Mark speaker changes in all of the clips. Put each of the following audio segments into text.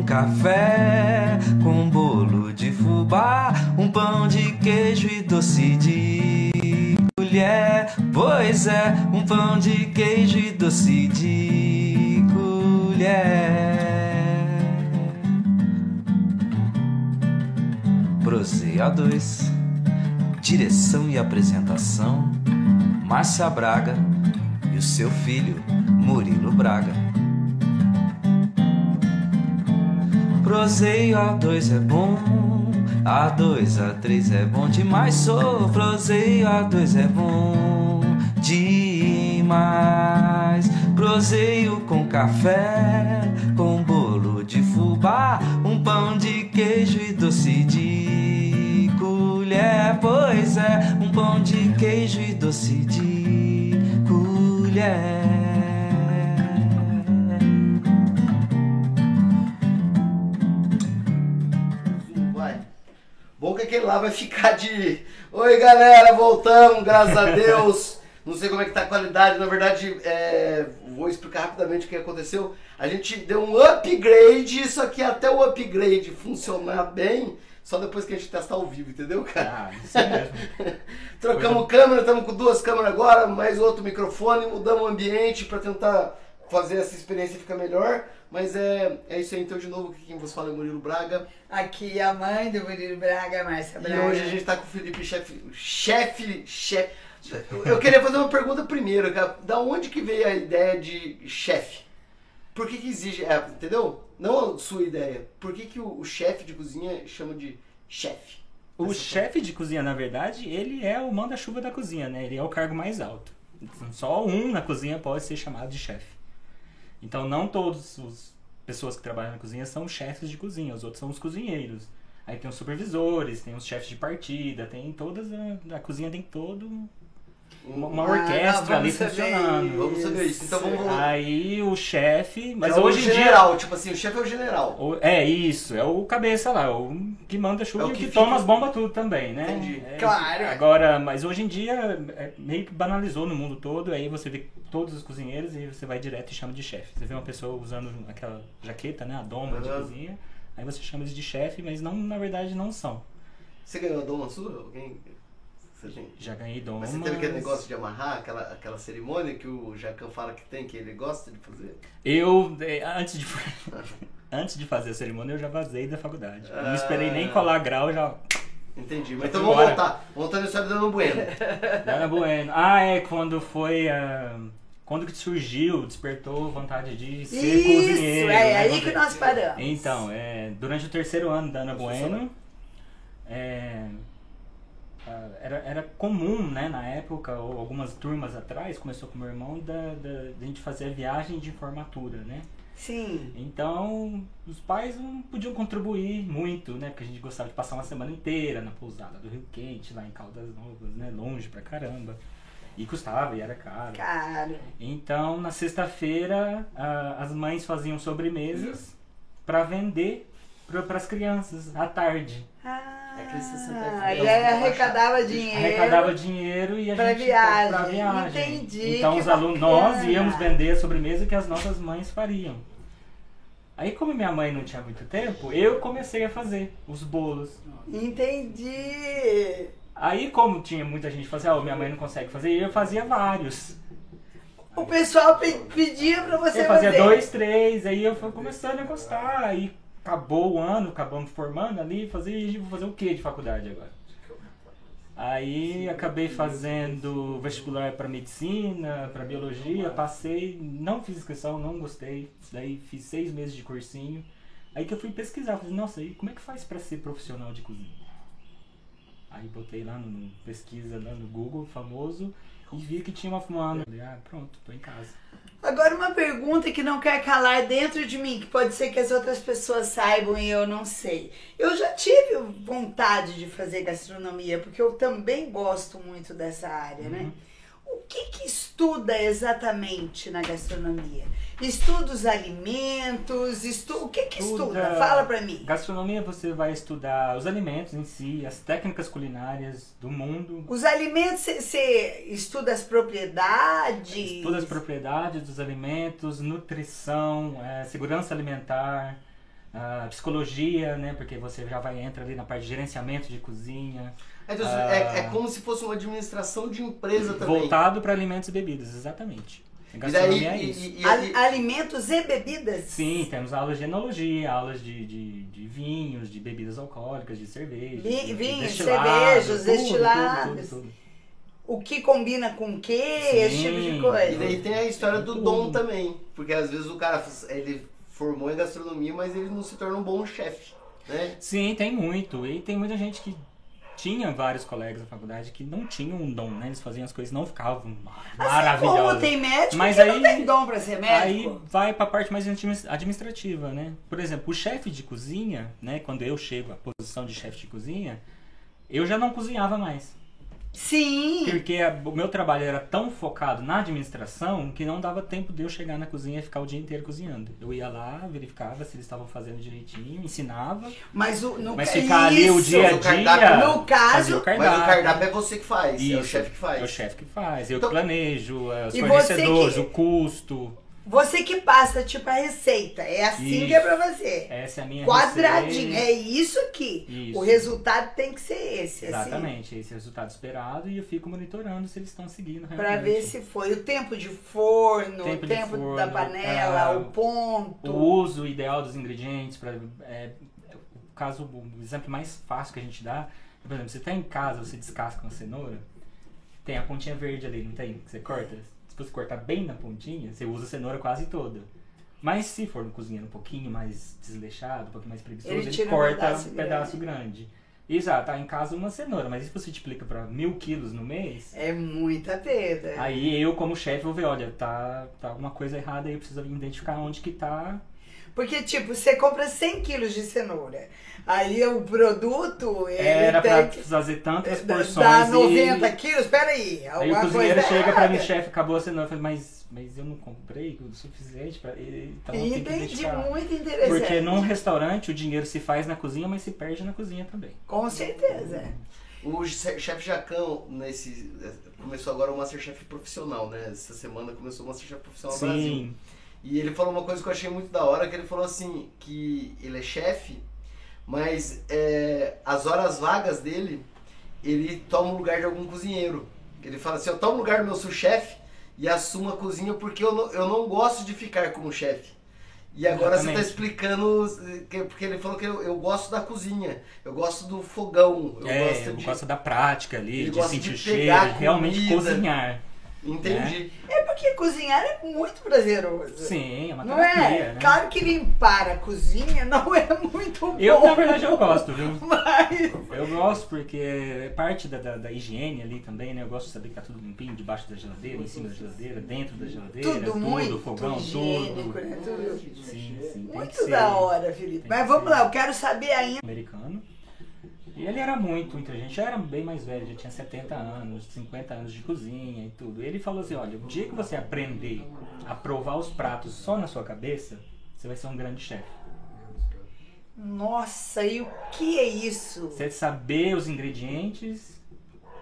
Speaker 1: Um café com bolo de fubá, um pão de queijo e doce de colher. Pois é, um pão de queijo e doce de colher. Proseia 2, direção e apresentação, Márcia Braga e o seu filho, Murilo Braga. Proseio A2 é bom, A2, A3 é bom demais, sou Proseio A2 é bom demais. Proseio com café, com bolo de fubá, um pão de queijo e doce de colher. Pois é, um pão de queijo e doce de colher.
Speaker 2: Zoom, vai. Bom que aquele lá vai ficar de. Oi galera, voltamos, graças a Deus. Não sei como é que tá a qualidade, na verdade, é, vou explicar rapidamente o que aconteceu. A gente deu um upgrade, isso aqui até o upgrade funcionar bem, só depois que a gente testar ao vivo, entendeu, cara?
Speaker 3: Ah, isso é mesmo.
Speaker 2: Trocamos câmera, estamos com duas câmeras agora, mais outro microfone, mudamos o ambiente para tentar fazer essa experiência ficar melhor. Mas é, é isso aí, então de novo, aqui quem vos fala é Murilo Braga.
Speaker 4: Aqui a mãe do Murilo Braga, Márcia
Speaker 2: E
Speaker 4: Braga.
Speaker 2: hoje a gente tá com o Felipe Chefe. Chefe. Chefe. Eu queria fazer uma pergunta primeiro, cara. Da onde que veio a ideia de chefe? Por que que exige. é, entendeu? Não a sua ideia. Por que que o, o chefe de cozinha chama de chefe?
Speaker 3: O chefe de cozinha, na verdade, ele é o manda-chuva da cozinha, né? Ele é o cargo mais alto. Só um na cozinha pode ser chamado de chefe. Então, não todas as pessoas que trabalham na cozinha são chefes de cozinha, os outros são os cozinheiros. Aí tem os supervisores, tem os chefes de partida, tem todas. A, a cozinha tem todo um, uma, uma
Speaker 4: Ah,
Speaker 3: orquestra ali
Speaker 4: vamos saber
Speaker 3: funcionando.
Speaker 2: Vamos saber isso. Então vamos. vamos
Speaker 3: Aí o chefe. Mas
Speaker 2: é
Speaker 4: Então,
Speaker 2: o
Speaker 3: hoje em dia.
Speaker 2: general, tipo assim, o chefe é o general.
Speaker 3: O- É isso, é o cabeça lá, o que manda chuva
Speaker 2: É o
Speaker 3: e o
Speaker 2: que
Speaker 3: que,
Speaker 2: fica-
Speaker 3: toma as bombas tudo também, né?
Speaker 2: Entendi.
Speaker 3: É,
Speaker 4: Claro.
Speaker 3: Agora, mas hoje em dia é, meio que banalizou no mundo todo, aí você vê todos os cozinheiros e você vai direto e chama de chefe. Você vê uma pessoa usando aquela jaqueta, né, a doma de
Speaker 2: Aham.
Speaker 3: cozinha, aí você chama eles de chefe, mas não, na verdade não são.
Speaker 2: Você ganhou a doma sua? Alguém. Você tem?
Speaker 3: Já ganhei doma.
Speaker 2: Mas você teve aquele negócio de amarrar, aquela, aquela cerimônia que o Jacan fala que tem, que ele gosta de fazer?
Speaker 3: Eu, eh, antes de, antes de fazer a cerimônia, eu já vazei da faculdade. Eu Não esperei nem
Speaker 2: Ah.
Speaker 3: colar grau, já
Speaker 2: Entendi, mas
Speaker 3: Vai
Speaker 2: então vamos
Speaker 3: embora.
Speaker 2: voltar. Voltando à história do Ana Bueno. É,
Speaker 3: Dana Bueno. Ah, é quando foi a. Quando que surgiu, despertou vontade de ser
Speaker 4: Isso,
Speaker 3: cozinheiro.
Speaker 4: é
Speaker 3: né?
Speaker 4: aí que nós paramos.
Speaker 3: Então, é, durante o terceiro ano da Ana Bueno, é, ah, era, era comum, né, na época, ou algumas turmas atrás, começou com meu irmão, da, da, da gente fazer a viagem de formatura, né?
Speaker 4: Sim.
Speaker 3: Então, os pais não podiam contribuir muito, né? Porque a gente gostava de passar uma semana inteira na pousada do Rio Quente, lá em Caldas Novas, né? Longe pra caramba. E custava, e era caro.
Speaker 4: Caro.
Speaker 3: Então, na sexta-feira, a- as mães faziam sobremesas pra vender para as crianças à tarde.
Speaker 4: Ah,
Speaker 2: É que eles se sentem
Speaker 4: e
Speaker 2: felizes,
Speaker 4: aí
Speaker 2: relaxados.
Speaker 4: arrecadava dinheiro.
Speaker 3: Arrecadava dinheiro e a
Speaker 4: pra
Speaker 3: gente
Speaker 4: viagem.
Speaker 3: pra viagem.
Speaker 4: Entendi,
Speaker 3: Então
Speaker 4: que
Speaker 3: os alunos
Speaker 4: bacana.
Speaker 3: nós íamos vender a sobremesa que as nossas mães fariam. Aí como minha mãe não tinha muito tempo, eu comecei a fazer os bolos.
Speaker 4: Entendi.
Speaker 3: Aí como tinha muita gente fazendo, ah, minha mãe não consegue fazer, eu fazia vários.
Speaker 4: O pessoal pe- pedia pra você
Speaker 3: eu fazia
Speaker 4: fazer.
Speaker 3: dois, três, aí eu fui começando a gostar, aí acabou o ano, acabamos formando ali, fazia, e vou fazer o que de faculdade agora? Aí acabei fazendo vestibular para medicina, para biologia, passei, não fiz inscrição, não gostei, daí fiz seis meses de cursinho. Aí que eu fui pesquisar, falei, nossa, e como é que faz para ser profissional de cozinha? Aí botei lá no, no pesquisa lá no Google, famoso, e vi que tinha uma
Speaker 4: É.
Speaker 3: fumada. Falei, ah, pronto, tô em casa.
Speaker 4: Agora uma pergunta que não quer calar dentro de mim, que pode ser que as outras pessoas saibam e eu não sei. Eu já tive vontade de fazer gastronomia, porque eu também gosto muito dessa área, né? O que, que estuda exatamente na gastronomia? Estuda os alimentos, estu... o que que estuda?
Speaker 3: Estuda-
Speaker 4: Fala pra mim.
Speaker 3: Gastronomia você vai estudar os alimentos em si, as técnicas culinárias do mundo,
Speaker 4: Os alimentos, você estuda as propriedades?
Speaker 3: todas as propriedades dos alimentos, nutrição, eh, segurança é, alimentar, ah, psicologia, né? Porque você já vai entra ali na parte de gerenciamento de cozinha,
Speaker 2: É, então,
Speaker 3: Ah.
Speaker 2: é- é como se fosse uma administração de empresa também.
Speaker 3: voltado para alimentos e bebidas, exatamente.
Speaker 2: E daí,
Speaker 3: Gastronomia é
Speaker 2: e-
Speaker 3: isso.
Speaker 2: e- e-
Speaker 4: Ali- alimentos e bebidas?
Speaker 3: Sim, temos aulas de enologia, aulas de, de, de vinhos, de bebidas alcoólicas, de cerveja.
Speaker 4: Vi-
Speaker 3: de
Speaker 4: vinhos,
Speaker 3: destilado,
Speaker 4: cervejas,
Speaker 3: tudo, tudo,
Speaker 4: destilados.
Speaker 3: tudo, tudo.
Speaker 4: O que combina com o quê?
Speaker 3: Sim.
Speaker 4: Esse tipo de
Speaker 2: E
Speaker 4: coisa.
Speaker 2: daí tem a história do
Speaker 3: Tudo.
Speaker 2: dom também, porque às vezes o cara f- ele formou em gastronomia, mas ele não se torna um bom chefe, né?
Speaker 3: Sim, tem muito. E tem muita gente que tinha vários colegas da faculdade que não tinham um dom, né? Eles faziam as coisas e não ficavam mar-
Speaker 4: Assim como
Speaker 3: maravilhosas.
Speaker 4: tem médico
Speaker 3: Mas
Speaker 4: que não
Speaker 3: aí-
Speaker 4: tem dom pra ser
Speaker 3: Aí
Speaker 4: médico.
Speaker 3: vai pra parte mais admi- administrativa, né? Por exemplo, o chefe de cozinha, né? Quando eu chego à posição de chefe de cozinha, eu já não cozinhava mais.
Speaker 4: Sim.
Speaker 3: Porque a- o meu trabalho era tão focado na administração que não dava tempo de eu chegar na cozinha e ficar o dia inteiro cozinhando. Eu ia lá, verificava se eles estavam fazendo direitinho, ensinava.
Speaker 4: Mas, o, no
Speaker 3: Mas
Speaker 4: ca-
Speaker 3: ficar ali o
Speaker 4: isso.
Speaker 3: dia a
Speaker 2: o cardápio-
Speaker 3: dia.
Speaker 4: No caso-
Speaker 3: fazia o cardápio.
Speaker 2: Mas o cardápio é você que faz, é o
Speaker 3: Isso,
Speaker 2: chefe que faz.
Speaker 3: É o chefe que faz. Eu
Speaker 2: Então-
Speaker 3: planejo, é os
Speaker 4: E você
Speaker 3: fornecedores,
Speaker 4: que-
Speaker 3: o custo.
Speaker 4: Você que passa, tipo, a receita. É assim que é
Speaker 3: Isso.
Speaker 4: pra você.
Speaker 3: Essa é a minha
Speaker 4: Quadradinho.
Speaker 3: receita.
Speaker 4: É isso aqui.
Speaker 3: Isso.
Speaker 4: O resultado tem que ser esse. Assim,
Speaker 3: Exatamente, esse é o resultado esperado e eu fico monitorando se eles estão seguindo realmente.
Speaker 4: pra ver se foi o tempo de forno,
Speaker 3: Tempo
Speaker 4: o
Speaker 3: de
Speaker 4: tempo
Speaker 3: forno,
Speaker 4: da panela,
Speaker 3: ah,
Speaker 4: o ponto.
Speaker 3: o uso ideal dos ingredientes para é, o caso o exemplo mais fácil que a gente dá é, por exemplo você tá em casa você descasca uma cenoura tem a pontinha verde ali não tem que você corta se você cortar bem na pontinha você usa a cenoura quase toda mas se for no cozinheiro um pouquinho mais desleixado um pouquinho mais preguiçoso
Speaker 4: Ele
Speaker 3: ele,
Speaker 4: tira um
Speaker 3: corta
Speaker 4: pedaço
Speaker 3: um pedaço grande e já tá em casa uma cenoura mas e se você multiplica para mil quilos no mês
Speaker 4: É muita perda.
Speaker 3: Aí eu, como chefe, vou ver, olha, tá, tá alguma coisa errada aí, eu preciso identificar onde que tá
Speaker 4: Porque, tipo, você compra 100 quilos de cenoura. Aí o produto, ele
Speaker 3: Era pra
Speaker 4: tem que
Speaker 3: fazer tantas porções.
Speaker 4: dar
Speaker 3: e-
Speaker 4: 90 quilos. Peraí,
Speaker 3: Aí
Speaker 4: alguma
Speaker 3: o cozinheiro
Speaker 4: coisa
Speaker 3: chega pra mim,
Speaker 4: errada.
Speaker 3: chefe, acabou a cenoura. Eu falei, mas, mas eu não comprei o suficiente pra. e- Então eu tenho que
Speaker 4: Entendi,
Speaker 3: identificar.
Speaker 4: muito interessante.
Speaker 3: Porque num restaurante o dinheiro se faz na cozinha, mas se perde na cozinha também.
Speaker 4: Com certeza.
Speaker 2: O che- chefe Jacão nesse começou agora o MasterChef profissional, né? Essa semana começou o MasterChef profissional Brasil.
Speaker 3: Sim.
Speaker 2: E ele falou uma coisa que eu achei muito da hora, que ele falou assim, que ele é chefe, mas é, as horas vagas dele, ele toma o lugar de algum cozinheiro. Ele fala assim, eu tomo o lugar do meu sous-chefe e assumo a cozinha porque eu não, eu não gosto de ficar como chefe. E agora você tá
Speaker 3: Exatamente.
Speaker 2: explicando, eh, que- porque ele falou que eu, eu gosto da cozinha, eu gosto do fogão, eu
Speaker 3: é,
Speaker 2: gosto
Speaker 3: eu
Speaker 2: de...
Speaker 3: gosto da prática ali,
Speaker 2: Ele
Speaker 3: de
Speaker 2: gosta
Speaker 3: sentir
Speaker 2: de
Speaker 3: o cheiro,
Speaker 2: pegar
Speaker 3: de realmente
Speaker 2: comida.
Speaker 3: cozinhar.
Speaker 2: Entendi.
Speaker 4: É porque cozinhar é muito prazeroso.
Speaker 3: Sim, é uma
Speaker 4: Não
Speaker 3: terapia,
Speaker 4: é?
Speaker 3: né?
Speaker 4: Claro que limpar a cozinha não é muito bom.
Speaker 3: Eu, na verdade, eu gosto, viu?
Speaker 4: Mas
Speaker 3: Eu gosto porque é parte da, da, da higiene ali também, né? Eu gosto de saber que tá tudo limpinho, debaixo da geladeira, em cima da geladeira, dentro da geladeira,
Speaker 4: tudo, muito
Speaker 3: fogão,
Speaker 4: higiênico,
Speaker 3: tudo.
Speaker 4: né? Tudo.
Speaker 3: Sim, sim, tem que
Speaker 4: Muito
Speaker 3: ser
Speaker 4: da hora, Felipe.
Speaker 3: Tem
Speaker 4: Mas
Speaker 3: que
Speaker 4: vamos
Speaker 3: ser.
Speaker 4: lá, eu quero saber ainda.
Speaker 3: americano. E ele era muito inteligente, já era bem mais velho, já tinha 70 anos, 50 anos de cozinha e tudo. E ele falou assim, olha, o dia que você aprender a provar os pratos só na sua cabeça, você vai ser um grande chefe.
Speaker 4: Nossa, e o que é isso?
Speaker 3: Você saber os ingredientes,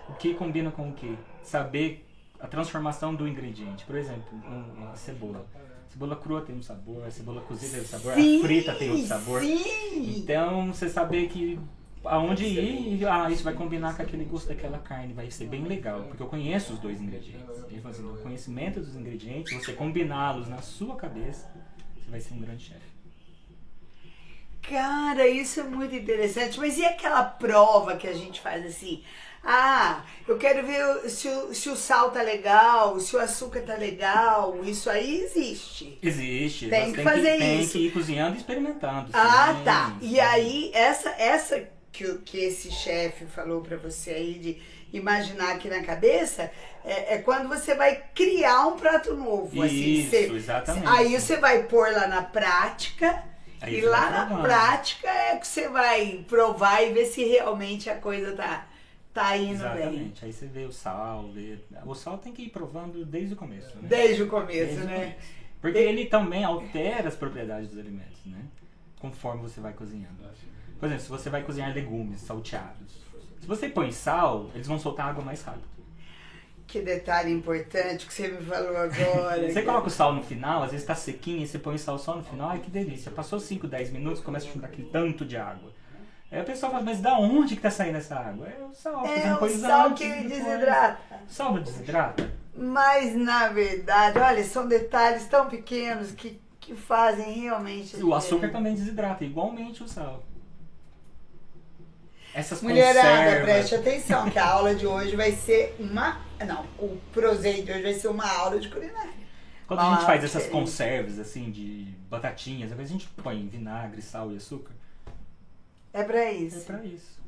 Speaker 3: o que combina com o que. Saber a transformação do ingrediente. Por exemplo, um- uma cebola. Cebola crua tem um sabor, a cebola cozida tem um sabor, a frita tem outro sabor.
Speaker 4: Sim!
Speaker 3: Então, você saber que aonde ir, e, ah, isso vai combinar com aquele gosto daquela carne, vai ser bem legal, porque eu conheço os dois ingredientes. Ele fala assim, o conhecimento dos ingredientes, você combiná-los na sua cabeça, você vai ser um grande chefe.
Speaker 4: Cara, isso é muito interessante. Mas e aquela prova que a gente faz assim? Ah, eu quero ver o- se o, se o sal tá legal, se o açúcar tá legal. Isso aí existe.
Speaker 3: Existe,
Speaker 4: Tem
Speaker 3: você
Speaker 4: que fazer
Speaker 3: tem
Speaker 4: isso.
Speaker 3: que ir cozinhando e experimentando.
Speaker 4: Ah,
Speaker 3: sim.
Speaker 4: tá. E aí, essa essa que, o- que esse chefe falou pra você aí de imaginar aqui na cabeça é, é quando você vai criar um prato novo. assim,
Speaker 3: Isso,
Speaker 4: você-
Speaker 3: exatamente.
Speaker 4: Aí você vai pôr lá na prática.
Speaker 3: Aí
Speaker 4: e
Speaker 3: você
Speaker 4: lá
Speaker 3: vai
Speaker 4: na
Speaker 3: provando.
Speaker 4: prática é que você vai provar e ver se realmente a coisa tá, tá indo bem.
Speaker 3: Exatamente. Aí você vê o sal, vê... O sal tem que ir provando desde o começo, né?
Speaker 4: Desde o começo,
Speaker 3: Desde o
Speaker 4: né?
Speaker 3: começo. Porque ele também altera as propriedades dos alimentos, né? Conforme você vai cozinhando. Por exemplo, se você vai cozinhar legumes salteados, se você põe sal, eles vão soltar água mais rápido.
Speaker 4: Que detalhe importante que você me falou agora.
Speaker 3: Você coloca o sal no final, às vezes tá sequinho, e você põe o sal só no final, ai que delícia. Passou 5, 10 minutos, começa a juntar aquele tanto de água. Aí o pessoal fala, mas da onde que tá saindo essa água? É o sal,
Speaker 4: É
Speaker 3: fazendo
Speaker 4: o
Speaker 3: coisas
Speaker 4: sal
Speaker 3: antes,
Speaker 4: que
Speaker 3: depois.
Speaker 4: desidrata.
Speaker 3: O sal não desidrata?
Speaker 4: Mas na verdade, olha, são detalhes tão pequenos que, que fazem realmente. a
Speaker 3: O açúcar
Speaker 4: diferença.
Speaker 3: também desidrata, igualmente o sal. Essas
Speaker 4: Mulherada,
Speaker 3: conservas-
Speaker 4: preste atenção que a aula de hoje vai ser uma. Não, o proseio de hoje vai ser uma aula de culinária.
Speaker 3: Quando a gente
Speaker 4: Ah,
Speaker 3: faz essas
Speaker 4: ok.
Speaker 3: conservas, assim, de batatinhas, às vezes a gente põe vinagre, sal e açúcar.
Speaker 4: É pra
Speaker 3: É
Speaker 4: isso.
Speaker 3: pra isso.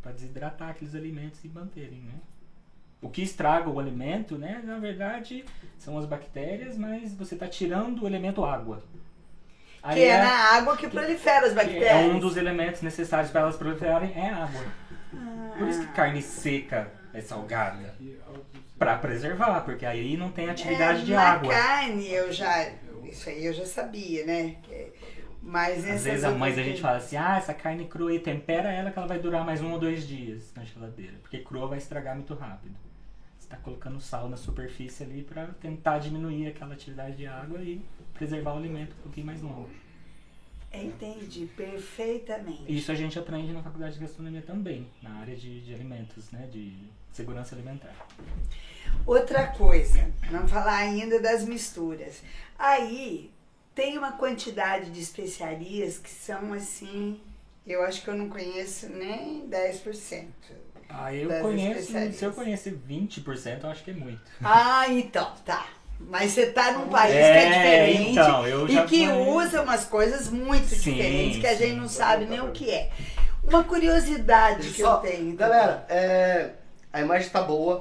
Speaker 3: Pra desidratar aqueles alimentos e manterem, né? O que estraga o alimento, né? Na verdade, são as bactérias, mas você tá tirando o elemento água. Aí
Speaker 4: Que é na água que prolifera as
Speaker 3: que é
Speaker 4: bactérias.
Speaker 3: um dos elementos necessários para elas proliferarem é a água.
Speaker 4: Ah.
Speaker 3: Por isso que carne seca é salgada. Pra preservar, porque aí não tem atividade
Speaker 4: É,
Speaker 3: de
Speaker 4: na
Speaker 3: água.
Speaker 4: carne eu já. Isso aí eu já sabia, né? Que- Mas
Speaker 3: Às
Speaker 4: essas
Speaker 3: vezes a mãe da
Speaker 4: outras
Speaker 3: gente fala assim, ah, essa carne crua e tempera ela que ela vai durar mais um ou dois dias na geladeira. Porque crua vai estragar muito rápido. Você tá colocando sal na superfície ali pra tentar diminuir aquela atividade de água e preservar o alimento um pouquinho mais longo.
Speaker 4: Entendi perfeitamente.
Speaker 3: Isso a gente aprende na faculdade de gastronomia também, na área de, de alimentos, né? De segurança alimentar.
Speaker 4: Outra coisa, vamos falar ainda das misturas. Aí tem uma quantidade de especiarias que são assim, eu acho que eu não conheço nem 10%.
Speaker 3: Ah, eu
Speaker 4: Das
Speaker 3: conheço,
Speaker 4: especiarias.
Speaker 3: se eu conhecer 20%, eu acho que é muito.
Speaker 4: Ah, então, tá. Mas você tá num país que é
Speaker 3: É,
Speaker 4: diferente
Speaker 3: então, eu
Speaker 4: e
Speaker 3: já
Speaker 4: que
Speaker 3: conheço.
Speaker 4: usa umas coisas muito
Speaker 3: Sim,
Speaker 4: diferentes que a
Speaker 3: sim.
Speaker 4: gente não sabe nem o que é. Uma curiosidade que
Speaker 2: Só,
Speaker 4: eu tenho.
Speaker 2: Galera, é, a imagem tá boa.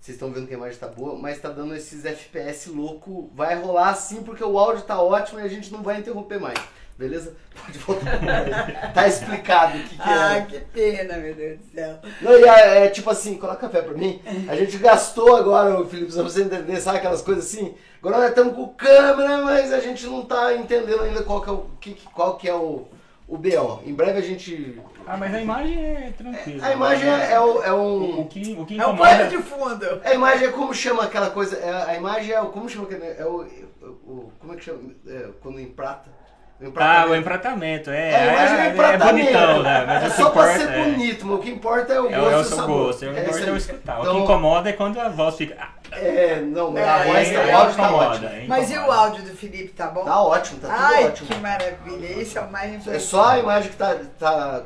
Speaker 2: Vocês estão vendo que a imagem tá boa, mas tá dando esses FPS louco. Vai rolar assim porque o áudio tá ótimo e a gente não vai interromper mais. Beleza? Pode voltar. tá explicado o que, que
Speaker 4: Ah,
Speaker 2: era.
Speaker 4: que pena, meu Deus do céu.
Speaker 2: Não, e é, é tipo assim, coloca café pra mim. A gente gastou agora, ô Felipe, pra você entender, sabe aquelas coisas assim? Agora nós estamos com câmera, mas a gente não tá entendendo ainda qual que é o, que, que- qual que é o, o BO. Em breve a gente.
Speaker 3: Ah, mas a imagem é tranquila.
Speaker 2: A imagem é, é o- é
Speaker 3: O, o
Speaker 2: um.
Speaker 3: que, o que
Speaker 4: É um
Speaker 3: incomoda-
Speaker 4: pano de fundo.
Speaker 2: A imagem é como chama aquela coisa. é- a imagem é o. Como chama aquele. É o, o- o- como é que chama? É, quando emprata. O
Speaker 3: Ah, o
Speaker 2: empratamento.
Speaker 3: empratamento,
Speaker 2: É,
Speaker 3: é.
Speaker 2: a imagem é,
Speaker 3: é,
Speaker 2: empratamento.
Speaker 3: bonitão, né? Mas
Speaker 2: é
Speaker 3: o que
Speaker 2: só pra
Speaker 3: importa
Speaker 2: ser bonito, mas o que importa é o
Speaker 3: É,
Speaker 2: gosto
Speaker 3: o- é
Speaker 2: e
Speaker 3: o
Speaker 2: o
Speaker 3: seu
Speaker 2: sabor.
Speaker 3: gosto, é o
Speaker 2: É isso
Speaker 3: importante é
Speaker 2: aí.
Speaker 3: eu escutar. o
Speaker 2: Então-
Speaker 3: que incomoda é quando a voz fica. Ah,
Speaker 2: É, não, mas a
Speaker 4: É,
Speaker 2: voz
Speaker 4: é,
Speaker 2: tá
Speaker 4: é,
Speaker 2: ótima, tá
Speaker 3: incomoda,
Speaker 2: ótima.
Speaker 3: é,
Speaker 4: Mas e o
Speaker 3: incomoda.
Speaker 4: áudio do Felipe, tá bom?
Speaker 2: Tá ótimo, tá tudo
Speaker 4: Ai,
Speaker 2: ótimo.
Speaker 4: que maravilha. Esse é o mais
Speaker 2: É
Speaker 4: importante.
Speaker 2: só a imagem que tá. tá...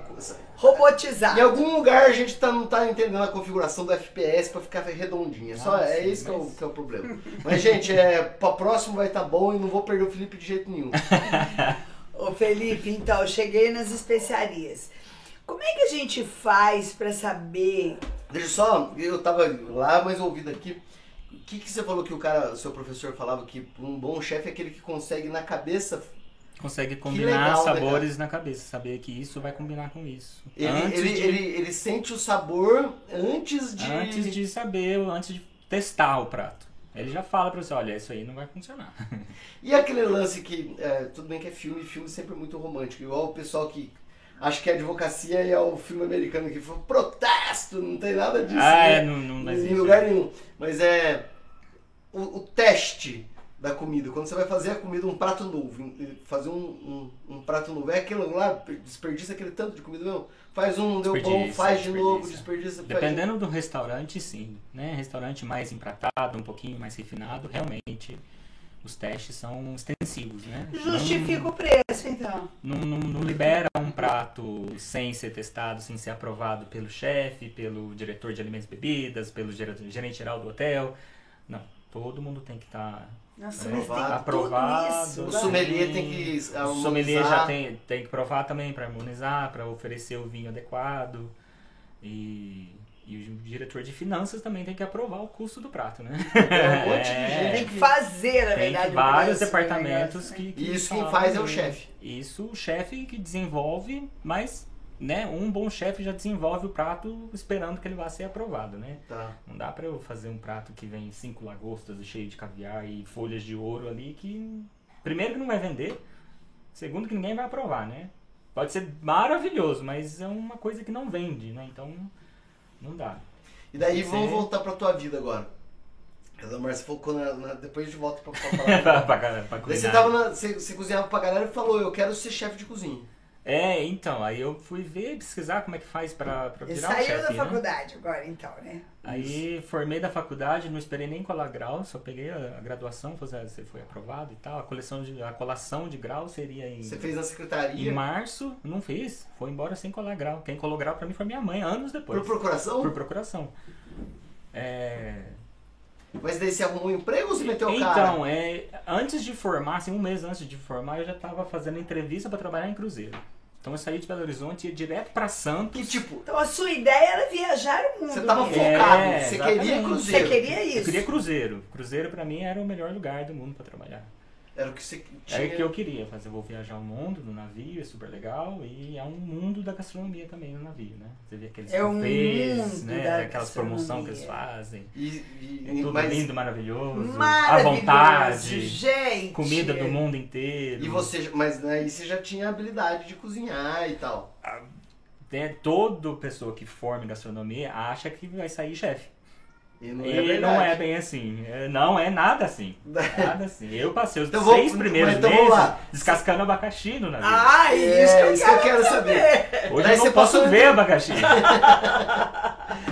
Speaker 4: robotizar.
Speaker 2: Em algum lugar a gente tá, não tá entendendo a configuração do FPS pra ficar redondinha. Só,
Speaker 3: Ah,
Speaker 2: é
Speaker 3: sim,
Speaker 2: isso que, é o,
Speaker 3: mas-
Speaker 2: que é o problema. Mas, gente, é, pra próximo vai tá bom e não vou perder o Felipe de jeito nenhum.
Speaker 4: Ô Felipe, então, eu cheguei nas especiarias. Como é que a gente faz pra saber?
Speaker 2: Deixa eu só, eu tava lá, mas ouvindo aqui. O que, que você falou que o cara, seu professor falava que um bom chefe é aquele que consegue na cabeça.
Speaker 3: Consegue combinar
Speaker 2: legal,
Speaker 3: sabores na cabeça, saber que isso vai combinar com isso.
Speaker 2: Ele,
Speaker 3: antes,
Speaker 2: ele,
Speaker 3: de,
Speaker 2: ele, ele sente o sabor antes de.
Speaker 3: antes de saber, antes de testar o prato. Ele já fala pra você, olha, isso aí não vai funcionar.
Speaker 2: E aquele lance que, é, tudo bem que é filme, filme sempre é muito romântico, igual o pessoal que acha que é advocacia e é o filme americano que foi protesto, não tem nada disso
Speaker 3: ah,
Speaker 2: né?
Speaker 3: é, não, não, não
Speaker 2: em
Speaker 3: existe.
Speaker 2: lugar nenhum. Mas é o, o teste da comida, quando você vai fazer a comida, um prato novo, em- fazer um, um- um prato novo, é aquilo lá, desperdiça aquele tanto de comida, não, faz um, deu bom,
Speaker 3: Desperdiça,
Speaker 2: faz de novo, desperdiça,
Speaker 3: desperdiça.
Speaker 2: faz de novo.
Speaker 3: Dependendo do restaurante, sim. Né? Restaurante mais empratado, um pouquinho mais refinado, realmente os testes são extensivos, né?
Speaker 4: Justifica o preço, então.
Speaker 3: Não, não, não libera um prato sem ser testado, sem ser aprovado pelo chefe, pelo diretor de alimentos e bebidas, pelo ger- gerente geral do hotel. Não, todo mundo tem que estar
Speaker 4: Nossa,
Speaker 3: É,
Speaker 4: mas tem
Speaker 3: aprovado.
Speaker 4: tudo
Speaker 2: O
Speaker 4: isso.
Speaker 3: sommelier
Speaker 2: sommelier
Speaker 4: né?
Speaker 2: tem que
Speaker 3: O sommelier já
Speaker 2: harmonizar.
Speaker 3: tem, tem que provar também para harmonizar, para oferecer o vinho adequado. E, e o diretor de finanças também tem que aprovar o custo do prato, né?
Speaker 2: É, um monte de gente
Speaker 4: Tem que fazer, na
Speaker 3: Tem
Speaker 4: verdade, o
Speaker 3: vários
Speaker 4: preço do
Speaker 3: departamentos
Speaker 4: negócio, né?
Speaker 3: que, que né?
Speaker 2: E isso quem
Speaker 3: falam
Speaker 2: faz é o
Speaker 3: isso.
Speaker 2: chefe.
Speaker 3: Isso o chefe que desenvolve, mas né, um bom chefe já desenvolve o prato esperando que ele vá ser aprovado, né?
Speaker 2: Tá.
Speaker 3: Não dá pra eu fazer um prato que vem cinco lagostas e cheio de caviar e folhas de ouro ali que primeiro que não vai vender, segundo que ninguém vai aprovar, né? Pode ser maravilhoso, mas é uma coisa que não vende, né? Então não dá.
Speaker 2: E daí
Speaker 3: Sim.
Speaker 2: vamos voltar pra tua vida agora. A Dona Márcia focou na, na- Depois a gente volta pra, pra falar.
Speaker 3: pra, pra, pra
Speaker 2: daí
Speaker 3: cuidar.
Speaker 2: você, tava na, você, você cozinhava pra galera e falou, eu quero ser chefe de cozinha.
Speaker 3: É, então, aí eu fui ver, pesquisar como é que faz pra, pra
Speaker 4: Ele
Speaker 3: virar um
Speaker 4: saiu
Speaker 3: chefe,
Speaker 4: da
Speaker 3: né?
Speaker 4: faculdade agora, então, né?
Speaker 3: Aí formei da faculdade, não esperei nem colar grau, só peguei a, a graduação, você, você foi aprovado e tal. A coleção de, a colação de grau seria em,
Speaker 2: Você fez na
Speaker 3: em
Speaker 2: secretaria.
Speaker 3: março, não fiz, foi embora sem colar grau. Quem colou grau pra mim foi minha mãe, anos depois.
Speaker 2: Por procuração?
Speaker 3: Por procuração. É,
Speaker 2: Mas daí você arrumou um emprego ou você meteu o cara?
Speaker 3: Então, é, antes de formar, assim, um mês antes de formar, eu já tava fazendo entrevista pra trabalhar em cruzeiro. Então eu saí de Belo Horizonte e ia direto pra Santos.
Speaker 2: Que tipo,
Speaker 4: Então a sua ideia era viajar o mundo.
Speaker 2: você tava
Speaker 4: mesmo.
Speaker 3: É,
Speaker 2: focado, você
Speaker 3: exatamente.
Speaker 2: queria
Speaker 4: Você
Speaker 2: cruzeiro.
Speaker 4: queria é isso?
Speaker 3: Eu queria cruzeiro. Cruzeiro pra mim era o melhor lugar do mundo pra trabalhar.
Speaker 2: Era o que você tinha.
Speaker 3: Era É o que eu queria fazer. Eu vou viajar o mundo no navio, é super legal. E é um mundo da gastronomia também no navio, né? Você vê aqueles
Speaker 4: É um
Speaker 3: cafés,
Speaker 4: mundo da
Speaker 3: né? Aquelas promoções que eles
Speaker 4: gastronomia.
Speaker 3: fazem.
Speaker 2: E, e-
Speaker 3: É tudo
Speaker 2: mas-
Speaker 3: lindo, maravilhoso. À
Speaker 4: Maravilhoso,
Speaker 3: vontade.
Speaker 4: gente.
Speaker 3: Comida do mundo inteiro.
Speaker 2: E você, mas né, e você já tinha habilidade de cozinhar e tal.
Speaker 3: né, toda pessoa que forma em gastronomia acha que vai sair chefe.
Speaker 2: E não é
Speaker 3: e
Speaker 2: verdade.
Speaker 3: não é bem assim. É, Não é nada assim. Nada assim. Eu passei os
Speaker 2: Então vou-
Speaker 3: seis primeiros
Speaker 2: mas então vamos
Speaker 3: meses
Speaker 2: lá.
Speaker 3: descascando abacaxi no navio.
Speaker 4: Ah,
Speaker 2: É,
Speaker 4: isso que eu
Speaker 2: isso
Speaker 4: quero.
Speaker 2: saber.
Speaker 3: Hoje
Speaker 2: daí
Speaker 3: eu não
Speaker 2: você
Speaker 3: posso
Speaker 2: passou-
Speaker 3: ver abacaxi.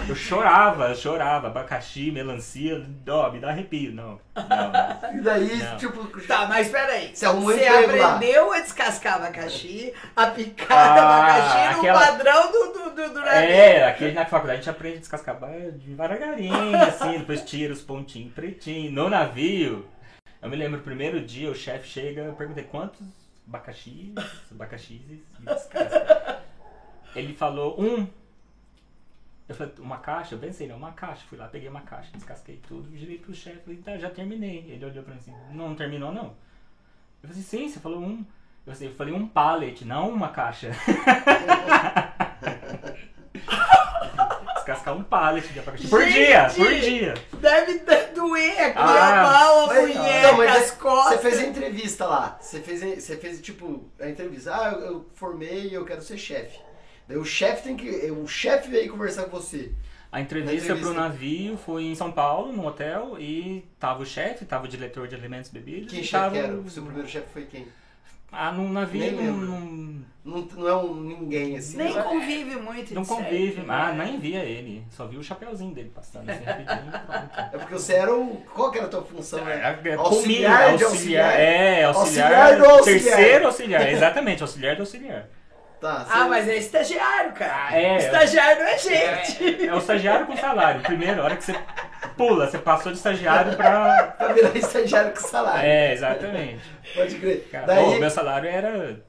Speaker 3: eu chorava, eu chorava. Abacaxi, melancia, ó, me dá arrepio. Não, não.
Speaker 2: E daí,
Speaker 3: Não.
Speaker 2: tipo,
Speaker 4: Tá, mas peraí.
Speaker 2: Você arrumou
Speaker 4: Você
Speaker 2: emprego lá.
Speaker 4: aprendeu a descascar abacaxi, a picar
Speaker 3: Ah,
Speaker 4: abacaxi no
Speaker 3: aquela-
Speaker 4: padrão do, do, do, do
Speaker 3: É, aqui na faculdade a gente aprende a descascar ba- devagarinho, assim, depois tira os pontinhos pretinhos. No navio, eu me lembro, o primeiro dia o chefe chega, eu perguntei quantos abacaxis, abacaxis e descasca. Ele falou um. Eu falei, uma caixa? Eu pensei, não, uma caixa. Fui lá, peguei uma caixa, descasquei tudo, girei pro chefe, falei, tá, já terminei. Ele olhou pra mim assim, não, não terminou não. Eu falei, sim, você falou um. Eu falei, eu falei um pallet, não uma caixa. Descascar um pallet de abacaxi. Por
Speaker 4: Gente!
Speaker 3: dia, por dia.
Speaker 4: Deve dar- doer aqui
Speaker 3: Ah,
Speaker 4: a mão, a
Speaker 2: mas-
Speaker 4: punheta,
Speaker 2: não,
Speaker 3: é
Speaker 2: mas
Speaker 4: as costas.
Speaker 2: você fez a entrevista lá. Você fez, você fez tipo, a entrevista. Ah, eu, eu formei e eu quero ser chefe. Daí o chefe tem que. O chefe veio conversar com você.
Speaker 3: A entrevista
Speaker 2: Na entrevista.
Speaker 3: pro navio foi em São Paulo, num hotel, e tava o chefe, tava o diretor de alimentos e bebidas.
Speaker 2: Quem
Speaker 3: e
Speaker 2: chefe
Speaker 3: tava
Speaker 2: que era?
Speaker 3: o-
Speaker 2: O seu primeiro chefe foi quem?
Speaker 3: Ah, num
Speaker 2: Nem
Speaker 3: navio não,
Speaker 2: lembro.
Speaker 3: não,
Speaker 2: Não, não é um ninguém assim.
Speaker 4: Nem
Speaker 2: né?
Speaker 4: convive muito.
Speaker 3: não
Speaker 4: de certo,
Speaker 3: convive.
Speaker 4: né?
Speaker 3: Ah, nem via ele. Só vi o chapeuzinho dele passando assim rapidinho. pronto.
Speaker 2: É porque você era o. Qual que era a tua função? né?
Speaker 3: É, é,
Speaker 2: Auxiliar
Speaker 3: comida,
Speaker 2: de auxiliar.
Speaker 3: É, auxiliar.
Speaker 2: Auxiliar do auxiliar.
Speaker 3: Terceiro auxiliar, exatamente, auxiliar do auxiliar.
Speaker 2: Tá, você-
Speaker 4: Ah, mas é estagiário, cara.
Speaker 3: Ah, é.
Speaker 4: Estagiário não é gente.
Speaker 3: É o estagiário com salário. Primeiro, a hora que você pula, você passou de estagiário pra.
Speaker 2: Pra virar estagiário com salário.
Speaker 3: É, exatamente.
Speaker 2: Pode crer.
Speaker 3: É. Cara,
Speaker 2: Daí.
Speaker 3: pô, meu salário era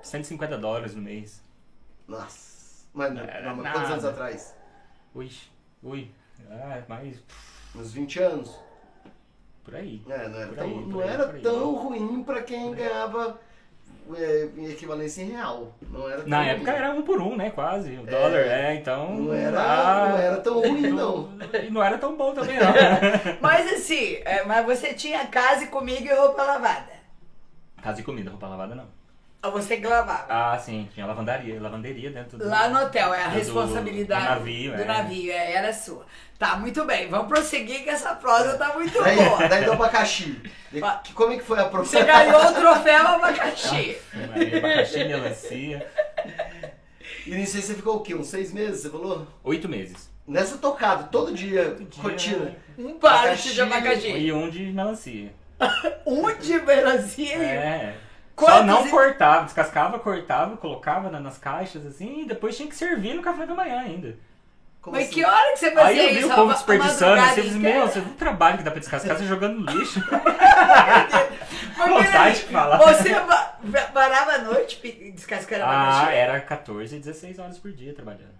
Speaker 3: 150 dólares no mês.
Speaker 2: Nossa. Mano,
Speaker 3: Era
Speaker 2: não, mas
Speaker 3: nada.
Speaker 2: quantos anos atrás?
Speaker 3: Ui, ui. Ah, mas
Speaker 2: Uns 20 anos?
Speaker 3: por aí.
Speaker 2: É, não era
Speaker 3: Por
Speaker 2: tão,
Speaker 3: aí, por
Speaker 2: não
Speaker 3: aí,
Speaker 2: era
Speaker 3: por aí.
Speaker 2: tão ruim pra quem ganhava é, em equivalência em real. Não era tão
Speaker 3: Na
Speaker 2: ruim.
Speaker 3: época era um por um, né? Quase. O dólar, é, então.
Speaker 2: Não era,
Speaker 3: ah,
Speaker 2: não era tão ruim, não.
Speaker 3: E não era tão bom também, não.
Speaker 4: Mas assim, é, mas você tinha casa e comigo e roupa lavada.
Speaker 3: Casa e comida, roupa lavada não.
Speaker 4: Ah, Você que lavava.
Speaker 3: Ah, sim, tinha lavandaria, lavanderia dentro do.
Speaker 4: Lá no hotel, é a
Speaker 3: do-
Speaker 4: responsabilidade
Speaker 3: do navio,
Speaker 4: do
Speaker 3: é.
Speaker 4: navio, é, era sua. Tá, muito bem, vamos prosseguir que essa prosa tá muito
Speaker 2: Daí,
Speaker 4: boa.
Speaker 2: daí do abacaxi. De-
Speaker 4: Ó.
Speaker 2: que- Como é que foi a
Speaker 4: Você
Speaker 2: proposta?
Speaker 4: ganhou o troféu abacaxi.
Speaker 3: Maria, Abacaxi, melancia.
Speaker 2: E nisso aí você ficou o quê? Uns seis meses, você falou?
Speaker 3: Oito meses.
Speaker 2: Nessa tocada, todo dia,
Speaker 3: dia.
Speaker 2: rotina.
Speaker 4: Um pallet de
Speaker 2: Abacaxi.
Speaker 4: abacaxi.
Speaker 3: E um de melancia.
Speaker 4: Um de melancia e
Speaker 3: É. Só
Speaker 4: Quantos
Speaker 3: não
Speaker 4: e-
Speaker 3: cortava, descascava, cortava, colocava na- nas caixas assim, e depois tinha que servir no café da manhã ainda.
Speaker 2: Como
Speaker 4: Mas
Speaker 2: assim?
Speaker 4: que hora que você
Speaker 3: Aí
Speaker 4: fazia
Speaker 3: eu vi
Speaker 4: isso?
Speaker 3: o
Speaker 4: A
Speaker 3: povo
Speaker 4: ma- a
Speaker 3: desperdiçando,
Speaker 4: madrugada
Speaker 3: assim, eu disse,
Speaker 4: inteira?
Speaker 3: meu, você viu o trabalho que dá pra descascar, você jogando no lixo.
Speaker 4: Mas
Speaker 3: vontade
Speaker 4: peraí,
Speaker 3: de falar.
Speaker 4: né, Você va- va- varava a noite pe- descascando
Speaker 3: Ah,
Speaker 4: abacaxi?
Speaker 3: era 14, 16 horas por dia trabalhando.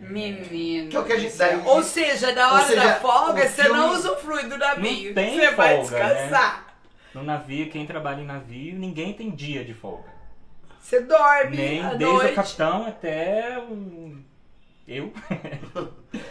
Speaker 4: Menino.
Speaker 2: Que é o que a gente
Speaker 4: do céu.
Speaker 2: dá-
Speaker 4: Ou seja, na
Speaker 2: Ou
Speaker 4: hora
Speaker 2: seja,
Speaker 4: da folga,
Speaker 2: o
Speaker 4: você
Speaker 2: filme-
Speaker 4: não usufrui do navio.
Speaker 3: Não tem
Speaker 4: você vai
Speaker 3: folga, né?
Speaker 4: descansar.
Speaker 3: No navio, quem trabalha em navio, ninguém tem dia de folga.
Speaker 4: Você dorme
Speaker 3: Nem
Speaker 4: É à
Speaker 3: desde
Speaker 4: noite.
Speaker 3: o capitão até o... eu.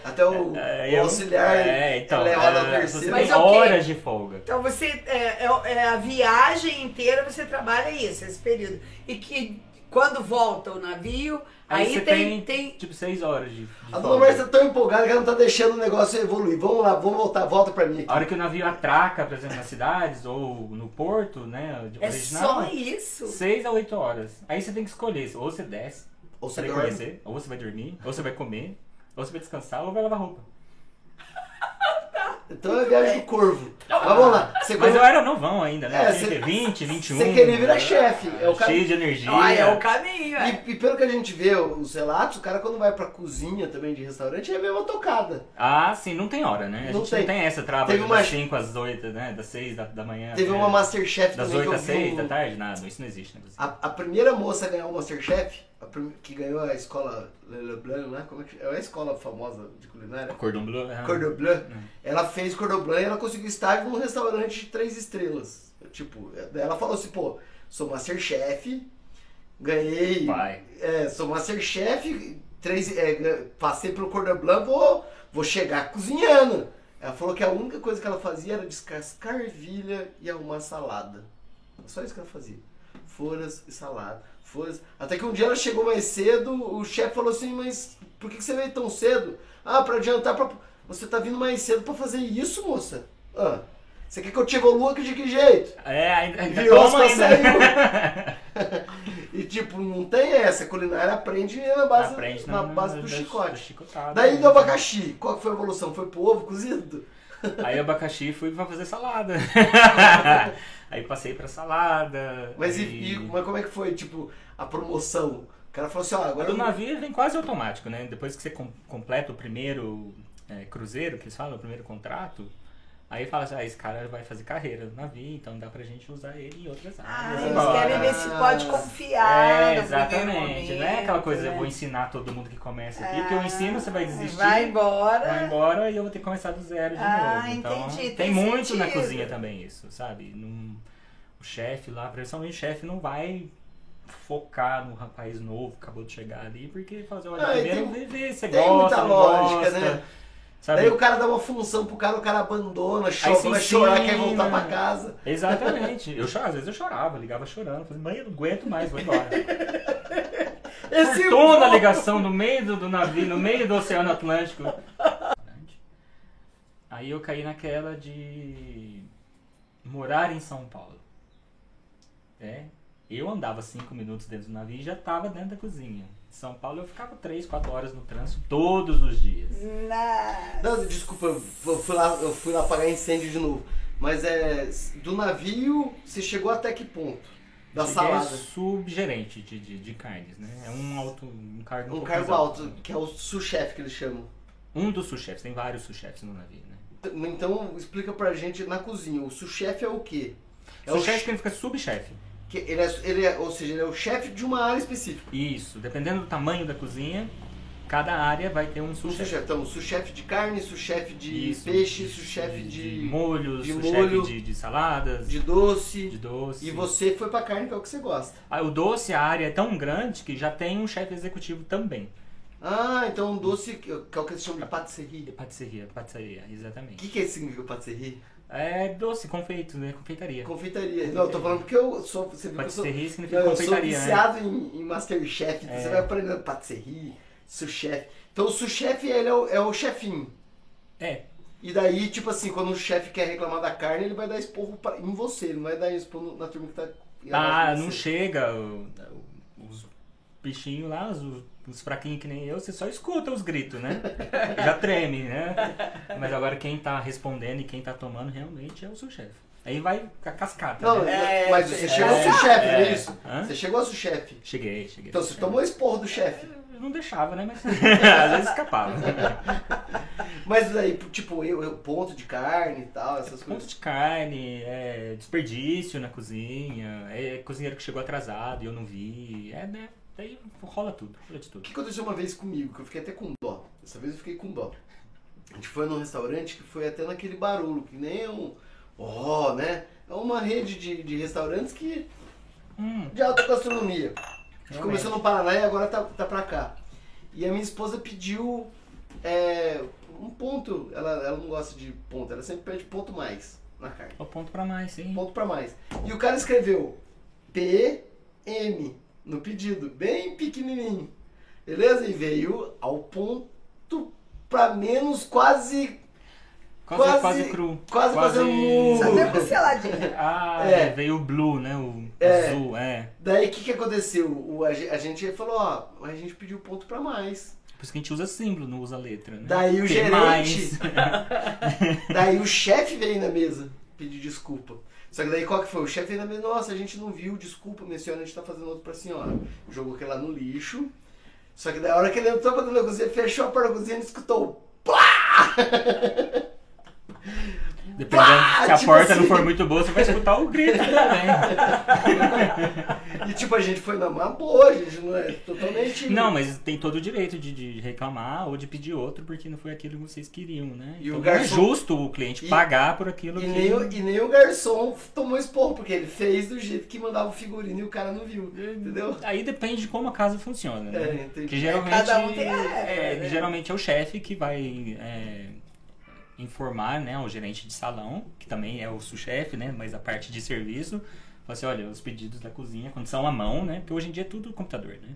Speaker 2: Até o,
Speaker 3: É,
Speaker 2: o
Speaker 3: eu-
Speaker 2: auxiliar
Speaker 3: É, então.
Speaker 2: é levado ao
Speaker 3: é, você
Speaker 2: terceiro.
Speaker 4: Mas
Speaker 3: tem
Speaker 4: ok.
Speaker 3: horas de folga.
Speaker 4: Então você. É, é- é a viagem inteira você trabalha isso, esse período. E que, Quando volta o navio,
Speaker 3: Aí,
Speaker 4: aí,
Speaker 3: você
Speaker 4: tem,
Speaker 3: tem,
Speaker 4: tem.
Speaker 3: tipo seis horas de, de
Speaker 2: A Dona
Speaker 3: folga.
Speaker 2: Márcia tá tão empolgada que ela não tá deixando o negócio evoluir. Vamos lá, vamos voltar, volta pra mim.
Speaker 3: A hora que o navio atraca, por exemplo, nas cidades ou no porto, né? De
Speaker 4: É
Speaker 3: original,
Speaker 4: só isso.
Speaker 3: 6 a 8 horas. Aí você tem que escolher, ou você desce
Speaker 2: Ou
Speaker 3: pra
Speaker 2: você
Speaker 3: ir
Speaker 2: dorme.
Speaker 3: conhecer, ou você vai dormir, ou você vai comer, ou você vai descansar, ou vai lavar roupa.
Speaker 2: Então é a viagem do corvo. Mas vamos lá. Você
Speaker 3: Mas eu
Speaker 2: quando-
Speaker 3: era novão ainda, né?
Speaker 2: É,
Speaker 3: Eu tinha
Speaker 2: cê-
Speaker 3: que ter 20, 21.
Speaker 2: Você queria
Speaker 3: né?
Speaker 2: virar chefe. É o cara...
Speaker 3: Cheio de energia.
Speaker 4: Ah, é o caminho, é.
Speaker 2: E, e pelo que a gente vê, os relatos, o cara quando vai pra cozinha também de restaurante é a mesma tocada.
Speaker 3: Ah, sim, não tem hora, né? A
Speaker 2: Não
Speaker 3: gente
Speaker 2: tem.
Speaker 3: não tem essa trava
Speaker 2: Teve
Speaker 3: das
Speaker 2: uma-
Speaker 3: 5 às 8, né? Das 6 da, da manhã.
Speaker 2: Teve
Speaker 3: até
Speaker 2: uma Masterchef
Speaker 3: É. Das
Speaker 2: também
Speaker 3: 8
Speaker 2: que eu
Speaker 3: às 6 da
Speaker 2: vi. um- Ah,
Speaker 3: tarde? Nada, isso não existe. Né?
Speaker 2: A, a primeira moça a ganhar o Masterchef, a prim- que ganhou a escola Le Leblanc lá, como é que É uma escola famosa de culinária.
Speaker 3: Cordon bleu. ah.
Speaker 2: Cordon Bleu. Ela fez Cordon Bleu e ela conseguiu estágio num restaurante de três estrelas. Tipo, daí ela falou assim, pô, sou Masterchef, ganhei.
Speaker 3: Vai.
Speaker 2: É, sou Masterchef, três, é, gan- passei pelo Cordon Bleu, vou, vou chegar cozinhando. Ela falou que a única coisa que ela fazia era descascar ervilha e arrumar salada. Só isso que ela fazia. Folhas e salada. Folhas. Até que um dia ela chegou mais cedo, o chefe falou assim, mas por que que você veio tão cedo? Ah, pra adiantar, pra... você tá vindo mais cedo pra fazer isso, moça. Ah, você quer que eu te evolua de que jeito?
Speaker 3: É, ainda, ainda
Speaker 2: Virou
Speaker 3: toma
Speaker 2: as
Speaker 3: ainda.
Speaker 2: E tipo, não tem essa, culinária aprende na base,
Speaker 3: Aprende
Speaker 2: na
Speaker 3: na- né?
Speaker 2: base
Speaker 3: na-
Speaker 2: do
Speaker 3: da- da
Speaker 2: chicote.
Speaker 3: chicotada.
Speaker 2: Daí do abacaxi, qual que foi a evolução? Foi pro ovo cozido?
Speaker 3: Aí abacaxi fui pra fazer salada. aí passei pra salada.
Speaker 2: Mas, e,
Speaker 3: aí-
Speaker 2: e- mas como é que foi, tipo, a promoção? O cara falou assim, ó,
Speaker 3: A
Speaker 2: agora...
Speaker 3: Tá do navio vem quase automático, né? Depois que você com- completa o primeiro é, cruzeiro, que eles falam, o primeiro contrato, aí fala assim, ah, esse cara vai fazer carreira no navio, então dá pra gente usar ele em outras
Speaker 4: Ah,
Speaker 3: áreas.
Speaker 4: eles
Speaker 3: Bora.
Speaker 4: querem ver se pode confiar.
Speaker 3: É,
Speaker 4: no primeiro
Speaker 3: exatamente. Não é aquela coisa,
Speaker 4: momento,
Speaker 3: eu vou
Speaker 4: né? Ah,
Speaker 3: ensinar todo mundo que começa aqui, porque eu ensino, você vai desistir.
Speaker 4: Vai embora.
Speaker 2: Ah.
Speaker 3: vai embora e eu vou ter que começar do zero de
Speaker 4: Ah,
Speaker 3: novo. Então,
Speaker 4: entendi,
Speaker 3: Tem,
Speaker 4: tem
Speaker 3: muito na
Speaker 4: sentido.
Speaker 3: cozinha também isso, sabe? Num- o chefe lá, principalmente o chefe, não vai focar no rapaz novo que acabou de chegar ali, porque ele fala assim, olha,
Speaker 2: Ah, e
Speaker 3: primeiro
Speaker 2: tem-
Speaker 3: vê, vê, você
Speaker 2: tem
Speaker 3: gosta,
Speaker 2: muita
Speaker 3: não
Speaker 2: lógica,
Speaker 3: gosta,
Speaker 2: né?
Speaker 3: Sabe?
Speaker 2: Daí o cara dá uma função pro cara, o cara abandona, chora,
Speaker 3: se
Speaker 2: vai chorar,
Speaker 3: ensina.
Speaker 2: quer voltar pra casa.
Speaker 3: Exatamente. Eu chorava, às vezes eu chorava, ligava chorando, falei, mãe, eu não aguento mais, vou embora.
Speaker 4: Esse
Speaker 3: Fortuna a
Speaker 4: voo-
Speaker 3: ligação no meio do, do navio, no meio do Oceano Atlântico. Aí eu caí naquela de morar em São Paulo. É. Eu andava cinco minutos dentro do navio e já estava dentro da cozinha. Em São Paulo eu ficava três, quatro horas no trânsito todos os dias.
Speaker 4: Na-
Speaker 2: Não, desculpa, eu fui lá, eu fui lá apagar incêndio de novo. Mas é, do navio, você chegou até que ponto? Da
Speaker 3: Cheguei
Speaker 2: salada.
Speaker 3: subgerente de, de, de carnes, né? É um alto, um cargo um
Speaker 2: Um
Speaker 3: pouco
Speaker 2: cargo
Speaker 3: mais
Speaker 2: alto, que é o sous-chefe que eles chamam.
Speaker 3: Um dos sous-chefes, tem vários sous-chefes no navio, né?
Speaker 2: Então, explica pra gente na cozinha, o sous-chefe é o quê? É o
Speaker 3: sous-chefe significa subchefe.
Speaker 2: Que ele, é, ele é- ou seja, ele é o chefe de uma área específica.
Speaker 3: Isso, dependendo do tamanho da cozinha, cada área vai ter um
Speaker 2: O
Speaker 3: sous-chefe.
Speaker 2: sous-chefe, então, sous-chefe de carne, sous-chefe de
Speaker 3: Isso,
Speaker 2: peixe,
Speaker 3: de-
Speaker 2: sous-chefe
Speaker 3: de
Speaker 2: de,
Speaker 3: molhos,
Speaker 2: de
Speaker 3: sous-chefe
Speaker 2: molho,
Speaker 3: de, de saladas,
Speaker 2: de
Speaker 3: de,
Speaker 2: doce.
Speaker 3: doce.
Speaker 2: E você foi pra carne, que é o que você gosta.
Speaker 3: Ah, o doce, a área é tão grande que já tem um chefe executivo também.
Speaker 2: Ah, então um doce, que que é o que eles chamam de
Speaker 3: De
Speaker 2: patisserie.
Speaker 3: patisserie, patisserie,
Speaker 2: O
Speaker 3: exatamente.
Speaker 2: que, que é significa patisserie?
Speaker 3: É doce, confeito, né? Confeitaria.
Speaker 2: Confeitaria. Não, eu tô falando porque eu sou. Você viu que eu sou.
Speaker 3: Patisserie
Speaker 2: Não,
Speaker 3: significa
Speaker 2: eu sou
Speaker 3: confeitaria, né?
Speaker 2: viciado em, em Masterchef, então
Speaker 3: É.
Speaker 2: você vai aprendendo patisserie, sous-chefe. Então o sous-chefe ele é o, é o chefinho.
Speaker 3: É,
Speaker 2: E daí, tipo assim, quando o chefe quer reclamar da carne, ele vai dar esporro pra- em você, ele não vai dar esporro na turma que tá.
Speaker 3: tá,
Speaker 2: abaixo de
Speaker 3: não
Speaker 2: você.
Speaker 3: chega o- os bichinhos lá, os, os fraquinhos que nem eu, você só escuta os gritos, né? Já treme, né? Mas agora quem tá respondendo e quem tá tomando realmente é o seu chefe. Aí vai a cascata,
Speaker 2: Não,
Speaker 3: né?
Speaker 4: É,
Speaker 2: mas você
Speaker 4: é,
Speaker 2: chegou
Speaker 3: é,
Speaker 2: ao chefe, não é
Speaker 3: é.
Speaker 2: isso?
Speaker 3: Hã? É.
Speaker 2: Você chegou ao chefe.
Speaker 3: Cheguei, cheguei.
Speaker 2: Então você tomou esporro do chefe.
Speaker 3: Eu não deixava, né? Mas às vezes escapava.
Speaker 2: Mas daí, tipo, eu, eu ponto de carne e tal, essas
Speaker 3: Ponto
Speaker 2: coisas.
Speaker 3: de carne, é, desperdício na cozinha, é cozinheiro que chegou atrasado e eu não vi. É, né? Daí rola tudo, rola de
Speaker 2: O
Speaker 3: tudo.
Speaker 2: que aconteceu uma vez comigo, que eu fiquei até com dó. Dessa vez eu fiquei com dó. A gente foi num restaurante que foi até naquele barulho, que nem é um. Ó, né? É uma rede de, de restaurantes que
Speaker 3: Hum,
Speaker 2: de alta gastronomia. A gente
Speaker 3: Realmente.
Speaker 2: começou no Paraná e agora tá, tá pra cá. E a minha esposa pediu é, um ponto. Ela, ela não gosta de ponto, ela sempre pede ponto mais na carne. Um
Speaker 3: é o ponto pra mais, sim.
Speaker 2: Ponto pra mais. E o cara escreveu PM. no pedido, bem pequenininho. Beleza? E veio ao ponto pra menos quase.
Speaker 3: Quase,
Speaker 2: Quase-
Speaker 3: é quase, cru.
Speaker 2: quase fazendo um-
Speaker 3: Uh.
Speaker 4: Só deu pinceladinha.
Speaker 3: Ah,
Speaker 2: É.
Speaker 3: é, veio o blue, né? O
Speaker 2: É.
Speaker 3: azul, é.
Speaker 2: Daí o que, que aconteceu? O, a, ge- a gente falou, ó, a gente pediu ponto pra mais.
Speaker 3: Por isso que a gente usa símbolo, não usa letra, né?
Speaker 2: Daí o
Speaker 3: Tem
Speaker 2: gerente.
Speaker 3: mais.
Speaker 2: Daí o chefe veio na mesa pedir desculpa. Só que daí qual que foi? O chefe veio na mesa, nossa, a gente não viu, desculpa, minha senhora, a gente tá fazendo outro pra senhora. Jogou aquele lá no lixo. Só que da hora que ele entrou pra dentro da cozinha, fechou a porta da cozinha e escutou o
Speaker 3: Dependendo, se a
Speaker 2: tipo
Speaker 3: porta
Speaker 2: assim.
Speaker 3: não for muito boa, você vai escutar o grito também.
Speaker 2: E tipo, a gente foi na má boa, a gente não é totalmente.
Speaker 3: Não, mas tem todo o direito de, de reclamar ou de pedir outro, porque não foi aquilo que vocês queriam, né?
Speaker 2: E o
Speaker 3: Então,
Speaker 2: garçom-
Speaker 3: não é justo o cliente
Speaker 2: E-
Speaker 3: pagar por aquilo
Speaker 2: E
Speaker 3: que...
Speaker 2: nem, o- e nem o garçom tomou esporro, porque ele fez do jeito que mandava o figurino e o cara não viu. Entendeu?
Speaker 3: Aí depende de como a casa funciona,
Speaker 2: É,
Speaker 3: né?
Speaker 2: entendi.
Speaker 3: que geralmente
Speaker 4: Cada um tem a regra,
Speaker 3: é,
Speaker 4: né?
Speaker 3: que geralmente é o chefe que vai é, informar, né, o gerente de salão, que também é o sous-chefe, né, mas a parte de serviço, fala assim, olha, os pedidos da cozinha quando são à mão, né? Porque hoje em dia é tudo computador, né?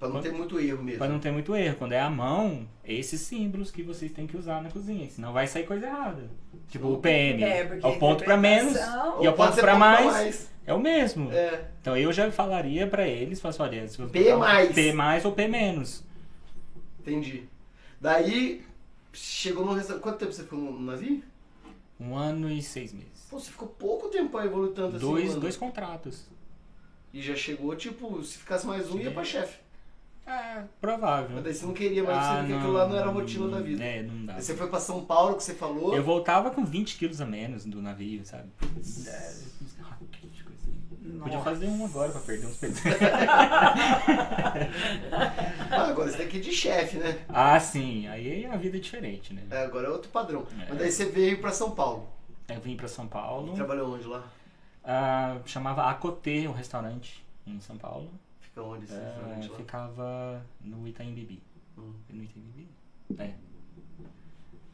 Speaker 2: Pra não ter muito erro mesmo.
Speaker 3: Pra não ter muito erro, quando é à mão, é esses símbolos que vocês têm que usar na cozinha, senão vai sair coisa errada. Tipo o PM,
Speaker 4: É,
Speaker 3: é,
Speaker 4: porque
Speaker 3: o ponto pra menos
Speaker 4: interpretação-
Speaker 2: Ou
Speaker 3: e é o
Speaker 2: pode
Speaker 3: ponto
Speaker 2: ser
Speaker 3: pra mais,
Speaker 2: mais.
Speaker 3: é o mesmo.
Speaker 2: É.
Speaker 3: Então eu já falaria pra eles, falasse, olha, se você
Speaker 2: P
Speaker 3: botar
Speaker 2: mais.
Speaker 3: P mais ou P menos.
Speaker 2: Entendi. Daí, chegou no restaurante. Quanto tempo você ficou no navio?
Speaker 3: Um ano e seis meses.
Speaker 2: Pô, você ficou pouco tempo aí evoluindo tanto assim.
Speaker 3: dois,
Speaker 2: mano.
Speaker 3: dois contratos.
Speaker 2: E já chegou, tipo, se ficasse mais um, ia pra chefe.
Speaker 3: É, provável.
Speaker 2: Mas daí você não queria mais, você
Speaker 3: Ah,
Speaker 2: não queria, aquilo lá não era a rotina da vida.
Speaker 3: É, não dá.
Speaker 2: Daí você foi pra São Paulo, que você falou.
Speaker 3: Eu voltava com 20 quilos a menos do navio, sabe?
Speaker 2: um
Speaker 3: É, coisa. Podia fazer um agora pra perder uns pesos.
Speaker 2: Ah, agora você tem que ir de chefe, né?
Speaker 3: ah, sim. Aí a vida é diferente, né?
Speaker 2: É, agora é outro padrão.
Speaker 3: É.
Speaker 2: Mas daí você veio pra São Paulo.
Speaker 3: Eu vim pra São Paulo.
Speaker 2: Trabalhou onde lá?
Speaker 3: ah, chamava Acotê, um restaurante em São Paulo.
Speaker 2: Fica onde esse
Speaker 3: Ah,
Speaker 2: restaurante lá?
Speaker 3: ficava no Itaim Bibi.
Speaker 2: Hum.
Speaker 3: No Itaim Bibi? É.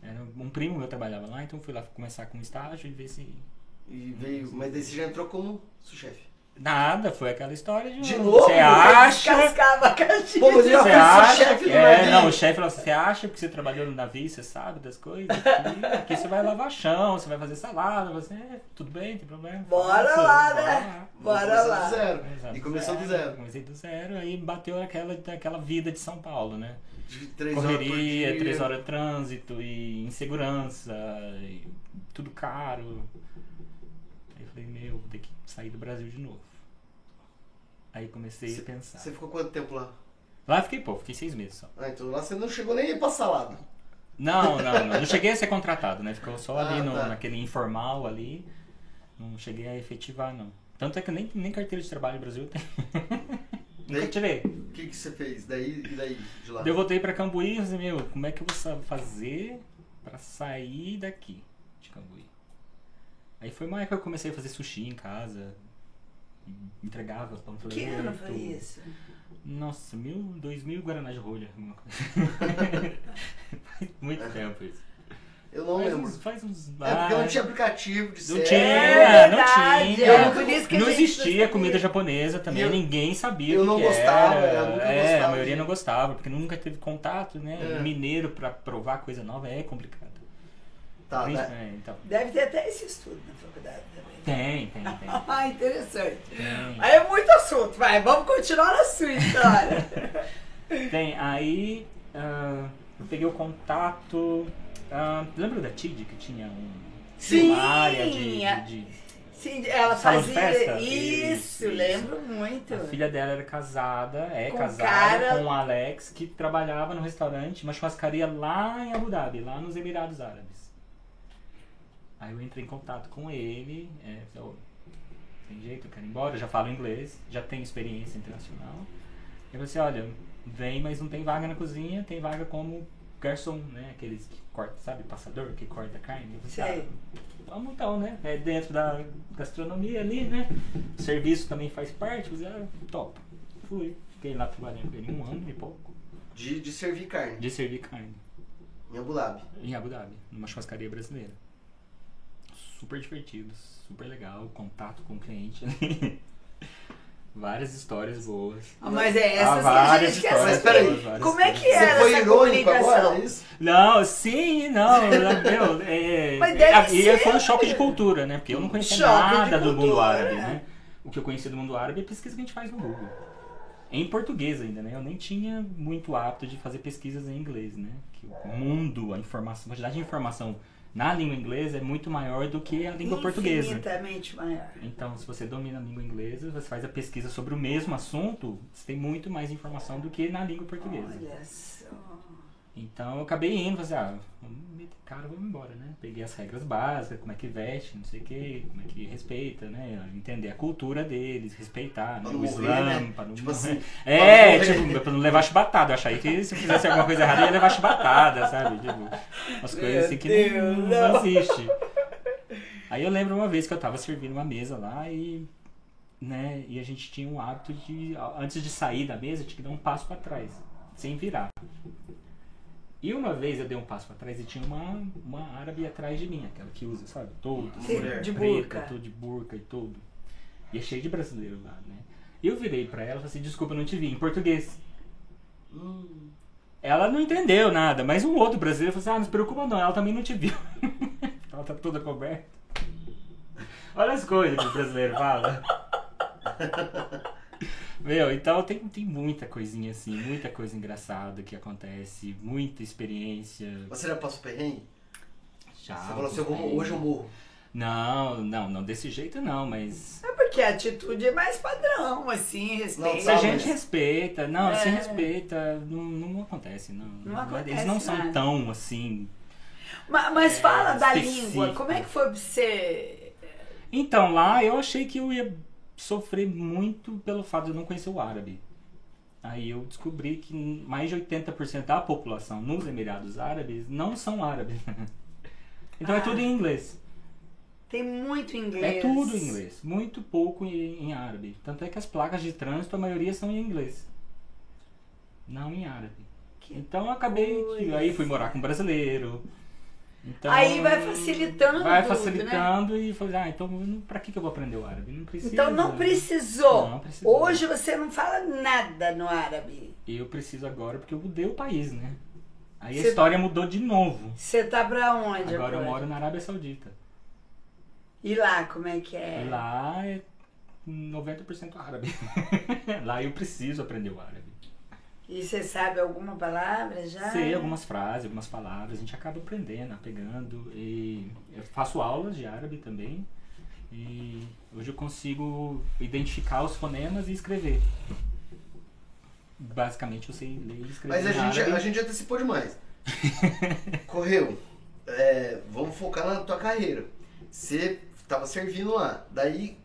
Speaker 3: Era um primo meu trabalhava lá, então fui lá começar com estágio e ver se.
Speaker 2: E veio.
Speaker 3: Uhum.
Speaker 2: Mas daí você já entrou como sous-chefe.
Speaker 3: Nada, foi aquela história de.
Speaker 2: De novo?
Speaker 3: Você acha.
Speaker 4: né? Cascava a caixinha.
Speaker 2: Pô, mas eu já
Speaker 3: Você
Speaker 2: fui
Speaker 3: acha
Speaker 2: sous-chefe do
Speaker 3: que é,
Speaker 2: navio.
Speaker 3: não, o chefe falou assim, você acha porque você trabalhou no navio, você sabe das coisas, que aqui você vai lavar chão, você vai fazer salada, você, é, tudo bem, não tem problema.
Speaker 4: Bora
Speaker 3: faça,
Speaker 4: lá,
Speaker 3: bora
Speaker 4: né?
Speaker 3: lá."
Speaker 4: Bora
Speaker 2: Começou
Speaker 4: lá.
Speaker 2: do
Speaker 4: É.
Speaker 2: zero.
Speaker 3: Começar
Speaker 2: E começou do zero.
Speaker 3: Comecei do zero, aí bateu aquela, aquela vida de São Paulo, né?
Speaker 2: De três horas por
Speaker 3: correria,
Speaker 2: dia.
Speaker 3: três horas de trânsito e insegurança, e tudo caro. Aí eu falei, meu, vou ter que sair do Brasil de novo. Aí comecei a pensar.
Speaker 2: Você ficou quanto tempo lá?
Speaker 3: Lá eu fiquei pouco, fiquei seis meses só.
Speaker 2: Ah, então lá você não chegou nem a ir pra salada.
Speaker 3: Não, não, não. Não cheguei a ser contratado, né? Ficou só
Speaker 2: Ah,
Speaker 3: ali no-
Speaker 2: tá.
Speaker 3: naquele informal ali. Não cheguei a efetivar, não. Tanto é que nem, nem carteira de trabalho no Brasil tem. Nunca
Speaker 2: Daí?
Speaker 3: tirei.
Speaker 2: O que, que você fez? Daí, e daí, de lá?
Speaker 3: Daí Eu voltei pra Cambuí e falei, meu, como é que eu vou sa- fazer pra sair daqui de Cambuí? Aí foi uma época que eu comecei a fazer sushi em casa. Entregava panfleto.
Speaker 4: Que ano foi isso?
Speaker 3: Nossa, mil, dois mil Guaraná de rolha. alguma coisa. Faz muito tempo isso.
Speaker 2: Eu não
Speaker 3: faz
Speaker 2: lembro.
Speaker 3: uns... Faz uns
Speaker 2: É porque eu não
Speaker 3: ah,
Speaker 2: tinha aplicativo de
Speaker 3: Não
Speaker 2: série.
Speaker 3: tinha,
Speaker 4: É
Speaker 3: não
Speaker 4: verdade,
Speaker 3: tinha.
Speaker 2: é,
Speaker 4: por isso que a
Speaker 3: não
Speaker 4: gente não
Speaker 3: existia
Speaker 4: sabia.
Speaker 3: comida japonesa também,
Speaker 2: Eu-
Speaker 3: ninguém sabia.
Speaker 2: eu
Speaker 3: o
Speaker 2: não
Speaker 3: que
Speaker 2: gostava,
Speaker 3: era.
Speaker 2: eu nunca
Speaker 3: é,
Speaker 2: gostava
Speaker 3: A maioria
Speaker 2: de-
Speaker 3: não gostava, porque nunca teve contato, né?
Speaker 2: É.
Speaker 3: Mineiro pra provar coisa nova é complicado.
Speaker 2: Tá,
Speaker 3: Príncipe-
Speaker 2: né?
Speaker 3: é, então.
Speaker 4: Deve ter até esse estudo na faculdade também.
Speaker 3: Tem, tem, tem.
Speaker 4: Ah, interessante.
Speaker 3: tem.
Speaker 4: Aí é muito assunto, vai. Vamos continuar na sua história.
Speaker 3: Tem, aí ah, eu peguei o contato. ah, lembra da TID que tinha um,
Speaker 4: Sim,
Speaker 3: uma área de.
Speaker 4: a-
Speaker 3: de- de-
Speaker 4: Sim, ela
Speaker 3: Salão de
Speaker 4: fazia
Speaker 3: festa?
Speaker 4: isso,
Speaker 3: Isso,
Speaker 4: lembro muito.
Speaker 3: A filha dela era casada, é
Speaker 4: Então. Com
Speaker 3: casada
Speaker 4: cara-
Speaker 3: com o Alex, que trabalhava no restaurante, uma churrascaria lá em Abu Dhabi, lá nos Emirados Árabes. Aí eu entrei em contato com ele, é, falei, "Ô, tem jeito, eu quero ir embora, eu já falo inglês, já tenho experiência internacional. Ele falou assim, olha, vem, mas não tem vaga na cozinha, tem vaga como garçom, né? Aqueles que corta, sabe, passador que corta carne. Eu falei,
Speaker 4: Sei.
Speaker 3: "Ah, Vamos então, né? É dentro da gastronomia ali, né? O serviço também faz parte, eu falei, ah, top. Fui. Fiquei lá trabalhando com ele um ano e pouco.
Speaker 2: de, de servir carne.
Speaker 3: De servir carne.
Speaker 2: Em Abu Dhabi.
Speaker 3: Em Abu Dhabi, numa churrascaria brasileira. Super divertido, super legal, contato com o cliente ali. né? Várias histórias boas.
Speaker 4: Ah, Mas é
Speaker 3: Ah,
Speaker 4: essas que a
Speaker 3: várias
Speaker 4: gente quer
Speaker 3: histórias
Speaker 2: Mas peraí,
Speaker 3: boas, várias
Speaker 4: Como é que
Speaker 3: histórias.
Speaker 4: era
Speaker 2: Você foi
Speaker 4: essa
Speaker 2: irônico agora,
Speaker 4: comunicação?
Speaker 2: é isso?
Speaker 3: Não, sim, não. Meu, é,
Speaker 4: Mas deve
Speaker 3: a- e
Speaker 4: ser.
Speaker 3: foi um choque de cultura, né? Porque eu não conhecia
Speaker 4: Choque de
Speaker 3: nada do mundo
Speaker 4: cultura,
Speaker 3: árabe,
Speaker 4: é.
Speaker 3: né? O que eu conhecia do mundo árabe é a pesquisa que a gente faz no Google. Em português ainda, né? Eu nem tinha muito hábito de fazer pesquisas em inglês, né? Que o mundo, a informação, a quantidade de informação na língua inglesa é muito maior do que a língua portuguesa.
Speaker 4: Infinitamente maior.
Speaker 3: Então, se você domina a língua inglesa, você faz a pesquisa sobre o mesmo assunto, você tem muito mais informação do que na língua portuguesa.
Speaker 4: Olha só.
Speaker 3: Então eu acabei indo, falei assim, ah, vamos meter cara, vamos embora, né? Peguei as regras básicas, como é que veste, não sei o que, como é que respeita, né? Entender a cultura deles, respeitar, né?
Speaker 2: Pra não
Speaker 3: O
Speaker 2: morrer,
Speaker 3: islã,
Speaker 2: né?
Speaker 3: pra não
Speaker 2: Tipo
Speaker 3: morrer.
Speaker 2: assim,
Speaker 3: É,
Speaker 2: pra não morrer.
Speaker 3: tipo, pra não levar chibatada. Eu achei que se eu fizesse alguma coisa errada, ia levar chibatada, sabe? Tipo, umas coisas assim que
Speaker 4: Deus,
Speaker 3: não,
Speaker 4: não.
Speaker 3: não existe. Aí eu lembro uma vez que eu tava servindo uma mesa lá e. Né, e a gente tinha um hábito de, antes de sair da mesa, tinha que dar um passo pra trás, sem virar. E uma vez eu dei um passo pra trás e tinha uma, uma árabe atrás de mim, aquela que usa, sabe? Todo,
Speaker 4: Sim,
Speaker 3: mulher
Speaker 4: de burca.
Speaker 3: preta, todo de burca e tudo. E é cheio de brasileiro lá, né? E eu virei pra ela e falei assim, desculpa, eu não te vi, em português.
Speaker 4: Hum.
Speaker 3: Ela não entendeu nada, mas um outro brasileiro falou assim, ah, não se preocupa não, ela também não te viu. ela tá toda coberta. Olha as coisas que o brasileiro fala. Meu, então tem, tem muita coisinha assim, muita coisa engraçada que acontece, muita experiência.
Speaker 2: Você já passou perrengue?
Speaker 3: Já,
Speaker 2: você falou assim, eu vou- hoje eu morro.
Speaker 3: Não, não, não desse jeito não, mas
Speaker 4: É porque a atitude é mais padrão, assim, respeito.
Speaker 3: Se a
Speaker 2: Não,
Speaker 3: gente
Speaker 2: mas-
Speaker 3: respeita, não, se
Speaker 4: É.
Speaker 3: respeita, não, não acontece, não. é,
Speaker 4: Não acontece
Speaker 3: Eles não são
Speaker 4: nada.
Speaker 3: tão assim.
Speaker 4: Ma- Mas fala da
Speaker 3: específico.
Speaker 4: língua, como é que foi pra você.
Speaker 3: Então, lá eu achei que eu ia sofrer muito pelo fato de eu não conhecer o árabe. Aí eu descobri que mais de 80% da população nos Emirados Árabes não são árabes. Então é
Speaker 4: Ah.
Speaker 3: tudo em inglês.
Speaker 4: Tem muito inglês.
Speaker 3: É tudo em inglês. Muito pouco em, em árabe. Tanto é que as placas de trânsito, a maioria são em inglês. Não em árabe.
Speaker 4: Que
Speaker 3: Então eu acabei. que-
Speaker 4: coisa.
Speaker 3: aí fui morar com um brasileiro. Então,
Speaker 4: Aí vai facilitando
Speaker 3: Vai
Speaker 4: tudo, né?
Speaker 3: facilitando e falei, ah, então eu não- pra que, que eu vou aprender o árabe? Não precisa.
Speaker 4: Então não precisou.
Speaker 3: Não precisou.
Speaker 4: Hoje você não fala nada no árabe.
Speaker 3: Eu preciso agora porque eu mudei o país, né? Aí
Speaker 4: Você-
Speaker 3: a história mudou de novo.
Speaker 4: Você tá pra onde
Speaker 3: Agora eu moro na Arábia Saudita.
Speaker 4: E lá, como é que é?
Speaker 3: E Lá é 90% árabe. lá eu preciso aprender o árabe.
Speaker 4: E você sabe alguma palavra já? é.
Speaker 3: Sei algumas frases, algumas palavras, a gente acaba aprendendo, pegando. E eu faço aulas de árabe também. E hoje eu consigo identificar os fonemas e escrever. Basicamente eu sei ler e escrever.
Speaker 2: Mas a
Speaker 3: em
Speaker 2: gente,
Speaker 3: árabe.
Speaker 2: a gente antecipou demais. Correu. É, vamos focar na tua carreira. Você tava servindo lá. Daí,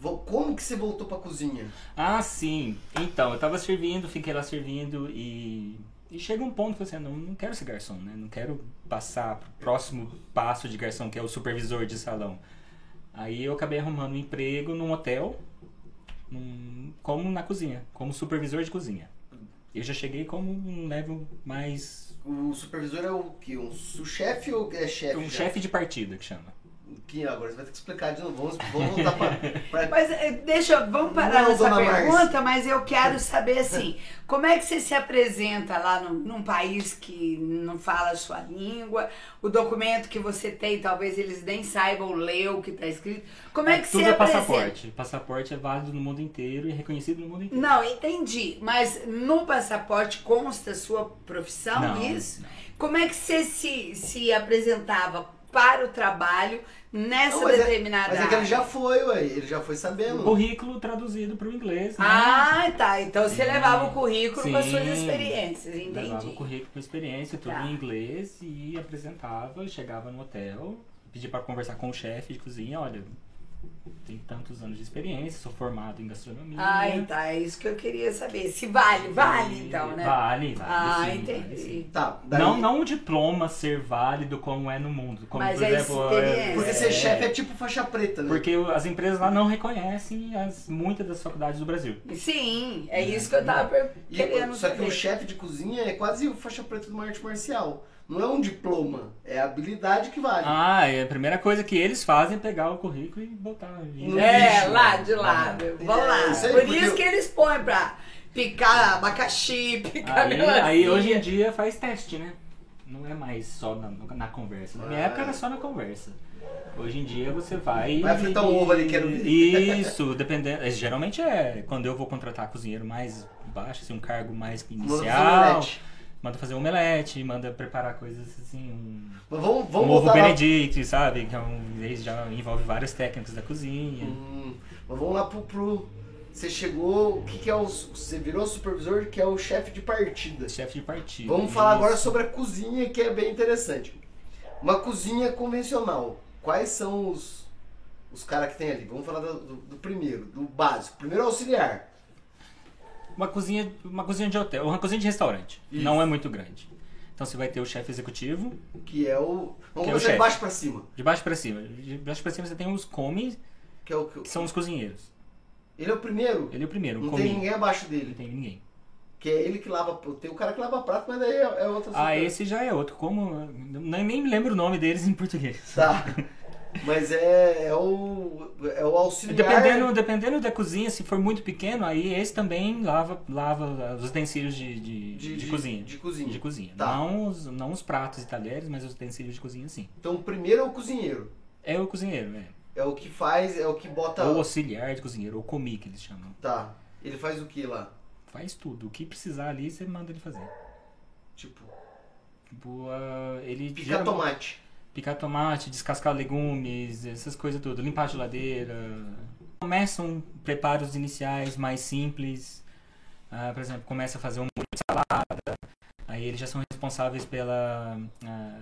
Speaker 2: vo- como que você voltou pra cozinha?
Speaker 3: Ah, sim. Então, eu tava servindo, fiquei lá servindo e. E chega um ponto que você não, não quero ser garçom, né? Não quero passar pro próximo passo de garçom, que é o supervisor de salão. Aí eu acabei arrumando um emprego num hotel, num- como na cozinha, como supervisor de cozinha. Eu já cheguei como um level mais.
Speaker 2: O supervisor é o que? Um su- chefe ou é chefe?
Speaker 3: um
Speaker 2: já?
Speaker 3: chefe de partida que chama.
Speaker 2: Que agora você vai ter que explicar de novo. Vamos, vamos voltar pra, pra
Speaker 4: Mas eh, deixa, eu- vamos parar
Speaker 2: Não,
Speaker 4: nessa
Speaker 2: dona Marcia.
Speaker 4: pergunta, mas eu quero saber assim, como é que você se apresenta lá num, num país que não fala a sua língua, o documento que você tem, talvez eles nem saibam ler o que está escrito. Como é que
Speaker 3: Tudo
Speaker 4: você
Speaker 3: é
Speaker 4: apresenta?
Speaker 3: passaporte. Passaporte é válido no mundo inteiro e reconhecido no mundo inteiro.
Speaker 4: Não, entendi. Mas no passaporte consta a sua profissão,
Speaker 3: Não,
Speaker 4: isso? Como é que você se, se apresentava para o trabalho nessa
Speaker 2: Não, mas é-
Speaker 4: determinada
Speaker 2: Mas é que ele
Speaker 4: área?
Speaker 2: já foi, ué. Ele já foi sabendo.
Speaker 3: Currículo traduzido para o inglês. Né?
Speaker 4: Ah, tá. Então você
Speaker 3: Sim.
Speaker 4: levava o currículo com as suas
Speaker 3: Sim.
Speaker 4: experiências,
Speaker 3: Levava o
Speaker 4: entendi.
Speaker 3: currículo com experiência, tudo
Speaker 4: Tá.
Speaker 3: em inglês e apresentava, chegava no hotel, pedia para conversar com o chefe de cozinha, olha, tem tantos anos de experiência, sou formado em gastronomia.
Speaker 4: Ah, tá. É isso que eu queria saber. Se vale, vale
Speaker 3: E-
Speaker 4: então, né?
Speaker 3: Vale, vale.
Speaker 4: Ah,
Speaker 3: sim, vale, sim.
Speaker 4: entendi.
Speaker 2: Tá. daí-
Speaker 3: Não, não o diploma ser válido como é no mundo. Como,
Speaker 4: Mas
Speaker 3: por
Speaker 4: é
Speaker 3: exemplo,
Speaker 4: experiência.
Speaker 2: Porque ser chefe é tipo faixa preta, né?
Speaker 3: Porque o- as empresas lá não reconhecem as, muitas das faculdades do Brasil.
Speaker 4: Sim,
Speaker 3: Né?
Speaker 4: é isso que eu tava per-
Speaker 2: E-
Speaker 4: querendo
Speaker 2: só que
Speaker 4: saber.
Speaker 2: o chefe de cozinha é quase o faixa preta de uma arte marcial. Não é um diploma, é a habilidade que
Speaker 4: Tá.
Speaker 2: vale.
Speaker 3: Ah, é a primeira coisa que eles fazem é pegar o currículo e botar. E-
Speaker 2: No
Speaker 4: É,
Speaker 2: lixo.
Speaker 3: né?
Speaker 4: lá de lá, meu. Vamos
Speaker 2: É,
Speaker 4: lá.
Speaker 2: isso aí,
Speaker 4: Por
Speaker 2: porque
Speaker 4: isso
Speaker 2: eu-
Speaker 4: que eles põem pra picar abacaxi, picar
Speaker 3: Aí,
Speaker 4: melancia.
Speaker 3: aí hoje em dia faz teste, né? Não é mais só na, na conversa. Na minha
Speaker 2: Ah.
Speaker 3: época era só na conversa. Hoje em dia você vai.
Speaker 2: Vai fritar um ovo ali, quero ver.
Speaker 3: Isso, dependendo. é, Geralmente é quando eu vou contratar cozinheiro mais baixo, assim, um cargo mais
Speaker 2: Manda fazer
Speaker 3: inicial.
Speaker 2: omelete.
Speaker 3: Manda fazer um omelete, manda preparar coisas assim, um,
Speaker 2: Mas vamos,
Speaker 3: um
Speaker 2: vamos
Speaker 3: ovo
Speaker 2: voltar lá.
Speaker 3: benedict, sabe? Que é um, ele já envolve várias técnicas da cozinha.
Speaker 2: Hum, mas vamos lá pro, pro- Você chegou. O que, que é o. Você virou supervisor que é o chefe de partida.
Speaker 3: Chefe de partido.
Speaker 2: Vamos falar
Speaker 3: Isso.
Speaker 2: agora sobre a cozinha, que é bem interessante. Uma cozinha convencional. Quais são os, os caras que tem ali? Vamos falar do, do- do primeiro, do básico. Primeiro auxiliar.
Speaker 3: Uma cozinha, uma cozinha de hotel, uma cozinha de restaurante.
Speaker 2: Isso.
Speaker 3: Não é muito grande. Então você vai ter o chefe executivo,
Speaker 2: Que é o. Vamos
Speaker 3: Que é o
Speaker 2: começar de
Speaker 3: chefe.
Speaker 2: baixo pra cima.
Speaker 3: de baixo pra cima. De baixo pra cima você tem os comes,
Speaker 2: Que é o que.
Speaker 3: que são os cozinheiros.
Speaker 2: Ele é o primeiro.
Speaker 3: Ele é o primeiro, o
Speaker 2: Não
Speaker 3: comi.
Speaker 2: tem ninguém abaixo
Speaker 3: Não
Speaker 2: dele.
Speaker 3: tem ninguém.
Speaker 2: Que é ele que lava. Tem o cara que lava prato, mas daí é, é outra
Speaker 3: Ah,
Speaker 2: situação.
Speaker 3: esse já é outro. Como. Nem, nem me lembro o nome deles em português.
Speaker 2: Tá. Mas é, é o. É o auxiliar. é.
Speaker 3: Dependendo, dependendo da cozinha, se for muito pequeno, aí esse também lava, lava os utensílios de, de,
Speaker 2: de,
Speaker 3: de cozinha.
Speaker 2: De cozinha.
Speaker 3: De cozinha.
Speaker 2: Tá.
Speaker 3: Não, os, não os pratos e talheres, mas os utensílios de cozinha sim.
Speaker 2: Então o primeiro é o cozinheiro.
Speaker 3: É o cozinheiro, é.
Speaker 2: É o que faz, é o que bota.
Speaker 3: Ou auxiliar de cozinheiro, ou comi que eles chamam.
Speaker 2: Tá. Ele faz o que lá?
Speaker 3: Faz tudo. O que precisar ali, você manda ele fazer.
Speaker 2: Tipo,
Speaker 3: Tipo, ah, ele.
Speaker 2: picar
Speaker 3: geralmente-
Speaker 2: tomate.
Speaker 3: Picar tomate, descascar legumes, essas coisas tudo. Limpar a geladeira. Começam preparos iniciais mais simples. Ah, por exemplo, começa a fazer um molho de salada. Aí eles já são responsáveis pela. ah,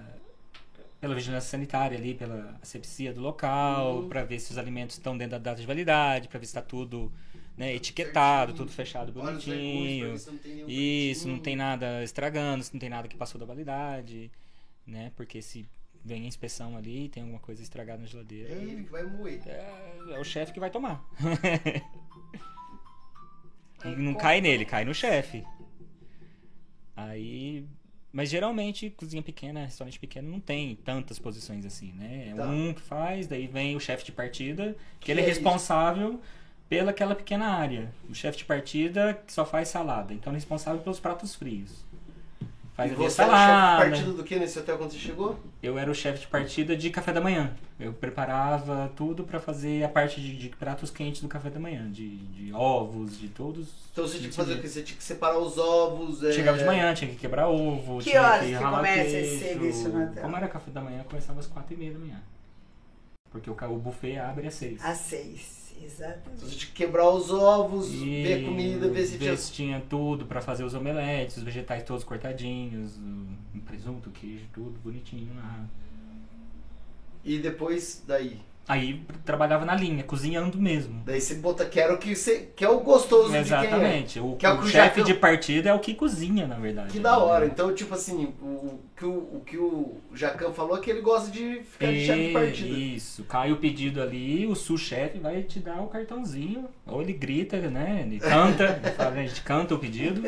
Speaker 3: pela vigilância sanitária ali, pela asepsia do local,
Speaker 2: Uhum.
Speaker 3: pra ver se os alimentos estão dentro da data de validade, pra ver se tá tudo né, etiquetado,
Speaker 2: Certinho.
Speaker 3: tudo fechado
Speaker 2: Olha os legumes pra
Speaker 3: bonitinho.
Speaker 2: ver se não tem nenhum
Speaker 3: Isso, não
Speaker 2: cantinho.
Speaker 3: tem nada estragando, se não tem nada que passou da validade, né? Porque se vem a inspeção ali e tem alguma coisa estragada na
Speaker 2: É ele
Speaker 3: geladeira,
Speaker 2: que vai moer.
Speaker 3: é, é o chefe que vai tomar.
Speaker 4: É
Speaker 3: não
Speaker 4: com-
Speaker 3: cai nele, cai no chefe. Aí. Mas geralmente, cozinha pequena, restaurante pequeno, não tem tantas posições assim, né? É
Speaker 2: Tá.
Speaker 3: um que faz, daí vem o chefe de partida, que,
Speaker 2: Que
Speaker 3: ele é,
Speaker 2: é isso?
Speaker 3: responsável pela aquela pequena área. O chefe de partida que só faz salada, então ele é responsável pelos pratos frios. Faz né?
Speaker 2: e
Speaker 3: ali a
Speaker 2: você era chefe de
Speaker 3: salada.
Speaker 2: partido do que nesse hotel quando você chegou?
Speaker 3: Eu era o chefe de partida de café da manhã. Eu preparava tudo pra fazer a parte de, de pratos quentes do café da manhã, de, de ovos, de todos.
Speaker 2: Então você tinha que fazer o
Speaker 3: Entendi.
Speaker 2: quê? Você tinha que separar os ovos. é,
Speaker 3: Chegava de manhã, tinha que quebrar ovo,
Speaker 4: Que
Speaker 3: tinha
Speaker 4: horas
Speaker 3: que
Speaker 4: que
Speaker 3: ralar
Speaker 4: começa esse
Speaker 3: queijo.
Speaker 4: serviço no hotel?
Speaker 3: Como era café da manhã, começava às quatro e meia da manhã. Porque o, ca- o buffet abre às seis.
Speaker 2: Ah,
Speaker 4: Às seis, exatamente.
Speaker 2: Então você tinha que quebrar os ovos,
Speaker 3: E
Speaker 2: ver a comida, ver se tinha.
Speaker 3: ver se tinha tudo pra fazer os omeletes, os vegetais todos cortadinhos, o um presunto, o queijo, tudo bonitinho lá.
Speaker 2: E depois daí.
Speaker 3: Aí trabalhava na linha, cozinhando mesmo.
Speaker 2: Daí você bota, quero que você. Que é o gostoso de quem é.
Speaker 3: Exatamente. O,
Speaker 2: Que é o
Speaker 3: o
Speaker 2: que já
Speaker 3: chefe
Speaker 2: deu-
Speaker 3: de partida é o que cozinha, na verdade.
Speaker 2: Que da hora. Então, tipo assim, o, o que o, o que o Jacan falou é que ele gosta de ficar de chefe de partida.
Speaker 3: Isso, cai o pedido ali, o sous-chefe vai te dar o cartãozinho. Ou ele grita, né? Ele canta, ele fala, a gente canta o pedido.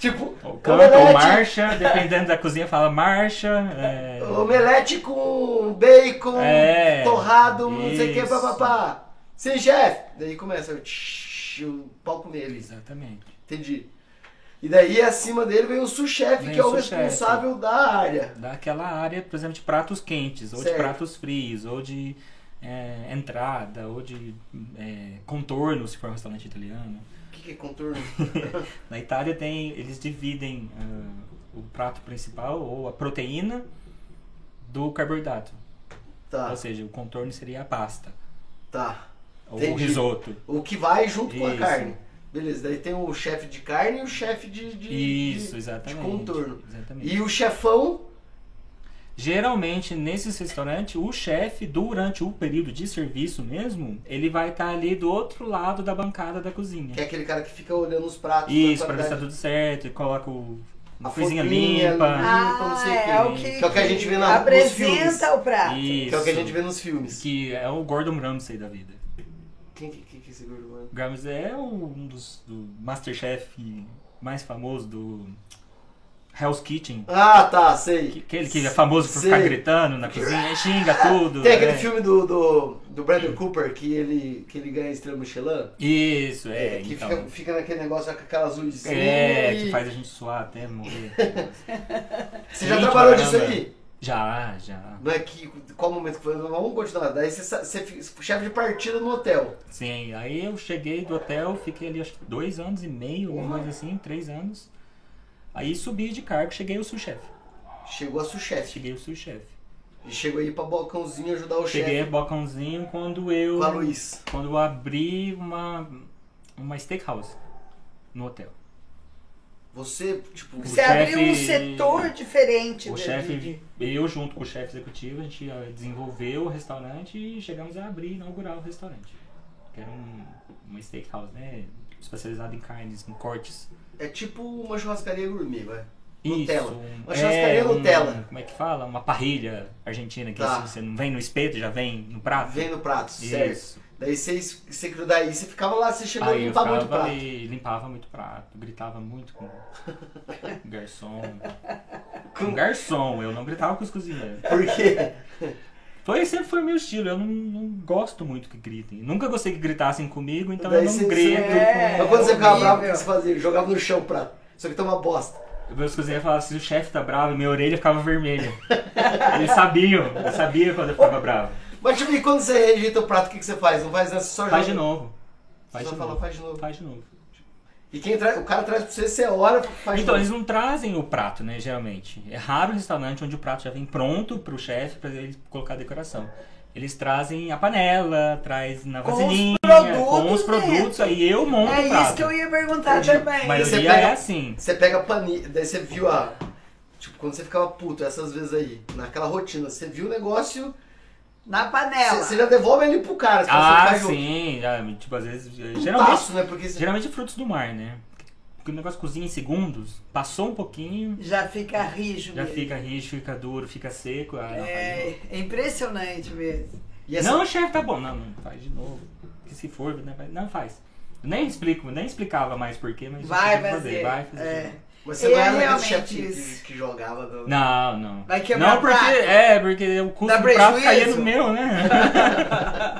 Speaker 2: Tipo,
Speaker 3: Ou canta ou
Speaker 2: Omelete.
Speaker 3: marcha, dependendo da cozinha, fala marcha. é,
Speaker 2: omelete com bacon,
Speaker 3: É,
Speaker 2: torrado, não sei o que,
Speaker 3: isso.
Speaker 2: papapá. Sim, chefe. Daí começa o, tsh, o palco nele.
Speaker 3: Exatamente.
Speaker 2: Entendi. E daí acima dele vem o sous-chefe,
Speaker 3: Vem
Speaker 2: que é
Speaker 3: o
Speaker 2: o
Speaker 3: sous-chefe.
Speaker 2: responsável da área.
Speaker 3: Daquela área, por exemplo, de pratos quentes, ou
Speaker 2: Certo.
Speaker 3: de pratos frios, ou de é, entrada, ou de é, contorno, se for um restaurante italiano.
Speaker 2: O que, que é contorno?
Speaker 3: Na Itália tem, eles dividem ah, o prato principal, ou a proteína, do carboidrato.
Speaker 2: tá,
Speaker 3: Ou seja, o contorno seria a pasta,
Speaker 2: tá.
Speaker 3: ou o
Speaker 2: Entendi.
Speaker 3: risoto.
Speaker 2: O que vai junto com a
Speaker 3: Isso.
Speaker 2: carne. Beleza, daí tem o chefe de carne e o chefe de, de- de-
Speaker 3: Isso,
Speaker 2: de
Speaker 3: exatamente.
Speaker 2: contorno.
Speaker 3: Exatamente.
Speaker 2: E o chefão,
Speaker 3: Geralmente, nesses restaurantes, o chefe, durante o período de serviço mesmo, ele vai estar ali do outro lado da bancada da cozinha.
Speaker 2: que é aquele cara que fica olhando os pratos.
Speaker 3: Isso,
Speaker 2: a
Speaker 3: pra ver se tá
Speaker 2: qualidade.
Speaker 3: tudo certo, e coloca o
Speaker 2: A
Speaker 3: uma coisinha
Speaker 2: folhinha,
Speaker 3: limpa.
Speaker 2: Ah, então não sei o que.
Speaker 4: é o que,
Speaker 2: Que é o que a gente vê na- nos filmes.
Speaker 4: Apresenta o prato.
Speaker 3: Isso.
Speaker 2: Que é o que a gente vê nos filmes.
Speaker 3: Que é o Gordon Ramsay da vida.
Speaker 2: Quem que, que, que é esse gordo, mano?
Speaker 3: O Ramsay é um dos do Masterchef mais famoso do Hell's Kitchen.
Speaker 2: Ah, tá, sei.
Speaker 3: que- Aquele que é famoso por ficar
Speaker 2: Sei.
Speaker 3: gritando na cozinha, xinga tudo.
Speaker 2: Tem aquele
Speaker 3: é.
Speaker 2: filme do, do, do Brandon Cooper que ele, que ele ganha a estrela Michelin.
Speaker 3: Isso, é.
Speaker 2: É, que
Speaker 3: então.
Speaker 2: fica, fica naquele negócio com aquelas luzes.
Speaker 3: É, que faz a gente suar até morrer.
Speaker 2: Você já
Speaker 3: Sim,
Speaker 2: trabalhou
Speaker 3: caramba.
Speaker 2: disso aí?
Speaker 3: já, já.
Speaker 2: Não é que, qual momento que foi? Vamos continuar. Daí você, sa- você fica chefe de partida no hotel.
Speaker 3: Sim, aí eu cheguei do hotel, fiquei ali acho que dois anos e meio, alguma coisa assim, três anos. Aí subi de cargo, cheguei o sous-chefe.
Speaker 2: Chegou a sous-chefe.
Speaker 3: Cheguei o sous-chefe.
Speaker 2: E chegou aí pra balcãozinho ajudar o
Speaker 3: Cheguei
Speaker 2: chefe
Speaker 3: a bocãozinho quando eu.
Speaker 2: com a Luiz.
Speaker 3: Quando eu abri uma. uma steakhouse no hotel.
Speaker 2: Você, tipo,
Speaker 4: Você
Speaker 3: O
Speaker 4: abriu um
Speaker 3: chefe-
Speaker 4: setor diferente.
Speaker 3: O
Speaker 4: do-
Speaker 2: né,
Speaker 3: chefe,
Speaker 4: de-
Speaker 3: eu junto com o chefe executivo, a gente ah, desenvolveu o restaurante e chegamos a abrir e inaugurar o restaurante. Que era um, uma steakhouse, né? Especializada em carnes, em cortes.
Speaker 2: é tipo uma churrascaria gourmet, vai. Nutella.
Speaker 3: Isso. um-
Speaker 2: Uma churrascaria
Speaker 3: um-
Speaker 2: Nutella.
Speaker 3: como é que fala? Uma parrilha argentina, que
Speaker 2: Tá.
Speaker 3: assim, você não vem no espeto, já vem no prato.
Speaker 2: Vem no prato, certo?
Speaker 3: Ah, Isso.
Speaker 2: Daí você, você grudar aí, você ficava lá assistindo
Speaker 3: Aí eu
Speaker 2: limpar muito
Speaker 3: ficava
Speaker 2: prato.
Speaker 3: ali, limpava muito prato, gritava muito com o garçom. Com o garçom, eu não gritava com os cozinheiros.
Speaker 2: Por quê?
Speaker 3: Foi, sempre foi meu estilo, eu não, não gosto muito que gritem. Nunca gostei que gritassem comigo, então
Speaker 2: Daí
Speaker 3: eu não
Speaker 2: você-
Speaker 3: grito.
Speaker 2: você-
Speaker 4: É,
Speaker 2: Mas quando você ficava
Speaker 4: horrível.
Speaker 2: bravo, o que você fazia? Jogava no chão o prato. Só que toma bosta.
Speaker 3: Com... Meus cozinheiros falavam, se o chefe tá bravo, minha orelha ficava vermelha. Eles sabiam, eu sabia quando eu ficava bravo.
Speaker 2: Mas tipo, e quando você rejeita o prato, o que, que você faz? Não faz nessa só
Speaker 3: Faz de
Speaker 2: joga-
Speaker 3: novo. Faz
Speaker 2: só
Speaker 3: de
Speaker 2: fala,
Speaker 3: novo.
Speaker 2: faz de novo.
Speaker 3: Faz de novo.
Speaker 2: E quem tra... o cara traz pra você, você olha, faz
Speaker 3: Então,
Speaker 2: de
Speaker 3: eles
Speaker 2: novo.
Speaker 3: não trazem o prato, né, geralmente. É raro o restaurante onde o prato já vem pronto pro chefe pra ele colocar a decoração. Eles trazem a panela, traz na
Speaker 4: Com os
Speaker 3: vasilhinha,
Speaker 4: produtos
Speaker 3: com os
Speaker 4: dentro.
Speaker 3: produtos, aí eu monto
Speaker 4: É
Speaker 3: o prato.
Speaker 4: isso que eu ia perguntar
Speaker 2: Entendi.
Speaker 3: A
Speaker 4: também.
Speaker 2: Mas- Você
Speaker 3: maioria
Speaker 2: pega-
Speaker 3: é assim.
Speaker 2: Você pega a panela, daí você viu a... Tipo, quando você ficava puto, essas vezes aí, naquela rotina, você viu o negócio,
Speaker 4: Na
Speaker 2: você,
Speaker 4: panela.
Speaker 2: você já devolve ele pro cara. Então, Você fala, assim,
Speaker 3: Ah,
Speaker 2: "Faz de novo."
Speaker 3: sim. já, tipo, às vezes. Geralmente,
Speaker 2: Putaço, né? Porque você...
Speaker 3: geralmente frutos do mar, né? Porque o negócio cozinha em segundos, passou um pouquinho,
Speaker 4: Já fica rijo
Speaker 3: já
Speaker 4: mesmo.
Speaker 3: fica rijo, fica duro, fica seco. Ah, não, faz de
Speaker 4: É,
Speaker 3: novo.
Speaker 4: é impressionante mesmo.
Speaker 2: E essa-
Speaker 3: Não, chefe, tá bom. Não, não, faz de novo. Que se for, né? vai- Não, faz. Eu Nem explico, nem explicava mais porquê, mas
Speaker 4: Vai
Speaker 3: tinha que
Speaker 4: fazer.
Speaker 3: vai fazer.
Speaker 4: É.
Speaker 3: de novo.
Speaker 2: Mas você não
Speaker 4: É
Speaker 2: era daquele
Speaker 4: realmente
Speaker 2: chefe que-
Speaker 4: isso.
Speaker 2: que, que jogava. No...
Speaker 3: Não, não.
Speaker 4: Vai quebrar
Speaker 3: não, porque.
Speaker 4: o prato.
Speaker 3: É, porque o custo
Speaker 4: Dá
Speaker 3: do prato
Speaker 4: prejuízo.
Speaker 3: caía no meu, né?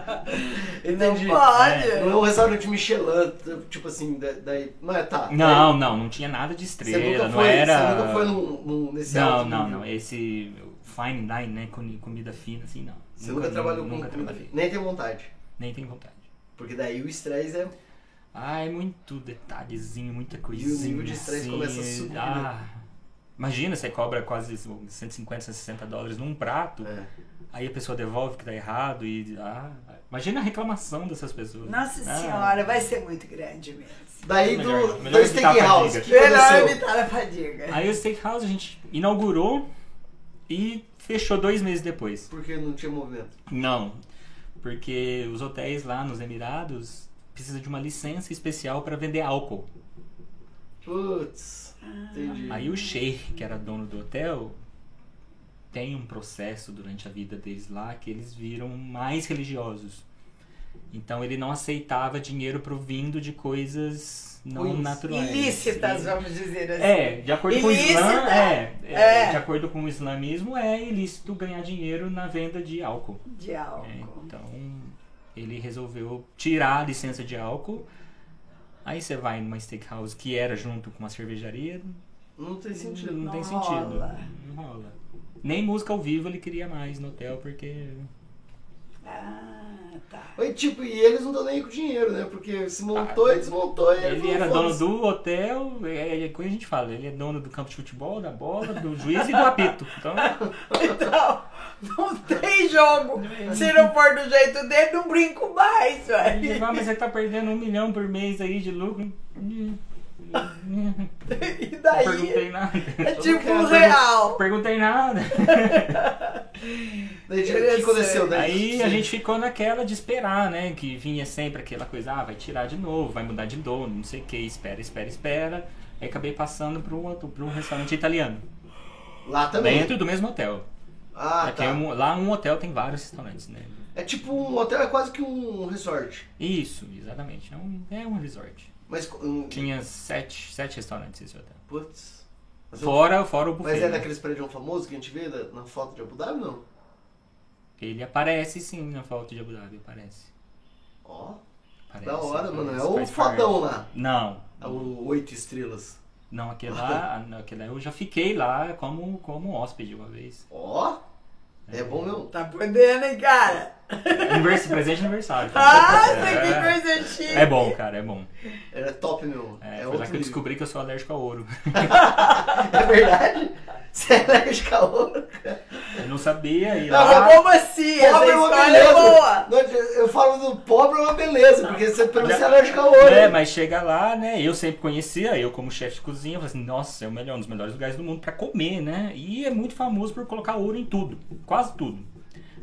Speaker 2: Entendi.
Speaker 4: Não pode.
Speaker 2: Não é um restaurante Michelin, t- tipo assim, da- daí. Não é, tá.
Speaker 3: Não, não, não tinha nada de
Speaker 2: Você nunca
Speaker 3: estrela,
Speaker 2: foi,
Speaker 3: não era.
Speaker 2: você nunca foi num, num- nesse
Speaker 3: Não,
Speaker 2: alto
Speaker 3: não,
Speaker 2: nível?
Speaker 3: não. Esse fine dining, né? com- Comida fina, assim, não.
Speaker 2: Você nunca, trabalhou com
Speaker 3: nunca
Speaker 2: comida
Speaker 3: trabalhei.
Speaker 2: Nem tem vontade.
Speaker 3: Nem tenho vontade.
Speaker 2: Porque daí o estresse é.
Speaker 3: Ah, é muito detalhezinho, muita coisinha.
Speaker 2: nível de estresse
Speaker 3: assim,
Speaker 2: começa a subir, né?
Speaker 3: Ah, imagina, você cobra quase 150, 160 dólares num prato,
Speaker 2: É.
Speaker 3: aí a pessoa devolve que tá errado e. Ah, imagina a reclamação dessas pessoas.
Speaker 4: Nossa
Speaker 3: Ah,
Speaker 4: senhora, vai ser muito grande mesmo.
Speaker 2: Daí
Speaker 3: É Melhor-
Speaker 2: do,
Speaker 3: melhor
Speaker 2: do
Speaker 3: evitar a
Speaker 2: steakhouse. O
Speaker 3: fadiga.
Speaker 2: que
Speaker 4: Melhor
Speaker 2: aconteceu?
Speaker 4: evitar a fadiga.
Speaker 3: Aí o Steakhouse a gente inaugurou e fechou dois meses depois.
Speaker 2: Porque não tinha movimento.
Speaker 3: Não, porque os hotéis lá nos Emirados precisam de uma licença especial para vender álcool.
Speaker 2: Putz. Entendi.
Speaker 3: Ah. Aí o Sheikh, que era dono do hotel, tem um processo durante a vida deles lá que eles viram mais religiosos. Então ele não aceitava dinheiro provindo de coisas não
Speaker 2: Ruins.
Speaker 3: naturais.
Speaker 4: Ilícitas, vamos dizer assim.
Speaker 3: É, de acordo com o Islã,
Speaker 4: Ilícita.
Speaker 3: é, é,
Speaker 4: É.
Speaker 3: de acordo com o islamismo é ilícito ganhar dinheiro na venda de álcool.
Speaker 4: De álcool.
Speaker 3: É, então ele resolveu tirar a licença de álcool. Aí você vai numa steakhouse que era junto com uma cervejaria,
Speaker 2: Não tem sentido.
Speaker 3: não, tem
Speaker 4: Não
Speaker 3: sentido.
Speaker 4: rola.
Speaker 3: Não rola. Nem música ao vivo ele queria mais no hotel, porque. É.
Speaker 4: Ah, tá.
Speaker 2: Oi, tipo, e eles não estão nem aí com dinheiro, né? Porque se montou
Speaker 3: Ah,
Speaker 2: e desmontou. E
Speaker 3: Ele
Speaker 2: falou,
Speaker 3: era dono
Speaker 2: "Foda-se".
Speaker 3: do hotel, é, é como a gente fala, ele é dono do campo de futebol, da bola, do juiz e do apito. Então,
Speaker 4: Então, não tem jogo.
Speaker 2: é.
Speaker 4: Se não for do jeito dele, não brinco mais,
Speaker 3: ele,
Speaker 4: velho.
Speaker 3: ah, mas você tá perdendo um milhão por mês aí de lucro.
Speaker 2: É.
Speaker 4: E
Speaker 3: Não
Speaker 4: daí,
Speaker 3: perguntei nada.
Speaker 4: é tipo
Speaker 2: Eu
Speaker 4: um
Speaker 2: não quero
Speaker 3: Não
Speaker 4: real.
Speaker 3: perguntei nada.
Speaker 2: Daí, tipo, o que aconteceu? Daí,
Speaker 3: Aí
Speaker 2: tipo,
Speaker 3: a
Speaker 2: você-
Speaker 3: gente ficou naquela de esperar, né? Que vinha sempre aquela coisa, ah, vai tirar de novo, vai mudar de dono, não sei o que, espera, espera, espera. Aí acabei passando pro outro, pro restaurante italiano.
Speaker 2: Lá também.
Speaker 3: Dentro do mesmo hotel.
Speaker 2: Ah,
Speaker 3: Aqui
Speaker 2: tá.
Speaker 3: é um- lá um hotel tem vários restaurantes, né?
Speaker 2: É tipo um hotel, é quase que um resort.
Speaker 3: Isso, exatamente. É um, é um resort.
Speaker 2: Mas. Um...
Speaker 3: Tinha sete, sete restaurantes esse hotel.
Speaker 2: Putz. Mas eu-
Speaker 3: Fora, fora o buffet.
Speaker 2: Mas é
Speaker 3: né?
Speaker 2: daqueles prédios famosos que a gente vê da- na foto de Abu Dhabi, não?
Speaker 3: Ele aparece sim na foto de Abu Dhabi, aparece.
Speaker 2: Ó,
Speaker 3: Aparece,
Speaker 2: da hora,
Speaker 3: aparece,
Speaker 2: mano. É o
Speaker 3: faz
Speaker 2: fodão
Speaker 3: parte.
Speaker 2: lá.
Speaker 3: Não,
Speaker 2: É O oito estrelas.
Speaker 3: não, aquele lá, ah, não, aquele lá eu já fiquei lá como, como hóspede uma vez.
Speaker 2: Ó, é bom mesmo.
Speaker 4: Tá podendo, hein, cara?
Speaker 3: Univers- presente de aniversário.
Speaker 4: Ah, que
Speaker 3: é,
Speaker 4: coisa chique.
Speaker 3: é bom, cara, é bom.
Speaker 2: Era top mesmo.
Speaker 3: É,
Speaker 2: É,
Speaker 3: foi lá
Speaker 2: outro
Speaker 3: que eu
Speaker 2: nível.
Speaker 3: descobri que eu sou alérgico a ouro.
Speaker 2: É verdade? Você é alérgico a ouro, cara.
Speaker 3: Eu não sabia e
Speaker 4: É uma
Speaker 3: lá.
Speaker 4: bombacia, essa história é boa.
Speaker 2: Não, Eu falo do pobre é uma beleza, porque você pelo menos é alérgico a ouro.
Speaker 3: É, mas chega lá, né? Eu sempre conhecia, eu como chefe de cozinha, eu falei assim, nossa, é o melhor, um dos melhores lugares do mundo pra comer, né? E é muito famoso por colocar ouro em tudo, quase tudo.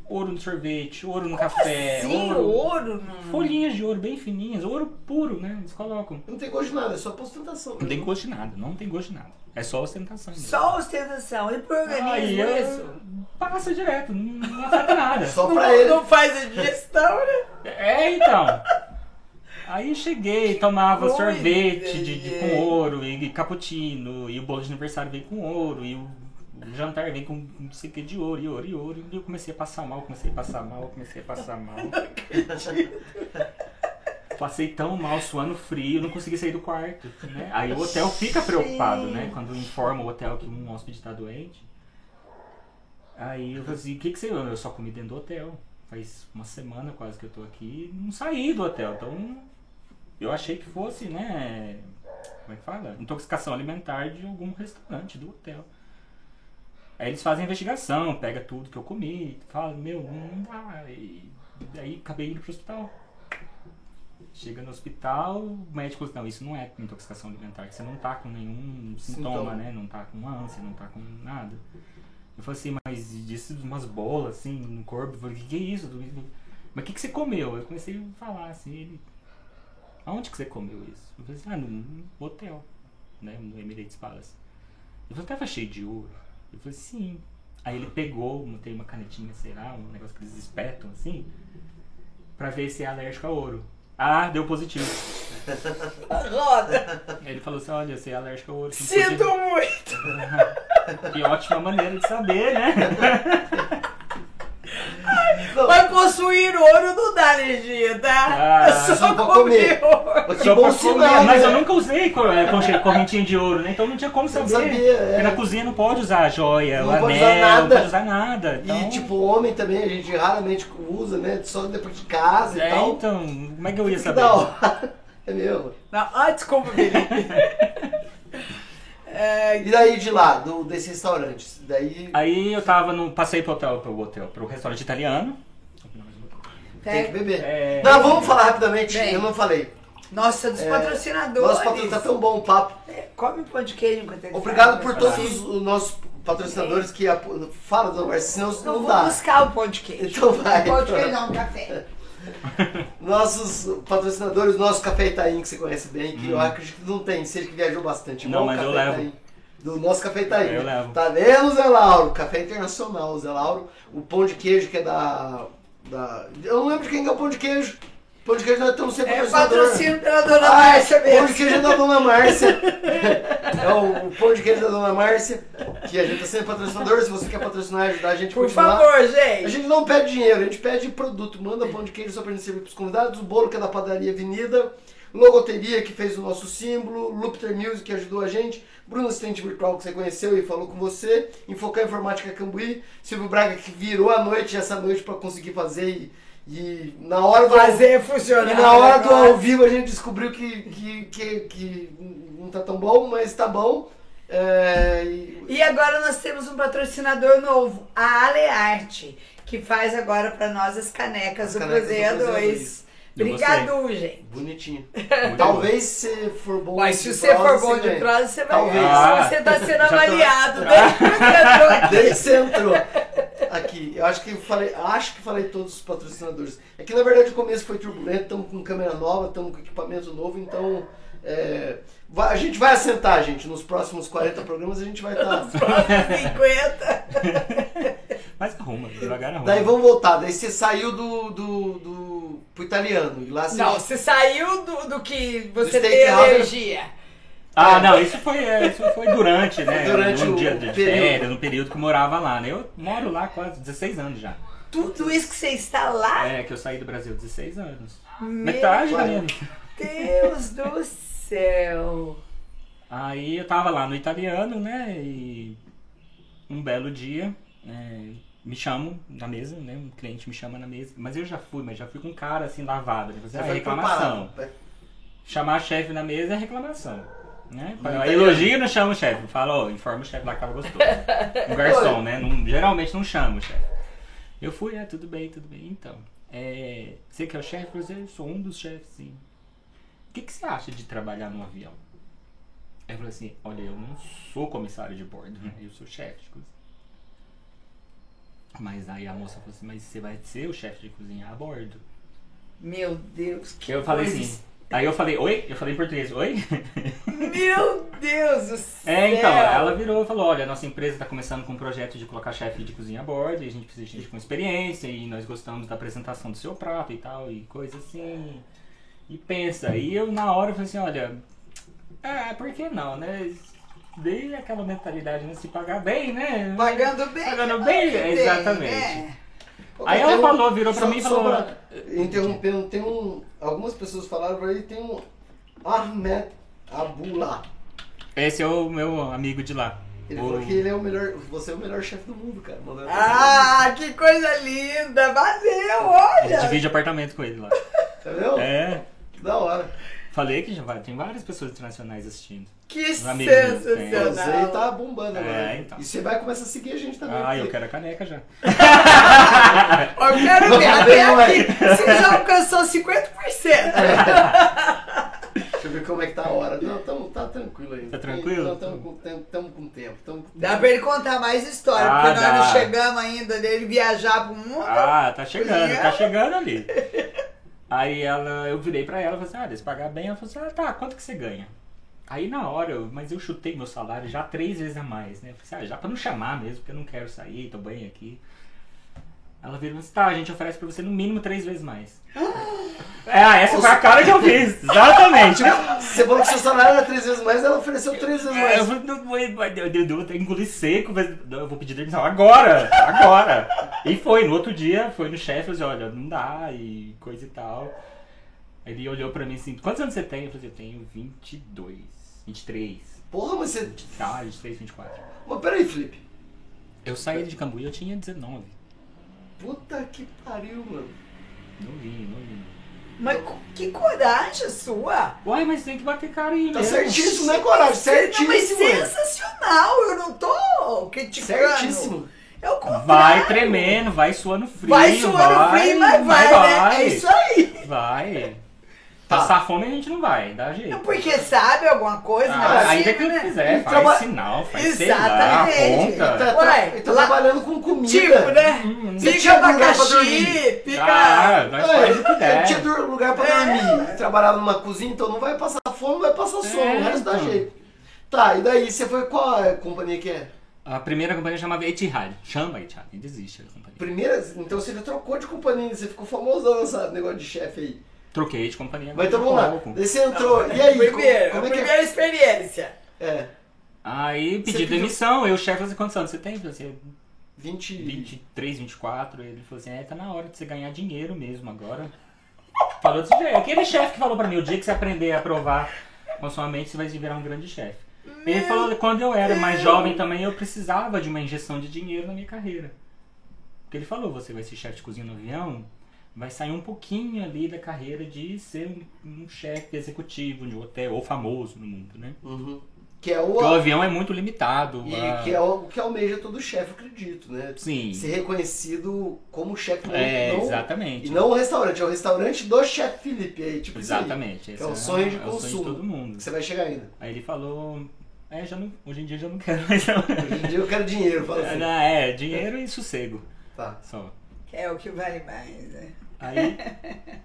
Speaker 3: Ouro no sorvete, ouro no café,
Speaker 4: Sim, o
Speaker 3: É, ouro.
Speaker 4: assim, ouro, mano.
Speaker 3: Folhinhas de ouro bem fininhas, ouro puro, né? Eles colocam.
Speaker 2: Não tem gosto de nada, é só pra ostentação.
Speaker 3: Não tem gosto de nada, não tem gosto de nada. É só ostentação. mesmo.
Speaker 4: Só ostentação. E pro organismo
Speaker 3: Aí eu-
Speaker 4: isso?
Speaker 3: Passa direto, não, não afeta nada.
Speaker 2: É Só pra
Speaker 4: Não,
Speaker 2: ele.
Speaker 4: não faz a digestão, né?
Speaker 3: É, então. Aí cheguei, tomava
Speaker 4: Oi,
Speaker 3: sorvete de, de-
Speaker 4: gente.
Speaker 3: com ouro, e cappuccino, e o bolo de aniversário vem com ouro, e o, o jantar vem com não sei o que de ouro, e ouro, e ouro. E eu comecei a passar mal, comecei a passar mal, comecei a passar mal. Passei tão mal, suando frio, não consegui sair do quarto. né? Aí o hotel fica preocupado, né? Quando informa o hotel que um hóspede tá doente. Aí eu falei assim, o que que você... Eu só comi dentro do hotel. Faz uma semana quase que eu tô aqui e não saí do hotel. Então eu achei que fosse, né? Como é que fala? Intoxicação alimentar de algum restaurante do hotel. Aí eles fazem a investigação, pega tudo que eu comi, fala, meu, não dá. E aí acabei indo pro hospital. Chega no hospital, o médico diz, não, isso não é intoxicação alimentar, que você não tá com nenhum sintoma,
Speaker 2: Sintoma.
Speaker 3: né? Não tá com ânsia, não tá com nada. Eu falei assim, mas disse umas bolas assim no corpo, eu falei, que que é isso? Mas o que, que você comeu? Eu comecei a falar assim, ele. Aonde que você comeu isso? Eu falei assim, ah, num hotel, né? No Emirates Palace. Ele falou, tava cheio de ouro. Eu falei, sim. Aí ele pegou, tem uma canetinha, sei lá, um negócio que eles espetam assim, pra ver se é alérgico a ouro. Ah, deu positivo.
Speaker 4: Roda.
Speaker 3: Aí ele falou assim, olha, você é alérgico a ouro. você não
Speaker 4: Sinto muito.
Speaker 3: podia- Que ótima maneira de saber, né?
Speaker 2: Não,
Speaker 4: Mas possuir ouro não dá alergia, tá?
Speaker 3: Ah,
Speaker 4: só
Speaker 2: só pra
Speaker 4: comer
Speaker 2: comer.
Speaker 4: ouro.
Speaker 2: mas que bom
Speaker 3: pra comer,
Speaker 2: sinal,
Speaker 3: mas
Speaker 2: né?
Speaker 3: eu nunca usei cor- eh, conche- correntinha de ouro, né? Então não tinha como
Speaker 2: Você não
Speaker 3: saber.
Speaker 2: sabia, é.
Speaker 3: Porque na cozinha não pode usar joia,
Speaker 2: Não
Speaker 3: o
Speaker 2: pode
Speaker 3: anel,
Speaker 2: usar nada.
Speaker 3: não pode usar nada. Então,
Speaker 2: E tipo, homem também, a gente raramente usa, né? Só depois de casa e
Speaker 3: é,
Speaker 2: tal.
Speaker 3: então, como é que eu ia
Speaker 2: Que
Speaker 3: saber?
Speaker 2: da hora. É mesmo.
Speaker 4: Não, ah, desculpa, Felipe. É,
Speaker 2: E daí de lá, do, desse restaurante? Daí
Speaker 3: Aí eu tava no. Passei pro hotel, pro hotel, pro restaurante italiano.
Speaker 2: tem que beber.
Speaker 3: É.
Speaker 2: Não, vamos falar rapidamente,
Speaker 4: Bem.
Speaker 2: eu não falei.
Speaker 4: Nossa, dos patrocinadores.
Speaker 2: É. Nossa, patrocínio tá tão bom o papo.
Speaker 4: Come um pão de queijo enquanto ele
Speaker 2: Obrigado
Speaker 4: fala,
Speaker 2: por
Speaker 4: né?
Speaker 2: todos os, os nossos patrocinadores que apo- falam do Marcio, senão isso
Speaker 4: Eu
Speaker 2: não
Speaker 4: vou
Speaker 2: dá.
Speaker 4: buscar o pão de queijo.
Speaker 2: Então vai.
Speaker 4: Pão de queijo não, café.
Speaker 2: Nossos patrocinadores, nosso Café Itaim, que você conhece bem, que eu acredito que não tem, você que viajou bastante.
Speaker 3: Hum. Não,
Speaker 2: Bom
Speaker 3: mas eu
Speaker 2: Café
Speaker 3: levo.
Speaker 2: Itaim. Do nosso Café Itaim.
Speaker 3: Eu levo.
Speaker 2: Tá vendo, Zé Lauro? Café Internacional, Zé Lauro. O pão de queijo que é da... da... Eu não lembro de quem que é o pão de queijo. Pão de queijo nós temos sempre
Speaker 4: É
Speaker 2: patrocinador.
Speaker 4: patrocínio pela dona
Speaker 2: Ah,
Speaker 4: Márcia
Speaker 2: pão de
Speaker 4: mesmo.
Speaker 2: queijo é da Dona Márcia. É o, o pão de queijo da Dona Márcia, que a gente tá sendo patrocinador. Se você quer patrocinar e ajudar a gente a
Speaker 4: Por
Speaker 2: continuar.
Speaker 4: favor,
Speaker 2: A
Speaker 4: gente.
Speaker 2: gente não pede dinheiro, a gente pede produto. Manda pão de queijo só pra gente servir pros convidados, o bolo que é da padaria Avenida, Logoteria, que fez o nosso símbolo, Lupter Music, que ajudou a gente, Bruno Assistente Virtual, que você conheceu e falou com você, Infocar Informática Cambuí, Silvio Braga, que virou a noite essa noite pra conseguir fazer e, e na hora do...
Speaker 4: Fazer funcionar.
Speaker 2: E um- na hora do
Speaker 4: agora.
Speaker 2: ao vivo a gente descobriu que, que, que, que não tá tão bom, mas tá bom. É, e-
Speaker 4: E agora nós temos um patrocinador novo, a Alearte, que faz agora pra nós as canecas
Speaker 2: As
Speaker 4: do
Speaker 2: canecas do
Speaker 4: Cruzeiro
Speaker 2: Cruzeiro
Speaker 4: 2.
Speaker 3: Eu gostei.
Speaker 4: Obrigado, gente.
Speaker 2: Bonitinho.
Speaker 3: Muito
Speaker 2: Talvez se for bom
Speaker 4: Mas se
Speaker 2: de
Speaker 4: você for
Speaker 2: prosa,
Speaker 4: bom de
Speaker 2: ganha.
Speaker 4: prosa, você vai
Speaker 2: Talvez.
Speaker 4: ganhar. Você tá
Speaker 3: Ah.
Speaker 4: sendo
Speaker 3: Já tô- Ah.
Speaker 4: avaliado desde que você entrou aqui.
Speaker 2: Desde que você entrou aqui. Eu acho que falei, acho que falei todos os patrocinadores. É que na verdade o começo foi turbulento, estamos com câmera nova, estamos com equipamento novo, então é, vai- a gente vai assentar, gente. Nos próximos 40 programas a gente vai tá. estar.
Speaker 4: Os próximos 50.
Speaker 3: Mas arruma, devagar arruma.
Speaker 2: Daí vamos voltar. Daí você saiu do, do, do pro italiano e lá você
Speaker 4: Não, você saiu do, do que você
Speaker 2: Do
Speaker 4: tem
Speaker 2: steakhouse.
Speaker 4: alergia.
Speaker 3: Ah, não, isso foi, é, isso foi durante, né?
Speaker 2: Foi durante
Speaker 3: no
Speaker 2: o
Speaker 3: dia de
Speaker 2: período.
Speaker 3: férias, no período que eu morava lá, né? Eu moro lá há quase 16 anos já.
Speaker 4: Tudo isso que você está lá?
Speaker 3: É, que eu saí do Brasil, 16 anos.
Speaker 4: Meu
Speaker 3: Metade da minha vida.
Speaker 4: Deus do céu.
Speaker 3: Aí eu tava lá no italiano, né? E um belo dia é, me chamam na mesa, né? Um cliente me chama na mesa. Mas eu já fui, mas já fui com cara assim lavado. Né? Fazer
Speaker 2: Você foi
Speaker 3: reclamação.
Speaker 2: preparado. É,
Speaker 3: Chamar o chefe na mesa é reclamação. Né?
Speaker 2: No
Speaker 3: Fala,
Speaker 2: italiano.
Speaker 3: Elogio não chama o chefe. Fala, ó, informa o chefe lá que tava gostoso. Um garçom, né? Não- geralmente não chama o chefe. Eu fui, é, tudo bem, tudo bem. Então, é, você que é o chefe? Eu falei, "Eu sou um dos chefes, sim. O que, que você acha de trabalhar num avião? Aí eu falei assim, olha, eu não sou comissário de bordo, né? Eu sou chefe de cozinha. Mas aí a moça falou assim, mas você vai ser o chefe de cozinha a bordo.
Speaker 4: Meu Deus, que
Speaker 3: Eu falei
Speaker 4: coisa.
Speaker 3: assim, aí eu falei, oi? Eu falei em português, oi?
Speaker 4: Meu Deus do céu.
Speaker 3: É, então, ela virou e falou, olha, nossa empresa está começando com um projeto de colocar chefe de cozinha a bordo, e a gente precisa de gente com experiência, e nós gostamos da apresentação do seu prato e tal, e coisa assim. E pensa, e eu na hora falei assim, olha, ah, por que não, né? Dei aquela mentalidade, né? Se pagar bem, né?
Speaker 4: Pagando bem.
Speaker 3: Pagando bem,
Speaker 4: que tem,
Speaker 3: exatamente.
Speaker 4: né?
Speaker 3: Aí ela
Speaker 2: um
Speaker 3: falou, virou pra mim e falou.
Speaker 2: Interrompendo, tem um. Algumas pessoas falaram pra ele, tem um. Ahmed Abula.
Speaker 3: Esse é o meu amigo de lá.
Speaker 2: Ele
Speaker 3: O-
Speaker 2: falou que ele é o melhor. Você é o melhor chefe do mundo, cara. Mandando-
Speaker 4: Ah, que coisa linda. Valeu, olha.
Speaker 3: ele divide apartamento com ele lá.
Speaker 2: Entendeu?
Speaker 3: É.
Speaker 2: Da hora.
Speaker 3: Falei que já vai, tem várias pessoas internacionais assistindo.
Speaker 4: Que
Speaker 3: Os amigos meus, tem.
Speaker 4: sensacional.
Speaker 2: Você aí tá bombando
Speaker 3: É,
Speaker 2: agora.
Speaker 3: então.
Speaker 2: E você vai começar a seguir a gente também.
Speaker 3: Ah, eu
Speaker 2: porque-
Speaker 3: quero a caneca já.
Speaker 4: Ó, Eu quero ver até
Speaker 2: Não,
Speaker 4: aqui. Você já alcançou 50%.
Speaker 2: Deixa eu ver como é que tá a hora. Não, tamo, tá tranquilo aí.
Speaker 3: Tá tranquilo?
Speaker 2: Estamos com, tem- tamo com tempo. Tamo com
Speaker 4: Dá pra ele contar mais história,
Speaker 3: Ah,
Speaker 4: porque nós não
Speaker 3: dá.
Speaker 4: chegamos ainda dele viajar pro mundo.
Speaker 3: Ah, tá chegando,
Speaker 4: Cozinhar.
Speaker 3: tá chegando ali. Aí ela, eu virei pra ela e falei assim, ah, se pagar bem, ela falou assim, ah, tá, quanto que você ganha? Aí na hora, eu, mas eu chutei meu salário já três vezes a mais, né? Eu falei assim, ah, já pra não chamar mesmo, porque eu não quero sair, tô bem aqui. Ela virou e falou assim, tá, a gente oferece pra você no mínimo três vezes mais. Ah, essa foi a cara que eu fiz, exatamente.
Speaker 2: Você falou que seu salário era três vezes mais, ela ofereceu três vezes
Speaker 3: É, Eu,
Speaker 2: mais.
Speaker 3: vou- não vou- eu, eu, eu, eu engoli seco, mas não, eu vou pedir demissão agora, agora. E foi, no outro dia, foi no chefe, eu disse, olha, não dá, e coisa e tal. Ele olhou pra mim assim, quantos anos você tem? Eu falei, eu tenho 22, 23,
Speaker 2: Porra, mas você.
Speaker 3: tá, 23, 24.
Speaker 2: Mas peraí, Felipe.
Speaker 3: Eu saí de Cambuí, eu tinha 19,
Speaker 2: Puta que pariu, mano.
Speaker 3: novinho, novinho.
Speaker 4: Mas co- que coragem sua!
Speaker 3: Uai, mas tem que bater cara aí
Speaker 2: Tá
Speaker 3: mesmo.
Speaker 2: certíssimo, né, Coragem?
Speaker 4: Não, mas
Speaker 2: Certíssimo. mano.
Speaker 4: sensacional! Eu não tô criticando.
Speaker 2: Certíssimo.
Speaker 4: É o contrário.
Speaker 3: Vai tremendo, vai suando frio,
Speaker 4: Vai suando
Speaker 3: vai,
Speaker 4: frio, mas vai, né? É isso aí.
Speaker 3: Vai.
Speaker 2: Tá.
Speaker 3: Passar fome a gente não vai, dá jeito.
Speaker 4: É Porque sabe alguma coisa, não
Speaker 3: Ah,
Speaker 4: é
Speaker 3: ainda que
Speaker 4: possível,
Speaker 3: não
Speaker 4: né?
Speaker 3: quiser,
Speaker 2: E
Speaker 3: faz
Speaker 2: Um traba-
Speaker 3: sinal, faz sei lá,
Speaker 4: Exatamente.
Speaker 2: Tá,
Speaker 3: aponta.
Speaker 2: tá-
Speaker 4: Ué,
Speaker 2: ele tá
Speaker 4: lá-
Speaker 2: trabalhando com comida.
Speaker 4: Tipo, né?
Speaker 3: Hum,
Speaker 2: Você
Speaker 4: Pica
Speaker 2: tinha lugar pra
Speaker 4: abacaxi,
Speaker 2: dormir.
Speaker 4: pica.
Speaker 3: Ah,
Speaker 2: É,
Speaker 3: nós faz o que der. É.
Speaker 2: eu tinha dur- lugar pra dormir. Trabalhava numa cozinha, então não vai passar fome, vai passar sono. o resto dá
Speaker 3: então.
Speaker 2: jeito. Tá, e daí você foi qual a companhia que é?
Speaker 3: A primeira companhia chamava Etihad. Chama Etihad, nem desiste da companhia.
Speaker 2: Primeira, então você já trocou de companhia, você ficou famosão nesse negócio de chefe aí.
Speaker 3: Troquei de companhia.
Speaker 2: Mas então
Speaker 3: um
Speaker 2: vamos lá.
Speaker 3: pouco.
Speaker 2: Daí você entrou, e aí? co-
Speaker 4: Primeiro,
Speaker 2: como é que é?
Speaker 4: primeira experiência.
Speaker 2: É,
Speaker 3: Aí
Speaker 2: Você
Speaker 3: pedi
Speaker 2: pediu-
Speaker 3: demissão, eu, chefe, falei assim, quantos anos você tem? Eu falei assim,
Speaker 2: 20.
Speaker 3: 23, 24. Ele falou assim, é, tá na hora de você ganhar dinheiro mesmo agora. Falou desse jeito. Aquele chefe que falou pra mim, o dia que você aprender a provar com sua mente, você vai se virar um grande chefe. Ele falou, quando eu era mais jovem também, eu precisava de uma injeção de dinheiro na minha carreira. Porque ele falou, você vai ser chefe de cozinha no avião, vai sair um pouquinho ali da carreira de ser um, um chefe executivo de um hotel, ou famoso no mundo, né?
Speaker 2: Uhum. Que é
Speaker 3: Porque o
Speaker 2: o.
Speaker 3: avião é muito limitado. a-
Speaker 2: E que é o que almeja todo chefe, acredito, né?
Speaker 3: Sim.
Speaker 2: Ser reconhecido como chefe não-
Speaker 3: É,
Speaker 2: não-
Speaker 3: exatamente.
Speaker 2: E não o restaurante, é o restaurante do chefe Felipe aí, tipo isso aí.
Speaker 3: Exatamente. esse
Speaker 2: é um sonho de
Speaker 3: é O sonho
Speaker 2: consumo.
Speaker 3: de todo mundo.
Speaker 2: Você vai chegar ainda.
Speaker 3: Aí ele falou, é, já não, hoje em dia eu já não quero mais não.
Speaker 2: Hoje em dia eu quero dinheiro, fala assim.
Speaker 3: Não, é, dinheiro e sossego,
Speaker 2: Tá.
Speaker 3: só.
Speaker 4: Que é o que vale mais, né?
Speaker 3: Aí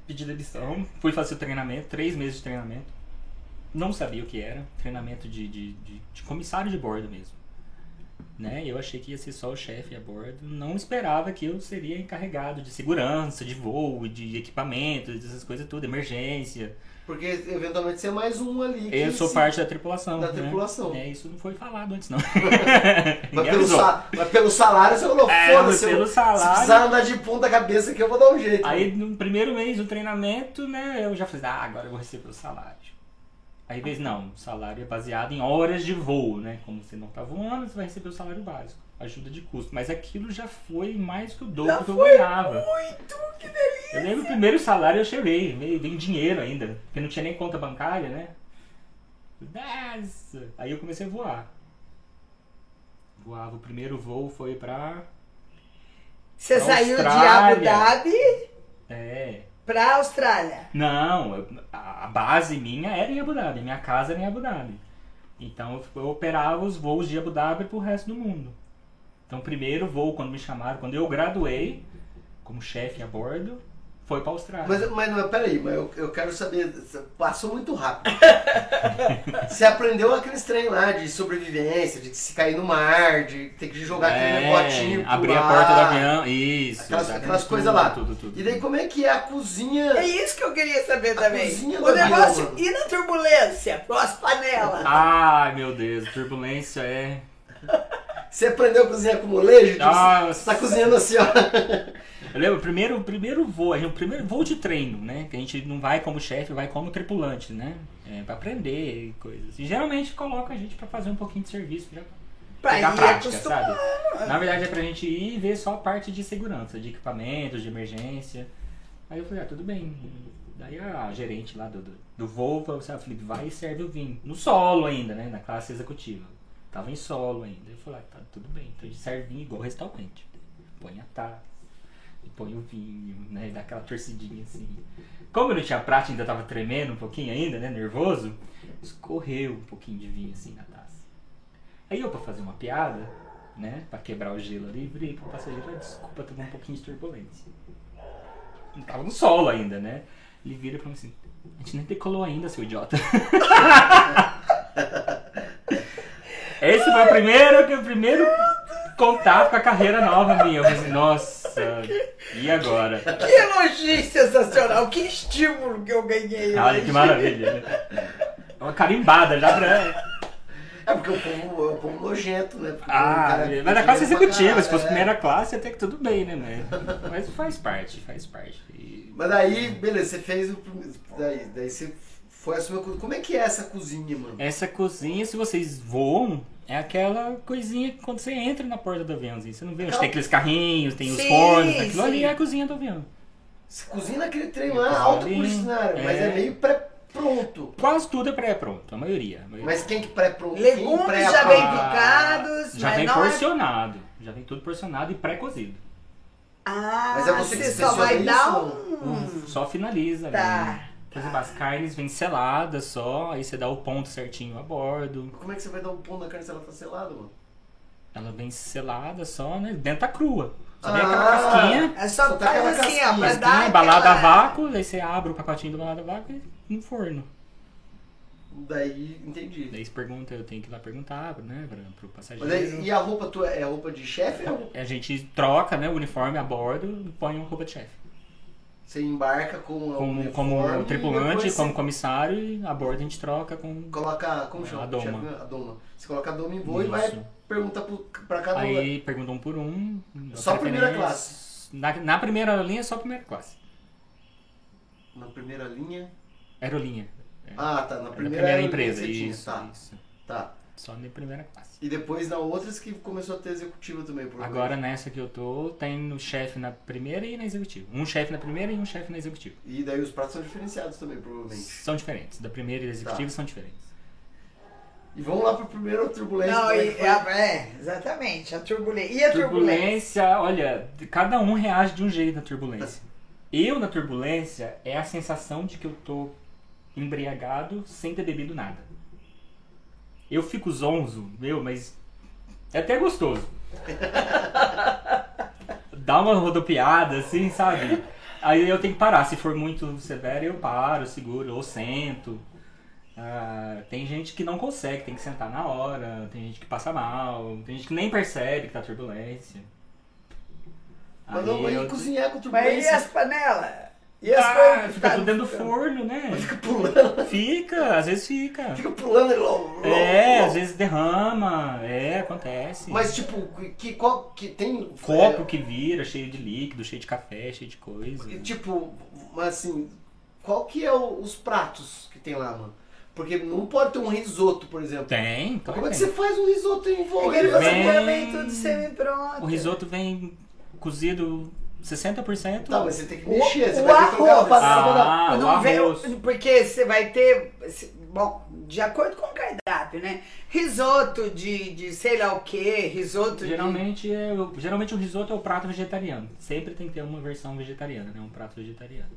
Speaker 3: pedi demissão, fui fazer o treinamento, três meses de treinamento. Não sabia o que era, treinamento de, de, de- de comissário de bordo mesmo. né? Eu achei que ia ser só o chefe a bordo. Não esperava que eu seria encarregado de segurança, de voo, de equipamentos, dessas coisas tudo, emergência.
Speaker 2: Porque eventualmente você é mais um ali. que
Speaker 3: Eu sou
Speaker 2: se-
Speaker 3: parte da tripulação.
Speaker 2: Da
Speaker 3: né?
Speaker 2: tripulação.
Speaker 3: É, isso não foi falado antes, não.
Speaker 2: Mas
Speaker 3: Ninguém
Speaker 2: pelo,
Speaker 3: avisou.
Speaker 2: sa- mas pelo salário você falou,
Speaker 3: É,
Speaker 2: foda-se, eu-
Speaker 3: pelo
Speaker 2: se
Speaker 3: salário.
Speaker 2: precisar andar de ponta cabeça aqui eu vou dar um jeito.
Speaker 3: Aí no primeiro mês do treinamento, né, eu já falei, ah, agora eu vou receber o salário. Aí vez não, o salário é baseado em horas de voo, né? Como você não tá voando, você vai receber o salário básico, ajuda de custo. Mas aquilo já foi mais que o dobro que eu ganhava.
Speaker 4: Muito, que delícia!
Speaker 3: Eu lembro o primeiro salário eu chorei, veio, veio em dinheiro ainda, porque não tinha nem conta bancária, né? Nossa! Aí eu comecei a voar. Voava, o primeiro voo foi pra.
Speaker 4: Você saiu de Abu
Speaker 3: Austrália.
Speaker 4: Dhabi
Speaker 3: É,
Speaker 4: pra Austrália.
Speaker 3: Não, eu- a a base minha era em Abu Dhabi, minha casa era em Abu Dhabi. Então eu- eu operava os voos de Abu Dhabi pro resto do mundo. Então, o primeiro voo, quando me chamaram, quando eu graduei como chefe a bordo, foi pra Austrália.
Speaker 2: Mas, mas, mas peraí, mas eu, eu quero saber, passou muito rápido. você aprendeu aqueles treinos lá de sobrevivência, de se cair no mar, de ter que jogar aquele
Speaker 3: é,
Speaker 2: negocinho.
Speaker 3: abri a
Speaker 2: pular.
Speaker 3: porta do avião, isso.
Speaker 2: Aquelas-
Speaker 3: exatamente,
Speaker 2: aquelas
Speaker 3: tudo,
Speaker 2: coisas lá.
Speaker 3: Tudo, tudo.
Speaker 2: E daí como é que é a cozinha?
Speaker 4: É isso que eu queria saber
Speaker 2: A
Speaker 4: também.
Speaker 2: cozinha
Speaker 4: O
Speaker 2: do
Speaker 4: negócio.
Speaker 2: avião.
Speaker 4: E na turbulência? Com as panelas.
Speaker 3: Ai, meu Deus, turbulência é.
Speaker 2: Você aprendeu a cozinhar com molejo? Tipo, Você
Speaker 3: Nossa.
Speaker 2: tá cozinhando assim, ó.
Speaker 3: Eu lembro, o primeiro, o primeiro voo, a gente- o primeiro voo de treino, né? Que a gente não vai como chefe, vai como tripulante, né? É, pra aprender e coisas. E geralmente coloca a gente pra fazer um pouquinho de serviço, já
Speaker 4: pra ir
Speaker 3: ficar prática,
Speaker 4: acostumar.
Speaker 3: sabe? Na verdade é pra gente ir e ver só a parte de segurança, de equipamentos, de emergência. Aí eu falei, ah, tudo bem. Daí a gerente lá do, do, do voo falou assim, ah, Felipe, vai e serve o vinho. No solo ainda, né? Na classe executiva. Tava em solo ainda. Eu falei, ah, tá tudo bem. Então a gente serve vinho igual restaurante. Põe a taça, e põe o vinho, né? Dá aquela torcidinha assim. Como eu não tinha prática, ainda tava tremendo um pouquinho ainda, né? Nervoso. Escorreu um pouquinho de vinho assim na taça. Aí eu, pra fazer uma piada, né? Pra quebrar o gelo ali, virei pro passageiro, "Ah, desculpa, teve um pouquinho de turbulência. Não tava no solo ainda, né? Ele vira pra mim assim, a gente nem decolou ainda, seu idiota. Esse foi o primeiro, que- o primeiro contato com a carreira nova minha. Eu falei assim, nossa, e agora?
Speaker 4: Que elogio sensacional, que estímulo que eu ganhei.
Speaker 3: Olha
Speaker 4: hoje.
Speaker 3: que maravilha, né? Uma carimbada já pra...
Speaker 2: É porque o povo é um povo nojento, né? Porque o
Speaker 3: Ah,
Speaker 2: cara é
Speaker 3: mas na classe
Speaker 2: pequeno pra
Speaker 3: executiva, se
Speaker 2: caralho,
Speaker 3: fosse
Speaker 2: é.
Speaker 4: né?
Speaker 3: primeira classe, até que tudo bem, né? né? Mas faz parte, faz parte. E-
Speaker 2: Mas daí, beleza, você fez o primeiro. Daí, daí você foi assumir a cozinha. Como é que é essa cozinha, mano?
Speaker 3: Essa cozinha, se vocês voam, é aquela coisinha que quando você entra na porta do aviãozinho, você não vê onde tem aqueles carrinhos, tem os
Speaker 4: Sim,
Speaker 3: fornos, aquilo ali
Speaker 4: sim.
Speaker 3: é a cozinha do avião.
Speaker 2: Você cozinha naquele trem
Speaker 3: Eu
Speaker 2: lá,
Speaker 3: tava
Speaker 2: alto
Speaker 3: Então, ali,
Speaker 2: culinário, mas é
Speaker 3: é.
Speaker 2: meio pré-pronto.
Speaker 3: Quase tudo é pré-pronto, a maioria. A maioria. Ah,
Speaker 2: Mas quem que pré-pronto? quem Ah,
Speaker 4: Legumes já vem
Speaker 2: pré-apronta?
Speaker 4: picados,
Speaker 3: já
Speaker 4: mas
Speaker 3: vem
Speaker 4: não é-
Speaker 3: porcionado, já vem tudo porcionado e pré-cozido.
Speaker 4: Ah,
Speaker 2: Mas é você que
Speaker 4: só vai
Speaker 2: especializa
Speaker 4: dar
Speaker 2: isso? Hum.
Speaker 4: um.
Speaker 3: Só finaliza, né?
Speaker 4: Tá.
Speaker 3: Por exemplo, as carnes vêm seladas só, aí você dá o ponto certinho a bordo.
Speaker 2: Como é que você vai dar um pão na carne se ela tá selada, mano?
Speaker 3: Ela vem selada só, né? Dentro tá crua. Só vem
Speaker 2: Ah,
Speaker 3: aquela casquinha,
Speaker 4: É só
Speaker 2: Só tá
Speaker 4: faz
Speaker 2: aquela é.
Speaker 4: assim, ó,
Speaker 2: casquinha,
Speaker 4: pra
Speaker 3: casquinha,
Speaker 4: dar.
Speaker 3: Hum, balada a
Speaker 4: aquela-
Speaker 3: vácuo, daí você abre o pacotinho do balada a vácuo e no forno.
Speaker 2: Daí, entendi.
Speaker 3: Daí você pergunta, eu tenho que ir lá perguntar, né, pra, pro passageiro.
Speaker 2: Mas daí, e a roupa tua é roupa de chefe ou
Speaker 3: A gente troca, né, o uniforme a bordo e põe uma roupa de chefe.
Speaker 2: você embarca com a
Speaker 3: Como,
Speaker 2: uniforme
Speaker 3: como
Speaker 2: e
Speaker 3: tripulante,
Speaker 2: depois
Speaker 3: como
Speaker 2: você
Speaker 3: comissário e a bordo a gente troca com...
Speaker 2: Coloca, como chama?
Speaker 3: A doma.
Speaker 2: Chefe, A doma. Você coloca a doma em voo e vai
Speaker 3: Isso.
Speaker 2: perguntar pro, pra cada um.
Speaker 3: Aí pergunta um por um. a
Speaker 2: Só primeira
Speaker 3: preferência. Na, na primeira linha, só primeira classe.
Speaker 2: Na primeira linha.
Speaker 3: Aerolinha. É.
Speaker 2: Ah, tá. Na
Speaker 3: Na
Speaker 2: primeira,
Speaker 3: primeira
Speaker 2: aerolinha
Speaker 3: empresa,
Speaker 2: você tinha,
Speaker 3: isso,
Speaker 2: Tá,
Speaker 3: isso.
Speaker 2: tá.
Speaker 3: Só na primeira classe.
Speaker 2: E depois na outras que começou a ter executiva também, por
Speaker 3: Agora nessa que eu tô, tem o chefe na primeira e na executiva. Um chefe na primeira e um chefe na executiva.
Speaker 2: E daí os pratos são diferenciados também, provavelmente.
Speaker 3: São diferentes. Da primeira e da executiva são diferentes.
Speaker 2: E vamos lá pro primeiro turbulência.
Speaker 4: Não,
Speaker 2: como é
Speaker 4: e-
Speaker 2: que foi?
Speaker 4: é, é, exatamente, a É turbulência. E a turbulência?
Speaker 3: Turbulência, olha, cada um reage de um jeito na turbulência.
Speaker 2: Assim,
Speaker 3: Eu na turbulência é a sensação de que eu tô embriagado sem ter bebido nada. Eu fico zonzo, meu, mas é até gostoso. Dá uma rodopiada, assim, sabe? Aí eu tenho que parar. Se for muito severo, eu paro, seguro, ou sento. Ah, tem gente que não consegue, tem que sentar na hora, tem gente que passa mal, tem gente que nem percebe que tá turbulência.
Speaker 2: Mas não,
Speaker 3: Aí
Speaker 2: mas
Speaker 3: eu-
Speaker 2: e cozinhar com
Speaker 4: Mas é- e
Speaker 2: turbulência?
Speaker 4: as panelas? E as
Speaker 3: Ah,
Speaker 4: coisas? tá
Speaker 3: fica tudo dentro do forno, né?
Speaker 2: Fica pulando,
Speaker 3: Fica, às vezes fica.
Speaker 2: fica pulando um e lol, lol,
Speaker 3: É,
Speaker 2: lol.
Speaker 3: às vezes derrama, é, acontece.
Speaker 2: Mas tipo, que- que, qual, que tem...
Speaker 3: Copo que vira, cheio de líquido, cheio de café, cheio de coisa.
Speaker 2: E, tipo, mas assim, qual que é o- os pratos que tem lá, mano? Porque não pode ter um risoto, por exemplo.
Speaker 3: Tem, claro
Speaker 2: Como é que
Speaker 3: que
Speaker 2: você faz um risoto em
Speaker 4: É
Speaker 2: voo?
Speaker 4: que você
Speaker 3: Vem-
Speaker 4: também tudo semi-pronto.
Speaker 3: O risoto vem cozido 60%.
Speaker 2: Tá, mas você tem que
Speaker 4: O-
Speaker 2: mexer, você
Speaker 4: o
Speaker 2: vai ter que colocar uma
Speaker 4: arroz.
Speaker 2: passada na...
Speaker 3: Ah, o
Speaker 4: não vem-
Speaker 3: arroz.
Speaker 4: porque você vai ter. se- Bom, de acordo com o cardápio, né? Risoto de, de sei lá o que, risoto
Speaker 3: Geralmente, é, o- geralmente o risoto é o prato vegetariano. Sempre tem que ter uma versão vegetariana, né? Um prato vegetariano.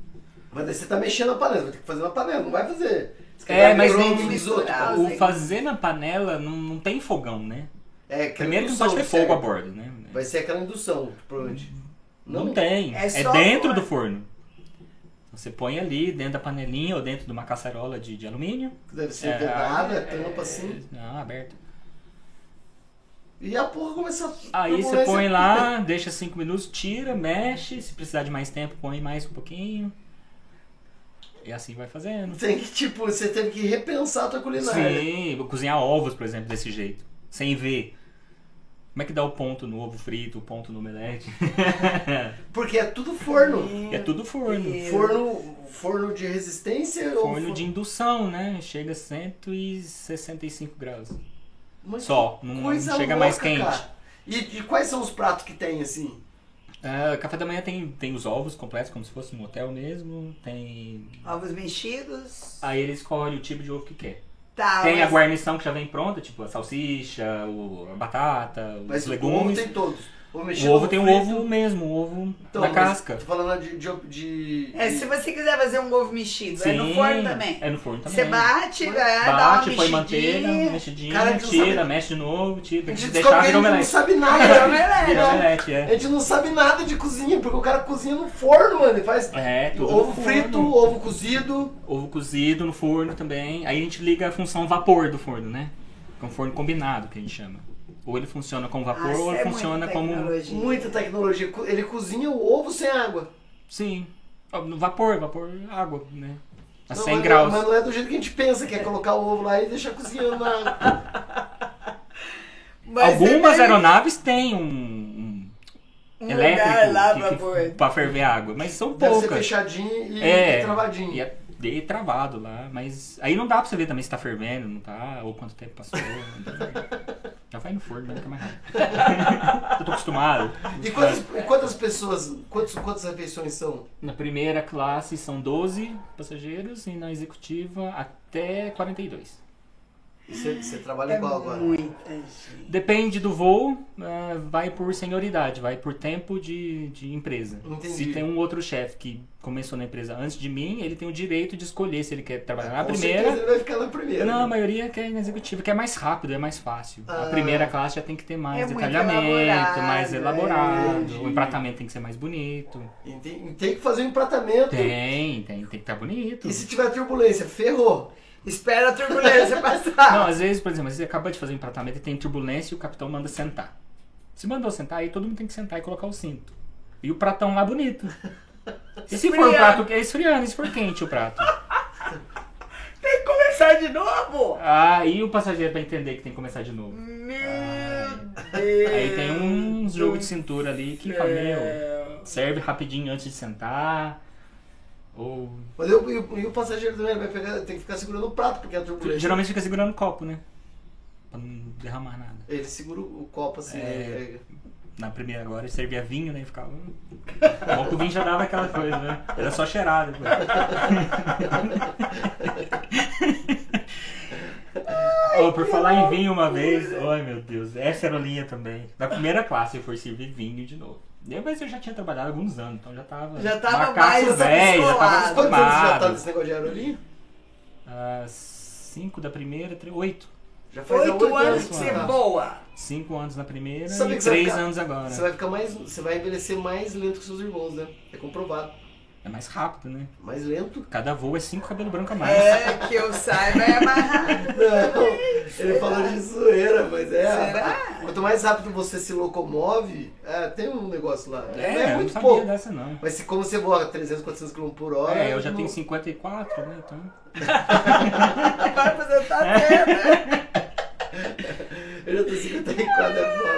Speaker 2: Mas daí você tá mexendo na panela, vai ter que fazer na panela, não vai fazer. Você quer
Speaker 3: É,
Speaker 2: dar
Speaker 3: mas
Speaker 2: micro-ondas
Speaker 3: tem
Speaker 2: no
Speaker 3: que
Speaker 2: risoto,
Speaker 4: misturar.
Speaker 2: cara.
Speaker 3: O fazer na panela não, não tem fogão, né?
Speaker 2: É, aquela
Speaker 3: Primeiro que não
Speaker 2: indução,
Speaker 3: pode ter
Speaker 2: certo?
Speaker 3: fogo a bordo, né?
Speaker 2: Vai ser aquela indução, provavelmente.
Speaker 3: Não, tem.
Speaker 4: É
Speaker 3: É,
Speaker 4: só
Speaker 3: dentro
Speaker 4: forno.
Speaker 3: do forno. Você põe ali, dentro da panelinha ou dentro de uma caçarola de, de alumínio.
Speaker 2: Deve ser
Speaker 3: É,
Speaker 2: vedada,
Speaker 3: é,
Speaker 2: tampa assim.
Speaker 3: Não, aberto.
Speaker 2: E a porra começa a.
Speaker 3: Aí você
Speaker 2: turbulência.
Speaker 3: põe lá, deixa 5 minutos, tira, mexe. Se precisar de mais tempo, põe mais um pouquinho. E assim vai fazendo.
Speaker 2: Tem que, tipo, você teve que repensar a tua culinária.
Speaker 3: Sim, vou cozinhar ovos, por exemplo, desse jeito. Sem ver. Como é que dá o ponto no ovo frito, o ponto no omelete?
Speaker 2: Porque é tudo forno.
Speaker 3: é tudo forno.
Speaker 2: Forno, forno de resistência ou
Speaker 3: Forno de indução, né? Chega a 165 graus.
Speaker 2: Mas
Speaker 3: Só,
Speaker 2: que
Speaker 3: não- não chega mais quente.
Speaker 2: cara. E, e quais são os pratos que tem assim?
Speaker 3: Ah, café da manhã tem, tem os ovos completos, como se fosse um hotel mesmo. Tem.
Speaker 4: de ovos mexidos.
Speaker 3: Aí ele escolhe o tipo de ovo que quer.
Speaker 2: Ah,
Speaker 4: Tá,
Speaker 3: Ah, tem a
Speaker 4: mas-
Speaker 3: guarnição que já vem pronta, tipo a salsicha, o, a batata, os
Speaker 2: Mas o ovo
Speaker 3: legumes.
Speaker 2: tem todos. Ovo
Speaker 3: o
Speaker 2: mexido,
Speaker 3: ovo tem o
Speaker 2: frito.
Speaker 3: ovo mesmo, o ovo
Speaker 2: Então,
Speaker 3: da
Speaker 2: mas
Speaker 3: casca.
Speaker 2: Tô falando de. de, de-
Speaker 4: É, se você quiser fazer um ovo mexido, é no forno também.
Speaker 3: É no forno também.
Speaker 4: Você bate, é, dá
Speaker 3: Bate,
Speaker 4: uma
Speaker 3: põe
Speaker 4: mexidinha.
Speaker 3: manteiga, mexidinha,
Speaker 2: Cara, a gente não
Speaker 3: tira,
Speaker 2: sabe-
Speaker 3: mexe de novo, tira.
Speaker 2: A
Speaker 3: Se
Speaker 2: gente
Speaker 3: deixar,
Speaker 2: descobre que a
Speaker 3: vira
Speaker 2: gente não
Speaker 3: omelete.
Speaker 2: sabe
Speaker 4: Vira
Speaker 2: nada.
Speaker 4: omelete.
Speaker 3: Vira
Speaker 2: Não.
Speaker 3: omelete,
Speaker 2: A
Speaker 3: é.
Speaker 2: gente não sabe nada de cozinha, porque o cara cozinha no forno, mano. Ele faz
Speaker 3: É, tudo no
Speaker 2: ovo
Speaker 3: forno.
Speaker 2: frito, ovo cozido.
Speaker 3: Ovo cozido no forno também. Aí a gente liga a função vapor do forno, né? Que é um forno combinado que a gente chama. Ou ele funciona com vapor,
Speaker 4: Ah, isso
Speaker 3: ou ele
Speaker 4: é
Speaker 3: funciona
Speaker 4: muita
Speaker 3: como. um
Speaker 4: tecnologia.
Speaker 2: Muita tecnologia. Co- Ele cozinha o ovo sem água.
Speaker 3: Sim. Ó, No vapor, vapor, água, né? A
Speaker 2: Não,
Speaker 3: 100
Speaker 2: mas,
Speaker 3: graus.
Speaker 2: Mas não é do jeito que a gente pensa, que é colocar o ovo lá e deixar cozinhando na água.
Speaker 4: Mas
Speaker 3: Algumas
Speaker 4: você tem
Speaker 3: aeronaves têm um,
Speaker 4: um
Speaker 3: um elétrico
Speaker 4: lugar lá
Speaker 3: que-
Speaker 4: pra
Speaker 3: que-
Speaker 4: pôr.
Speaker 3: pra ferver água, mas são
Speaker 2: Deve ser
Speaker 3: poucas.
Speaker 2: fechadinho e,
Speaker 3: É,
Speaker 2: e travadinho.
Speaker 3: E é de- travado lá, mas aí não dá pra você ver também se tá fervendo, não tá, ou quanto tempo passou. não tá. Já vai no forno, vai ficar mais rápido. Eu tô acostumado.
Speaker 2: E quantas,
Speaker 3: é.
Speaker 2: e quantas pessoas, quantos, quantas refeições são?
Speaker 3: Na primeira classe são 12 passageiros e na executiva até 42.
Speaker 2: E Você, você trabalha
Speaker 4: É
Speaker 2: igual agora?
Speaker 4: muita gente.
Speaker 3: Depende do voo, é, vai por senioridade, vai por tempo de, de empresa.
Speaker 2: Entendi.
Speaker 3: Se tem um outro chefe que começou na empresa antes de mim, ele tem o direito de escolher se ele quer trabalhar na
Speaker 2: Ah, Com
Speaker 3: primeira
Speaker 2: certeza ele vai ficar na primeira.
Speaker 3: Não, a maioria quer ir na executiva, que é mais rápido, é mais fácil.
Speaker 2: Ah.
Speaker 3: a primeira classe já tem que ter mais
Speaker 4: É muito
Speaker 3: detalhamento,
Speaker 4: elaborado,
Speaker 3: mais elaborado,
Speaker 2: é.
Speaker 3: o empratamento tem que ser mais bonito.
Speaker 2: E tem, e tem que fazer um empratamento.
Speaker 3: Tem, tem, tem que estar bonito.
Speaker 2: E se tiver turbulência, ferrou.
Speaker 4: Espera a turbulência passar.
Speaker 3: Não, às vezes, por exemplo, você acaba de fazer um empratamento e tem turbulência e o capitão manda sentar. Se mandou sentar, aí todo mundo tem que sentar e colocar o cinto. E o pratão lá bonito. E se for um
Speaker 4: Esfriando.
Speaker 3: prato. É esfriando, e se for quente o prato.
Speaker 4: Tem que começar de novo?
Speaker 3: Aí o passageiro vai entender que tem que começar de novo.
Speaker 4: Meu Deus.
Speaker 3: Aí tem um jogo de cintura ali que fala, meu.
Speaker 4: Meu.
Speaker 3: Serve rapidinho antes de sentar. Ou.
Speaker 2: Mas eu, e, o, e o passageiro também ele vai pegar, tem que ficar segurando o prato, porque é a turbulência.
Speaker 3: Geralmente fica segurando o copo, né? Pra não derramar nada.
Speaker 2: Ele segura o copo
Speaker 3: É.
Speaker 2: assim, né? Pega.
Speaker 3: Na primeira agora ele servia vinho, né? E ficava. O copo vinho já dava aquela coisa, né? Era só cheirado. Oh, por falar em vinho uma vez, ai meu Deus, essa era a linha também. Na primeira classe eu fui servir vinho de novo. Daí, Mas eu já tinha trabalhado há alguns anos, então já tava.
Speaker 4: Já tava
Speaker 3: macaco
Speaker 4: mais
Speaker 3: velho, já tava
Speaker 2: Mas
Speaker 4: acostumado.
Speaker 2: quantos anos já tá
Speaker 3: acostumado.
Speaker 2: nesse negócio de aerolinha?
Speaker 3: Ah, cinco da primeira, tre- oito.
Speaker 2: Já faz há
Speaker 4: Oito anos que
Speaker 2: que
Speaker 4: você
Speaker 2: tá.
Speaker 4: voa.
Speaker 3: Cinco anos na primeira
Speaker 2: Sabe
Speaker 3: e
Speaker 2: que você vai
Speaker 3: três
Speaker 2: ficar-
Speaker 3: anos agora.
Speaker 2: Você vai ficar mais. Você vai envelhecer mais lento que seus irmãos, né? É comprovado.
Speaker 3: É mais rápido, né?
Speaker 2: Mais lento.
Speaker 3: Cada voo é cinco cabelo branco a mais.
Speaker 4: É, que eu saiba é amarrado.
Speaker 2: Não, ele falou de zoeira, mas é.
Speaker 4: Será?
Speaker 2: Quanto mais rápido você se locomove, é, tem um negócio lá. né?
Speaker 3: eu
Speaker 2: é
Speaker 3: não
Speaker 2: muito
Speaker 3: sabia
Speaker 2: pouco.
Speaker 3: dessa não.
Speaker 2: Mas se como você voa 300, 400 km por hora.
Speaker 3: É, eu já
Speaker 2: não-
Speaker 3: tenho 54, né? Então.
Speaker 4: Agora você tá
Speaker 3: É.
Speaker 4: vendo.
Speaker 2: Eu já tenho 54 é foda.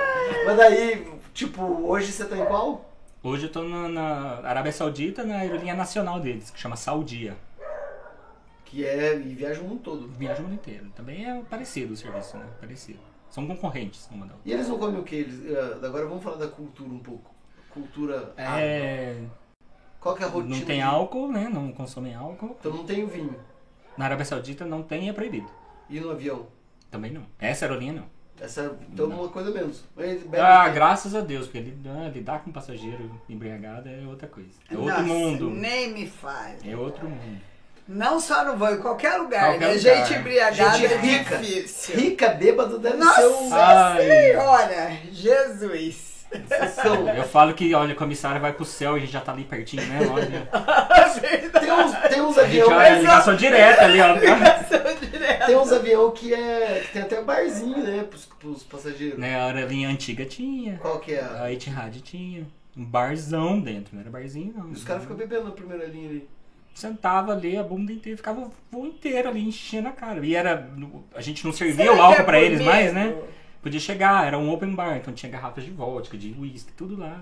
Speaker 2: Mas daí, tipo, hoje você tá em qual?
Speaker 3: Hoje eu tô na, na Arábia Saudita, na aerolinha nacional deles, que chama Saudia.
Speaker 2: Que é. E viaja o mundo todo.
Speaker 3: Viaja o mundo inteiro. Também é parecido o serviço, né? Parecido. São concorrentes, no modal.
Speaker 2: E eles não comem o que? Eles, eh, agora vamos falar da cultura um pouco. Cultura. árabe.
Speaker 3: É,
Speaker 2: Qual que é a rotina?
Speaker 3: não tem
Speaker 2: de-
Speaker 3: álcool, né? Não consomem álcool.
Speaker 2: Então não tem o vinho.
Speaker 3: Na Arábia Saudita não tem e é proibido.
Speaker 2: E no avião?
Speaker 3: Também não. Essa aerolinha não.
Speaker 2: Essa, então uma coisa menos. Mas eles bebem
Speaker 3: Ah,
Speaker 2: o quê?
Speaker 3: graças a Deus, porque ele- ah, lidar com passageiro embriagado é outra coisa. É outro
Speaker 4: Nossa,
Speaker 3: mundo.
Speaker 4: Nem me fale.
Speaker 3: É outro mundo.
Speaker 4: Não só no voo, em qualquer lugar,
Speaker 3: Qualquer
Speaker 4: né?
Speaker 3: lugar.
Speaker 4: Gente embriagada
Speaker 2: Gente
Speaker 4: é
Speaker 2: rica.
Speaker 4: difícil.
Speaker 2: Rica, bêbado deve ser um.
Speaker 4: Nossa
Speaker 3: Ai.
Speaker 4: Senhora! Jesus!
Speaker 2: São-
Speaker 3: Eu falo que, olha, o comissário vai pro céu e a gente já tá ali pertinho, né? Olha,
Speaker 2: Tem uns, tem uns
Speaker 3: a gente
Speaker 2: avião,
Speaker 3: olha a ligação direta ali, ó.
Speaker 4: né?
Speaker 2: tem uns avião que é. que tem até barzinho, né? Pros, pros passageiros.
Speaker 3: né, a aerolinha antiga tinha,
Speaker 2: Qual que é? a-
Speaker 3: a Etihad tinha. Um barzão dentro, não era barzinho não.
Speaker 2: Os caras ficam bebendo na primeira linha ali.
Speaker 3: Sentava ali, a bunda inteira, ficava o voo inteiro ali enchendo a cara. E era. A gente não servia
Speaker 4: Será
Speaker 3: o
Speaker 4: que
Speaker 3: álcool
Speaker 4: é
Speaker 3: pra
Speaker 4: por
Speaker 3: eles mais, né?
Speaker 4: medo?
Speaker 3: Podia chegar, era um open bar, então tinha garrafas de vodka, de uísque, tudo lá.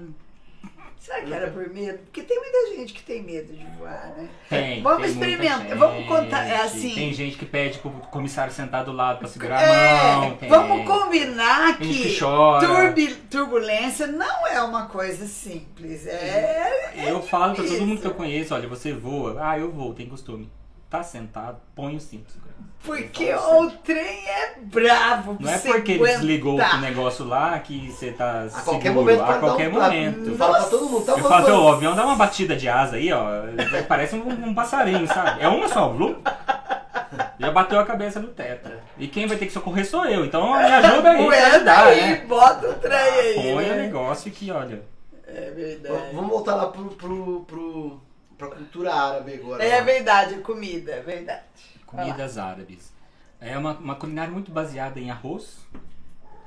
Speaker 4: Será que era por medo? Porque tem muita gente que tem medo de voar, né?
Speaker 3: Tem,
Speaker 4: Vamos
Speaker 3: tem muita
Speaker 4: experimentar,
Speaker 3: gente.
Speaker 4: vamos contar, é assim.
Speaker 3: Tem gente que pede pro comissário sentar do lado pra segurar
Speaker 4: É,
Speaker 3: a mão. Ah, Tem.
Speaker 4: vamos combinar
Speaker 3: Tem gente
Speaker 4: que
Speaker 3: que chora.
Speaker 4: turbi- turbulência não é uma coisa simples. É,
Speaker 3: Eu falo pra todo mundo que
Speaker 4: difícil.
Speaker 3: eu conheço, olha, você voa. Ah, eu vou, tem costume. Tá sentado, põe o cinto.
Speaker 4: porque
Speaker 3: Eu falo
Speaker 4: o trem é bravo. pra
Speaker 3: Então, Não é
Speaker 4: você
Speaker 3: porque ele desligou
Speaker 4: aguentar.
Speaker 3: o negócio lá que você tá
Speaker 2: A qualquer
Speaker 3: seguro,
Speaker 2: momento
Speaker 3: a
Speaker 2: pode dar
Speaker 3: qualquer
Speaker 2: um tapa.
Speaker 3: momento.
Speaker 2: Fala pra todo mundo, tá
Speaker 3: Eu falo,
Speaker 2: voando.
Speaker 3: "Ô, o avião dá uma batida de asa aí, ó. Parece um, um passarinho, sabe? É uma só, Blue. Já bateu a cabeça no teto. E quem vai ter que socorrer sou eu, então me ajuda aí. me
Speaker 4: Aguenta
Speaker 3: ajudar,
Speaker 4: aí,
Speaker 3: né?
Speaker 4: bota o trem aí.
Speaker 3: Põe o
Speaker 4: né?
Speaker 3: negócio que, olha.
Speaker 2: V-
Speaker 4: É verdade.
Speaker 2: Vamos voltar lá pro, pro, pro, pra cultura árabe agora.
Speaker 4: É verdade, comida, é verdade.
Speaker 3: Comidas árabes. É uma, uma culinária muito baseada em arroz.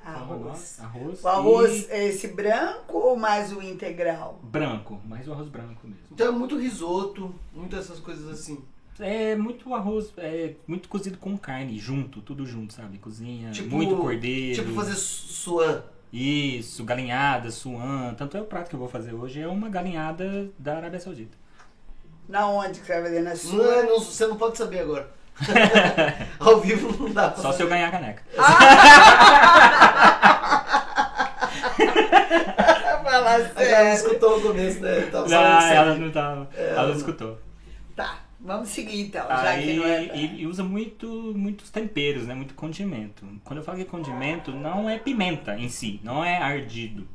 Speaker 4: Arroz.
Speaker 3: Ah, Arroz.
Speaker 4: O arroz, é esse branco ou mais o integral?
Speaker 3: e branco, mas o arroz branco mesmo.
Speaker 2: Então é muito risoto, muitas essas coisas assim.
Speaker 3: É muito arroz, é muito cozido com carne, junto, tudo junto, sabe? Cozinha,
Speaker 2: Tipo-
Speaker 3: muito cordeiro.
Speaker 2: Tipo fazer su- suan.
Speaker 3: Isso, galinhada, suan. Tanto é o prato que eu vou fazer hoje, é uma galinhada da Arábia Saudita.
Speaker 4: Na onde que você vai fazer? Na
Speaker 2: Não, é-
Speaker 4: sua?
Speaker 2: não- você não pode saber agora. Ao vivo não dá pra
Speaker 3: Só se eu ganhar a caneca. é
Speaker 4: Falar
Speaker 2: A galera
Speaker 4: sério.
Speaker 2: escutou o começo, né? Tava falando
Speaker 3: Ah,
Speaker 2: sério.
Speaker 3: ela não tava. Ela não escutou.
Speaker 4: Tá, vamos seguir então, É. já que
Speaker 3: Aí,
Speaker 4: não é.
Speaker 3: e, e usa muito, muitos temperos, né? Muito condimento. Quando eu falo que condimento, não é pimenta em si, não é ardido.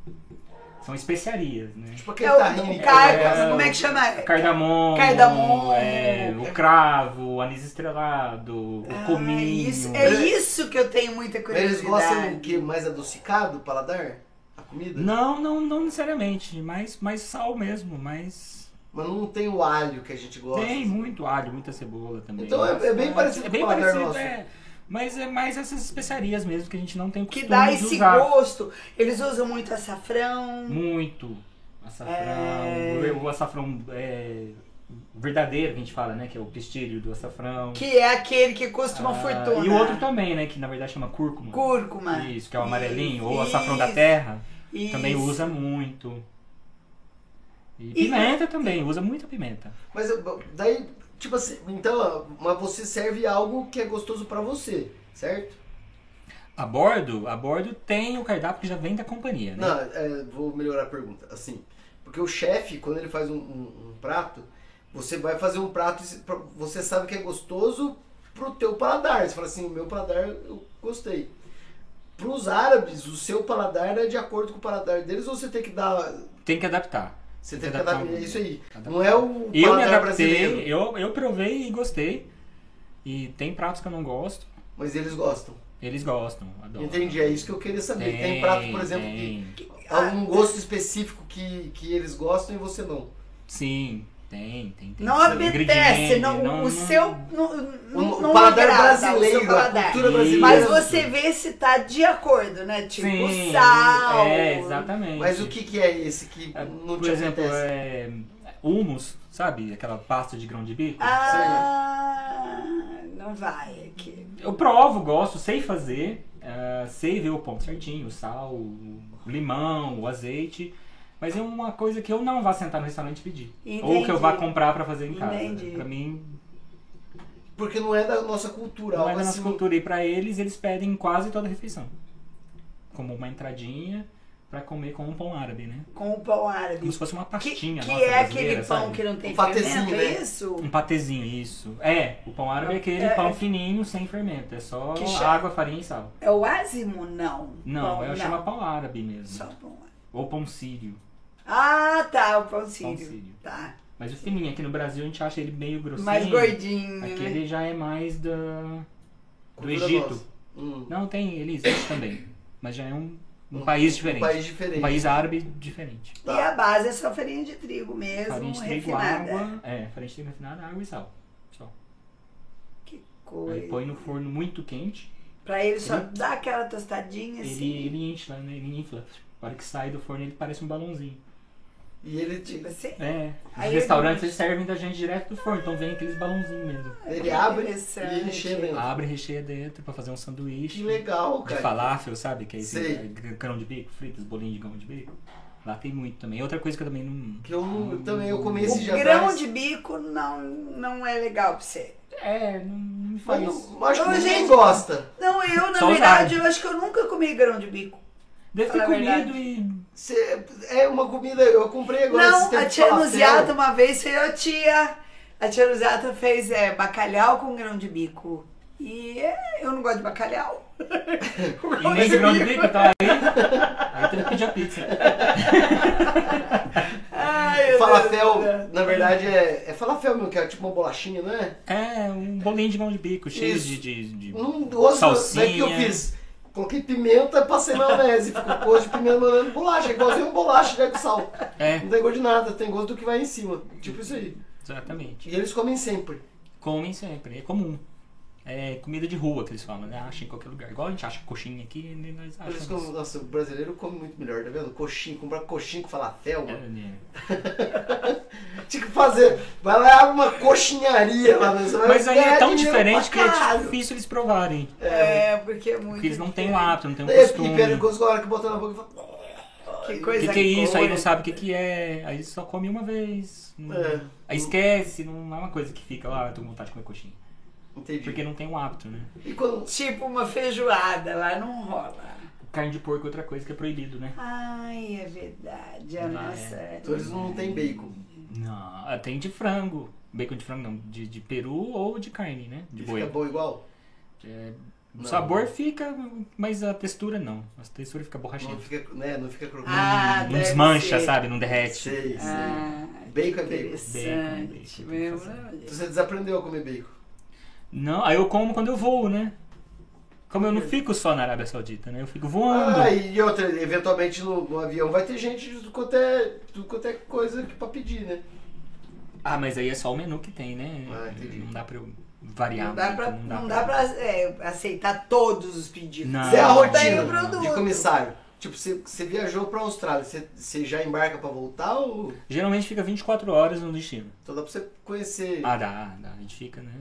Speaker 3: São especiarias, né?
Speaker 2: Tipo aquele
Speaker 4: É o
Speaker 2: tahine.
Speaker 4: o cargo,
Speaker 3: É,
Speaker 4: como é que chama?
Speaker 3: Cardamomo,
Speaker 4: Cardamomo.
Speaker 3: é, o cravo, o anis estrelado, o
Speaker 4: Ah,
Speaker 3: cominho.
Speaker 4: isso, é isso que eu tenho muita
Speaker 2: Mas Eles
Speaker 4: curiosidade.
Speaker 2: gostam
Speaker 3: um
Speaker 2: do que? Mais adocicado, o paladar? A comida?
Speaker 3: Não, não, não necessariamente, mas mais sal mesmo, mas
Speaker 2: Mas não tem o alho que a gente gosta.
Speaker 3: tem muito alho, muita cebola também.
Speaker 2: Então é- é bem
Speaker 3: Mas-
Speaker 2: parecido
Speaker 3: é
Speaker 2: com
Speaker 3: bem
Speaker 2: o paladar
Speaker 3: parecido,
Speaker 2: nosso.
Speaker 3: é. Mas é mais essas especiarias mesmo que a gente não tem
Speaker 4: Que
Speaker 3: costume
Speaker 4: dá
Speaker 3: de
Speaker 4: esse
Speaker 3: usar.
Speaker 4: gosto. Eles usam muito
Speaker 3: Hum.
Speaker 4: açafrão.
Speaker 3: Muito. Açafrão.
Speaker 4: É.
Speaker 3: O açafrão é, verdadeiro que a gente fala, né? Que é o pistilho do açafrão.
Speaker 4: Que é aquele que custa uma
Speaker 3: Ah,
Speaker 4: fortuna.
Speaker 3: E o outro também, né? Que na verdade chama cúrcuma.
Speaker 4: Cúrcuma.
Speaker 3: Isso, que é o amarelinho. Ou
Speaker 4: Isso,
Speaker 3: açafrão da terra.
Speaker 4: isso.
Speaker 3: Também usa muito. E
Speaker 4: E-
Speaker 3: pimenta também, usa muita pimenta.
Speaker 2: Mas eu- daí, tipo assim, então, ó, mas você serve algo que é gostoso pra você, certo?
Speaker 3: Uhum. A bordo, a bordo tem o cardápio que já vem da companhia, né?
Speaker 2: Não, é, vou melhorar a pergunta. Assim, porque o chefe, quando ele faz um, um- um prato, você vai fazer um prato, e se- pra- você sabe que é gostoso pro teu paladar. Você fala assim, o meu paladar eu gostei. Pros árabes, o seu paladar é de acordo com o paladar deles ou você tem que dar.
Speaker 3: Tem que adaptar.
Speaker 2: Você tem
Speaker 3: Tem que
Speaker 2: que
Speaker 3: adaptar
Speaker 2: adaptar.
Speaker 3: um-
Speaker 2: É isso aí.
Speaker 3: adaptar.
Speaker 2: Não é o
Speaker 3: Eu me
Speaker 2: paladar brasileiro,
Speaker 3: adaptei, eu, eu provei e gostei. E tem pratos que eu não gosto,
Speaker 2: mas eles gostam.
Speaker 3: eles gostam, adoram.
Speaker 2: Entendi, é isso que eu queria saber. Tem, prato, por exemplo,
Speaker 3: tem.
Speaker 2: um
Speaker 4: Ah,
Speaker 2: que algum gosto específico que, que eles gostam e você não.
Speaker 3: Sim. Tem, tem, tem.
Speaker 4: Não
Speaker 3: seu
Speaker 4: apetece,
Speaker 3: ingrediente,
Speaker 4: não,
Speaker 3: não-
Speaker 4: o
Speaker 3: não-
Speaker 4: seu. Não, não,
Speaker 2: O,
Speaker 4: não
Speaker 2: o paladar
Speaker 4: agrada o seu
Speaker 2: brasileiro, a
Speaker 4: paladar.
Speaker 2: cultura brasileira.
Speaker 4: Mas você vê se tá de acordo, né? Tipo,
Speaker 3: Sim,
Speaker 4: sal.
Speaker 3: É, exatamente.
Speaker 2: Mas o que, que é esse que
Speaker 3: É,
Speaker 2: não
Speaker 3: Por
Speaker 2: te
Speaker 3: exemplo,
Speaker 2: apetece?
Speaker 3: é, humus, sabe? Aquela pasta de grão de bico.
Speaker 4: Ah, não vai aqui.
Speaker 3: Eu provo, gosto, sei fazer, ah, sei ver o ponto certinho, o sal, o limão, o azeite. Mas é uma coisa que eu não vá sentar no restaurante e pedir. Ou que eu vá
Speaker 4: Entendi.
Speaker 3: comprar pra fazer em casa.
Speaker 4: Entendi.
Speaker 3: Pra mim,
Speaker 2: Porque não é da nossa cultura.
Speaker 3: não é
Speaker 2: algo
Speaker 3: da nossa
Speaker 2: assim.
Speaker 3: cultura. E pra eles, eles pedem quase toda a refeição. Como uma entradinha pra comer com um pão árabe, né?
Speaker 4: Com o pão árabe.
Speaker 3: Como se fosse uma
Speaker 4: Que,
Speaker 3: pastinha
Speaker 4: que
Speaker 3: nossa
Speaker 4: é
Speaker 3: brasileira,
Speaker 4: aquele pão
Speaker 3: sabe?
Speaker 4: que não tem
Speaker 2: Um patezinho,
Speaker 4: fermento,
Speaker 2: né?
Speaker 4: é isso?
Speaker 3: Um patezinho, isso. É, o pão árabe é aquele
Speaker 4: É.
Speaker 3: pão fininho, sem fermento. É só
Speaker 4: Que chama-
Speaker 3: água, farinha e sal.
Speaker 4: É o ázimo? Não.
Speaker 3: Não,
Speaker 4: Pão-
Speaker 3: eu chamo pão árabe mesmo.
Speaker 4: Só pão árabe.
Speaker 3: Ou pão sírio.
Speaker 4: Ah, tá, o pão
Speaker 3: Pão
Speaker 4: sírio.
Speaker 3: sírio.
Speaker 4: Tá.
Speaker 3: Mas o fininho, aqui no Brasil a gente acha ele meio grossinho.
Speaker 4: Mais gordinho, né?
Speaker 3: Aquele já é mais da... do
Speaker 2: Cultura
Speaker 3: Egito.
Speaker 2: nossa. Hum.
Speaker 3: Não, tem, ele existe também. Mas já é um, um país diferente.
Speaker 2: Um país
Speaker 3: Um
Speaker 2: diferente.
Speaker 3: país árabe diferente.
Speaker 2: Tá.
Speaker 4: E a base é só farinha de trigo mesmo,
Speaker 3: farinha de trigo,
Speaker 4: refinada.
Speaker 3: água. É, farinha de trigo refinada, água e sal. Só.
Speaker 4: Que
Speaker 3: Aí
Speaker 4: coisa.
Speaker 3: põe no forno muito quente.
Speaker 4: Pra ele só
Speaker 3: Ele-
Speaker 4: dar aquela tostadinha assim.
Speaker 3: Ele, ele enche lá, né? Ele infla. Na hora que sai do forno, ele parece um balãozinho.
Speaker 2: E ele, te-
Speaker 4: Tipo assim.
Speaker 3: É. Os
Speaker 4: Aí ele-
Speaker 3: restaurantes eles servem da gente direto do forno, então vem aqueles balãozinhos mesmo.
Speaker 2: ele abre e
Speaker 4: Interessante.
Speaker 2: ele enche dentro.
Speaker 3: Abre, recheia dentro pra fazer um sanduíche.
Speaker 2: Que legal,
Speaker 3: Ah, De
Speaker 2: cara.
Speaker 3: falafel, sabe? Que é esse
Speaker 2: Sei.
Speaker 3: gr- grão de bico, fritas, bolinho de grão de bico. Lá tem muito também. Outra coisa que eu também não.
Speaker 2: Que eu não- também eu comi esse
Speaker 4: O
Speaker 2: dia
Speaker 4: grão
Speaker 2: atrás.
Speaker 4: de bico não, não é legal pra você.
Speaker 3: É, não, não me
Speaker 2: Mas
Speaker 3: faz.
Speaker 2: não, acho que
Speaker 4: Ô,
Speaker 2: ninguém
Speaker 4: gente.
Speaker 2: gosta.
Speaker 4: Não, eu, na
Speaker 3: Só os
Speaker 4: verdade,
Speaker 3: árabes.
Speaker 4: eu acho que eu nunca comi grão de bico.
Speaker 3: Deve ter
Speaker 4: Fala a
Speaker 3: comido
Speaker 4: verdade.
Speaker 3: e.
Speaker 2: Cê- é uma comida, eu comprei agora esse
Speaker 4: não,
Speaker 2: tempo
Speaker 4: a tia
Speaker 2: falafel.
Speaker 4: Luziata uma vez fez, a tia, a tia Luziata fez é, bacalhau com grão de bico. E é, eu não gosto de bacalhau. assim? O
Speaker 3: E nem de grão de bico, tá aí. Aí tem que pedir a pizza.
Speaker 4: Ai, meu
Speaker 2: Falafel,
Speaker 4: Deus do céu.
Speaker 2: na verdade, é, é falafel, meu, que é tipo uma bolachinha, não é?
Speaker 3: É, um bolinho de grão de bico, cheio
Speaker 2: Isso.
Speaker 3: de. de, de-
Speaker 2: Não gosto, não é que eu
Speaker 3: Salsinha.
Speaker 2: fiz. Coloquei pimenta, passei maionese, ficou gosto de pimenta, maionese, bolacha, é igualzinho um bolacha, né, com sal.
Speaker 3: É,
Speaker 2: Não tem gosto de nada, tem gosto do que vai em cima. Tipo isso aí.
Speaker 3: exatamente.
Speaker 2: E eles comem sempre.
Speaker 3: Comem sempre, é comum. É comida de rua que eles falam, né? Acha em qualquer lugar. Igual a gente acha coxinha aqui, né? nós
Speaker 2: Por isso que
Speaker 3: achamos.
Speaker 2: eu- nossa, o brasileiro come muito melhor, tá vendo? Coxinha, comprar coxinha com falafel,
Speaker 3: É,
Speaker 2: mano.
Speaker 3: né? É.
Speaker 2: Tinha que fazer. Vai lá e abre uma coxinharia lá né? no
Speaker 3: Mas aí é tão diferente que é difícil eles provarem.
Speaker 4: É, porque é muito.
Speaker 3: Porque eles não têm o
Speaker 4: diferente.
Speaker 3: hábito, não têm o
Speaker 2: É, porque
Speaker 3: um costume.
Speaker 2: pega a hora que botou na boca e fala.
Speaker 4: Que
Speaker 3: O que,
Speaker 4: coisa
Speaker 3: que é isso? Aí não
Speaker 4: boa.
Speaker 3: sabe o que, que é. Aí só come uma vez. não-
Speaker 2: É.
Speaker 3: Aí esquece, não é uma coisa que fica lá, "Ah, tô com vontade de comer coxinha.
Speaker 2: Entendi.
Speaker 3: Porque não tem um hábito, né?
Speaker 2: E quando.
Speaker 4: Tipo uma feijoada lá, não rola.
Speaker 3: Carne de porco é outra coisa que é proibido, né?
Speaker 4: Ai, é verdade. A
Speaker 3: Ah,
Speaker 4: nossa. é
Speaker 2: Então eles não tem bacon.
Speaker 3: Não, ah, tem de frango. Bacon de frango não, de, de peru ou de carne, né? De
Speaker 2: E
Speaker 3: boi.
Speaker 2: fica bom igual?
Speaker 3: É,
Speaker 2: Não.
Speaker 3: o sabor fica, mas a textura não. A textura fica borrachinha.
Speaker 2: Não fica, né, não fica crocante.
Speaker 4: Ah,
Speaker 3: não
Speaker 4: deve
Speaker 3: desmancha,
Speaker 4: ser.
Speaker 3: sabe? Não derrete.
Speaker 2: sei, sei.
Speaker 4: Ah,
Speaker 2: Bacon é bacon.
Speaker 4: interessante.
Speaker 3: Bacon é
Speaker 4: Meu,
Speaker 3: bacon, tem que
Speaker 2: Então você desaprendeu a comer bacon.
Speaker 3: Não, aí eu como quando eu voo, né? Como eu não fico só na Arábia Saudita, né? Eu fico voando.
Speaker 2: Ah, e outra, eventualmente no, no avião vai ter gente de tudo quanto é, tudo quanto é coisa que- pra pedir, né?
Speaker 3: Ah, mas aí é só o menu que tem, né?
Speaker 2: Ah, entendi.
Speaker 3: não dá pra eu variar.
Speaker 4: não dá
Speaker 3: muito,
Speaker 4: pra, não dá pra é, aceitar todos os pedidos.
Speaker 3: Não.
Speaker 2: Isso é a
Speaker 4: Tem
Speaker 2: rotina
Speaker 4: o produto.
Speaker 2: de comissário. Tipo, você, você viajou pra Austrália, você, você já embarca pra voltar ou
Speaker 3: Geralmente fica 24 horas no destino.
Speaker 2: então dá pra você conhecer?
Speaker 3: Ah, dá, dá. A gente fica, né?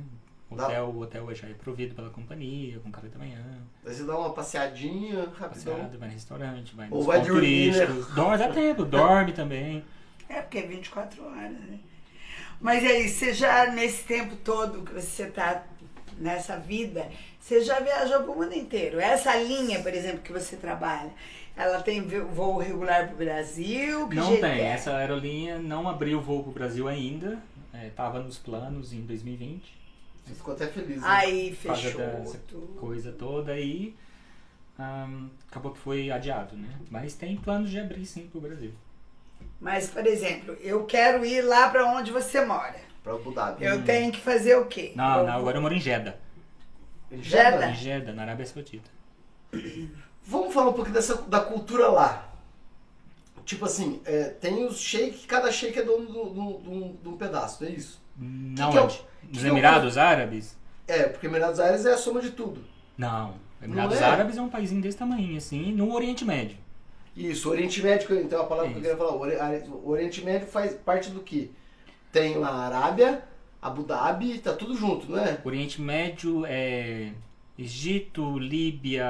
Speaker 2: Dá.
Speaker 3: Hotel, o hotel já é provido pela companhia, com café da manhã.
Speaker 2: Daí você dá uma passeadinha
Speaker 4: Tá
Speaker 2: rapidão.
Speaker 3: Passeado, vai no restaurante, vai
Speaker 2: Ou
Speaker 3: nos
Speaker 2: vai
Speaker 3: pontos
Speaker 2: dormir, né?
Speaker 3: turísticos. Dorme, dá tempo, dorme também.
Speaker 4: É, porque é 24 horas, né? Mas aí, você já, nesse tempo todo que você tá nessa vida, você já viajou pro mundo inteiro. Essa linha, por exemplo, que você trabalha, ela tem vo- voo regular pro Brasil? Que
Speaker 3: Não
Speaker 4: jeito
Speaker 3: tem,
Speaker 4: é?
Speaker 3: essa aerolinha não abriu voo pro Brasil ainda. É, tava nos planos em 2020,
Speaker 2: Você ficou até feliz. Né?
Speaker 4: Aí
Speaker 3: por causa
Speaker 4: fechou
Speaker 3: dessa
Speaker 4: tudo.
Speaker 3: coisa toda aí. ahn, acabou que foi adiado, né? Mas tem planos de abrir sim pro Brasil.
Speaker 4: Mas, por exemplo, eu quero ir lá pra onde você mora.
Speaker 2: Pra Hum. Abu Dhabi.
Speaker 4: Eu tenho que fazer o quê?
Speaker 3: Hum. Não,
Speaker 4: Eu
Speaker 3: não, agora eu moro em Jeddah.
Speaker 4: Jeddah.
Speaker 2: Tá.
Speaker 3: Em Jeddah, na Arábia Saudita.
Speaker 2: Vamos falar um pouco dessa, da cultura lá. Tipo assim, é, tem os shakes, cada shake é dono de um- de um- de um pedaço, não é isso?
Speaker 3: Não,
Speaker 2: que é o-
Speaker 3: onde?
Speaker 2: que
Speaker 3: Nos
Speaker 2: que é o-
Speaker 3: Emirados Árabes?
Speaker 2: É, porque Emirados Árabes é a soma de tudo.
Speaker 3: Não. Emirados
Speaker 2: é?
Speaker 3: Árabes é um país desse tamanho, assim, no Oriente Médio.
Speaker 2: Isso, Oriente Médio, então a palavra que eu
Speaker 3: Isso.
Speaker 2: queria falar. O Ori- a- o Oriente Médio faz parte do que? Tem lá a Arábia, Abu Dhabi, tá tudo junto, não é?
Speaker 3: Oriente Médio é Egito, Líbia,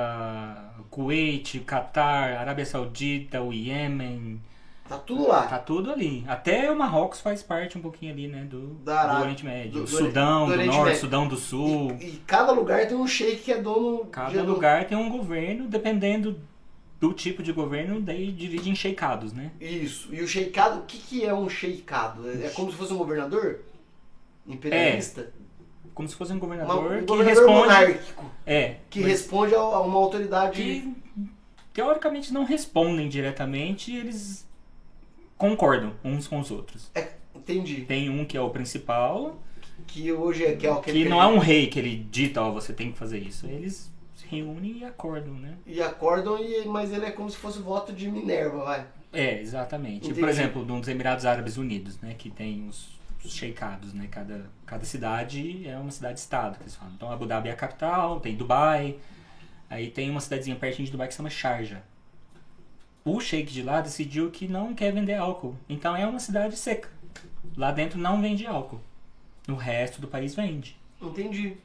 Speaker 3: Kuwait, Catar, Arábia Saudita, o Iêmen.
Speaker 2: Tá tudo lá.
Speaker 3: Tá tudo ali. Até o Marrocos faz parte um pouquinho ali, né? Do,
Speaker 2: Da Arábia.
Speaker 3: do Oriente Médio.
Speaker 2: Do-
Speaker 3: o
Speaker 2: do Ori-
Speaker 3: Sudão
Speaker 2: do
Speaker 3: do,
Speaker 2: Oriente
Speaker 3: Norte,
Speaker 2: Médio.
Speaker 3: Sudão do Sul.
Speaker 2: E, e cada lugar tem um shake que é dono de-
Speaker 3: Cada
Speaker 2: do-
Speaker 3: lugar tem um governo, dependendo do tipo de governo, daí divide em sheikados, né?
Speaker 2: Isso. E o sheikado, o que, que é um sheikado? É, é como se fosse um governador? Imperialista?
Speaker 3: Como se fosse um
Speaker 2: Uma-
Speaker 3: governador
Speaker 2: um
Speaker 3: que
Speaker 2: governador
Speaker 3: responde.
Speaker 2: monárquico.
Speaker 3: É.
Speaker 2: Que
Speaker 3: mas
Speaker 2: responde a, a uma autoridade.
Speaker 3: que teoricamente não respondem diretamente, eles concordam uns com os outros.
Speaker 2: É, entendi.
Speaker 3: Tem um que é o principal,
Speaker 2: Que hoje é que é o
Speaker 3: que não é um rei que ele dita, ó, você tem que fazer isso. Eles se reúnem e acordam, né?
Speaker 2: E acordam, e, mas ele é como se fosse voto de Minerva, vai.
Speaker 3: É, exatamente.
Speaker 2: Entendi.
Speaker 3: Por exemplo, nos Emirados Árabes Unidos, né, que tem os, os sheikados, né, cada, cada cidade é uma cidade-estado, que eles falam. Então, Abu Dhabi é a capital, tem Dubai, aí tem uma cidadezinha pertinho de Dubai que se chama Sharjah. O sheik de lá decidiu que não quer vender álcool, então é uma cidade seca. Lá dentro não vende álcool, no resto do país vende.
Speaker 2: Entendi.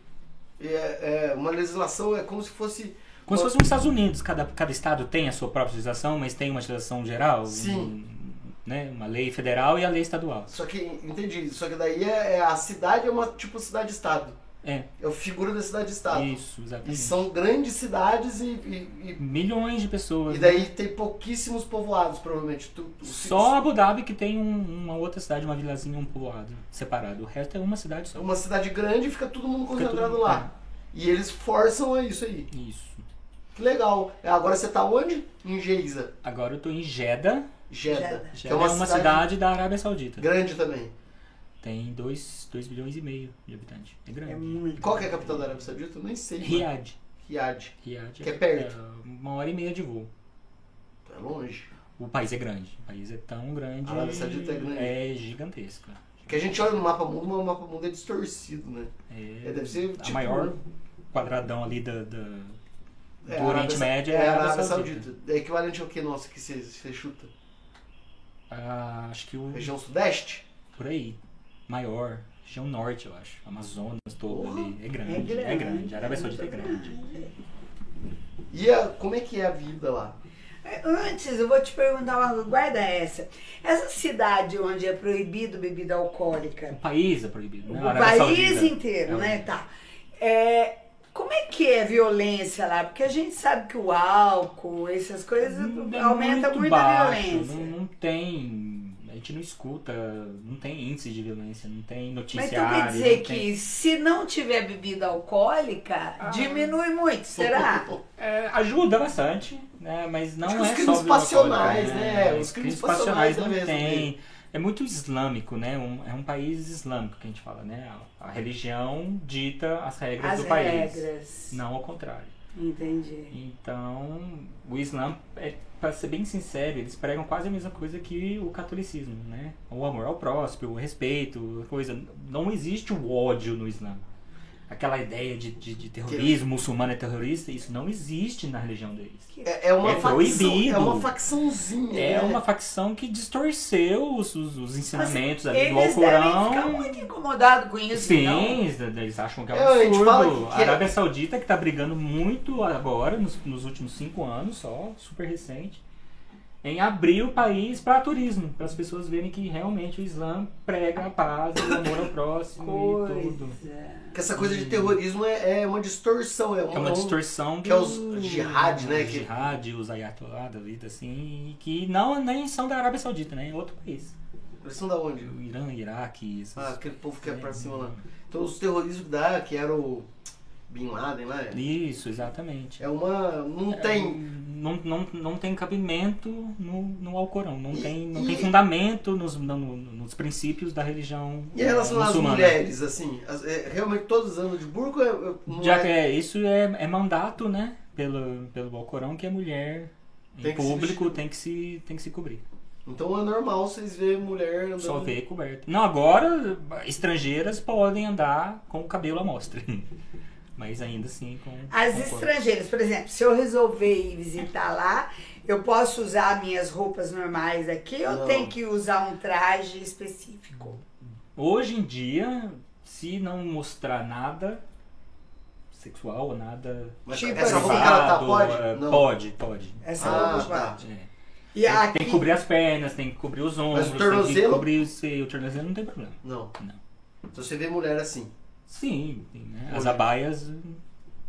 Speaker 2: É, é, uma legislação é como se fosse.
Speaker 3: Como se fosse nos Estados Unidos, cada, cada estado tem a sua própria legislação, mas tem uma legislação geral,
Speaker 2: Sim.
Speaker 3: um- né, uma lei federal e a lei estadual.
Speaker 2: Só que, entendi. Só que daí é, é a cidade é uma tipo cidade-estado.
Speaker 3: É.
Speaker 2: É a figura da cidade-estado.
Speaker 3: Isso,
Speaker 2: E
Speaker 3: exatamente.
Speaker 2: são grandes cidades e, e-
Speaker 3: Milhões de
Speaker 2: e-
Speaker 3: pessoas.
Speaker 2: e daí tem pouquíssimos povoados, provavelmente. Tu, tu-
Speaker 3: Só Abu Dhabi que tem um- uma outra cidade, uma vilazinha, um povoado separado. O resto é uma cidade só.
Speaker 2: Uma cidade grande fica todo mundo
Speaker 3: Fica tudo-
Speaker 2: concentrado lá. E eles forçam a isso aí.
Speaker 3: É, Isso.
Speaker 2: Que legal. É, Agora você tá onde? Em Geisa.
Speaker 3: Agora eu tô em Jeddah.
Speaker 2: Jeddah.
Speaker 3: Jeddah
Speaker 2: Que
Speaker 3: é uma, cidade da Arábia Saudita.
Speaker 2: grande também.
Speaker 3: Tem 2 milhões e meio de habitantes. É
Speaker 4: É
Speaker 3: grande.
Speaker 2: E
Speaker 4: muito.
Speaker 2: Qual que é a capital da Arábia Saudita? Eu nem sei. mano.
Speaker 3: Riad.
Speaker 2: Riad.
Speaker 3: Riad
Speaker 2: Que é perto.
Speaker 3: uma hora e meia de voo.
Speaker 2: É longe.
Speaker 3: O país é grande. O país é tão grande.
Speaker 2: A Arábia Saudita é grande.
Speaker 3: É gigantesca.
Speaker 2: Que a gente olha no mapa mundo, mas o mapa mundo é distorcido, né?
Speaker 3: É,
Speaker 2: É, deve ser
Speaker 3: a
Speaker 2: tipo-
Speaker 3: maior quadradão ali da, da-
Speaker 2: É,
Speaker 3: do
Speaker 2: a
Speaker 3: Oriente
Speaker 2: Arábia-
Speaker 3: Médio
Speaker 2: É a Arábia Saudita. É equivalente ao que, nossa, que você- você chuta?
Speaker 3: Ah, acho que o.
Speaker 2: Região Sudeste?
Speaker 3: Por aí. Maior. Região norte, eu acho. Amazonas todo
Speaker 2: Porra,
Speaker 3: ali. É grande.
Speaker 4: é
Speaker 3: É
Speaker 4: grande.
Speaker 3: grande. A Arábia Saudita é grande.
Speaker 2: E a- como é que é a vida lá?
Speaker 4: Antes, eu vou te perguntar uma coisa, guarda essa. Essa cidade onde é proibido bebida alcoólica,
Speaker 3: O país é proibido. Né? A
Speaker 4: o
Speaker 3: Arábia
Speaker 4: país
Speaker 3: Saudita.
Speaker 4: inteiro,
Speaker 3: É.
Speaker 4: né? Tá. É, como é que é a violência lá? Porque a gente sabe que o álcool, essas coisas,
Speaker 3: Não- é
Speaker 4: aumenta muito, a
Speaker 3: baixo, né?
Speaker 4: violência.
Speaker 3: Não, não tem. A gente não escuta. Não tem índice de violência. Não tem
Speaker 4: Mas
Speaker 3: noticiário.
Speaker 4: então quer dizer
Speaker 3: não
Speaker 4: que
Speaker 3: tem- Ah.
Speaker 4: se não tiver bebida alcoólica, diminui muito, será?
Speaker 3: É, ajuda bastante, né? Mas não
Speaker 2: Acho que
Speaker 3: é
Speaker 2: os
Speaker 3: só
Speaker 2: crimes
Speaker 3: violência,
Speaker 2: passionais, né? Os crimes
Speaker 3: Os crimes passionais não
Speaker 2: passionais né? também,
Speaker 3: tem. É muito islâmico, né? Um- é um país islâmico que a gente fala, né? A, a religião dita as regras
Speaker 4: As
Speaker 3: do país.
Speaker 4: regras.
Speaker 3: Não ao contrário.
Speaker 4: Entendi.
Speaker 3: Então, o Islã, é, para ser bem sincero, eles pregam quase a mesma coisa que o catolicismo, né? O amor ao próximo, o respeito, a coisa. Não existe o ódio no Islã. Aquela ideia de, de, de terrorismo, muçulmano é terrorista, isso não existe na religião deles.
Speaker 2: É, é uma
Speaker 3: É
Speaker 2: facção.
Speaker 3: proibido.
Speaker 2: É uma facçãozinha.
Speaker 3: É
Speaker 2: né?
Speaker 3: uma facção que distorceu os, os, os ensinamentos ali do
Speaker 4: Eles devem ficar
Speaker 2: um
Speaker 3: Alcorão.
Speaker 4: muito incomodados com isso, não?
Speaker 3: Sim, eles- eles acham que é um
Speaker 2: É, a gente
Speaker 3: absurdo.
Speaker 2: fala que- que
Speaker 3: a
Speaker 2: é-
Speaker 3: Arábia Saudita que tá brigando muito agora, nos, nos últimos cinco anos só, super recente, em abrir o país para turismo, para as pessoas verem que realmente o Islã prega a paz, o amor ao próximo e tudo.
Speaker 4: Coisa.
Speaker 2: Que essa coisa de terrorismo é, é uma distorção. É, um-
Speaker 3: É uma
Speaker 2: um-
Speaker 3: distorção
Speaker 2: que é
Speaker 3: do-
Speaker 2: os jihad, né,
Speaker 3: Os
Speaker 2: que-
Speaker 3: jihad, os ayatollah da vida, assim, e que não nem são da Arábia Saudita, né? É outro país.
Speaker 2: Eles são da onde?
Speaker 3: O Irã, Iraque, esses...
Speaker 2: Ah, aquele povo que é pra cima lá. Então os terroristas que dá, que era o Bin Laden lá. é-
Speaker 3: Isso, exatamente.
Speaker 2: É uma. Não tem.
Speaker 3: Não, não, não tem cabimento no, no Alcorão, não
Speaker 2: E-
Speaker 3: tem, não
Speaker 2: e-
Speaker 3: tem fundamento nos, no- no- nos princípios da religião
Speaker 2: E em relação às
Speaker 3: muçulmana.
Speaker 2: mulheres, assim, as- é, realmente todos andam de burco, é- é- não
Speaker 3: né? Já que
Speaker 2: é-
Speaker 3: é, isso é, é mandato, né, pelo, pelo Alcorão, que a mulher
Speaker 2: Tem
Speaker 3: em
Speaker 2: que se
Speaker 3: público
Speaker 2: vestir.
Speaker 3: tem, que se, tem que se cobrir.
Speaker 2: Então é normal vocês verem mulher andando.
Speaker 3: Só veio coberto. Não, agora estrangeiras podem andar com o cabelo à mostra. Mas ainda assim com.
Speaker 4: As
Speaker 3: com cor.
Speaker 4: estrangeiras, por exemplo, se eu resolver ir visitar lá, eu posso usar minhas roupas normais aqui ou
Speaker 2: Não.
Speaker 4: tenho que usar um traje específico?
Speaker 3: Hoje em dia, se não mostrar nada sexual ou nada.
Speaker 2: Mas
Speaker 4: Tipo
Speaker 2: essa roupa que
Speaker 4: assim.
Speaker 2: ela tá,
Speaker 3: é,
Speaker 2: pode? Não.
Speaker 3: pode, pode.
Speaker 4: Essa
Speaker 2: Ah,
Speaker 4: roupa
Speaker 2: tá.
Speaker 4: pode.
Speaker 3: É.
Speaker 4: E
Speaker 3: Tem-
Speaker 4: aqui,
Speaker 3: Tem que cobrir as pernas, tem que cobrir os ombros, tem que
Speaker 2: tornozelo?
Speaker 3: cobrir o seio. O tornozelo não tem problema.
Speaker 2: Não.
Speaker 3: Não.
Speaker 2: Então você vê mulher assim.
Speaker 3: Sim, tem, né? As
Speaker 2: Olha.
Speaker 3: abaias.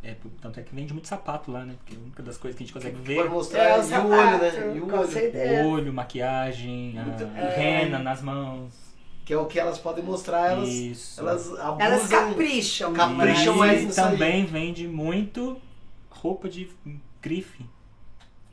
Speaker 3: É, tanto é que vende muito sapato lá, né? Porque é a única das coisas que a gente consegue ver.
Speaker 2: Pode mostrar
Speaker 4: É, o
Speaker 2: e
Speaker 4: sapato,
Speaker 2: o olho, né? E o
Speaker 4: com
Speaker 2: olho.
Speaker 4: certeza.
Speaker 3: O olho, maquiagem, a
Speaker 2: Muito-
Speaker 3: rena nas mãos.
Speaker 2: Que é o que elas podem mostrar, elas,
Speaker 3: Isso.
Speaker 2: elas abusam.
Speaker 4: Elas capricham.
Speaker 3: E
Speaker 2: capricham
Speaker 4: né?
Speaker 2: Tá mais nisso aí.
Speaker 3: também vende muito roupa de grife.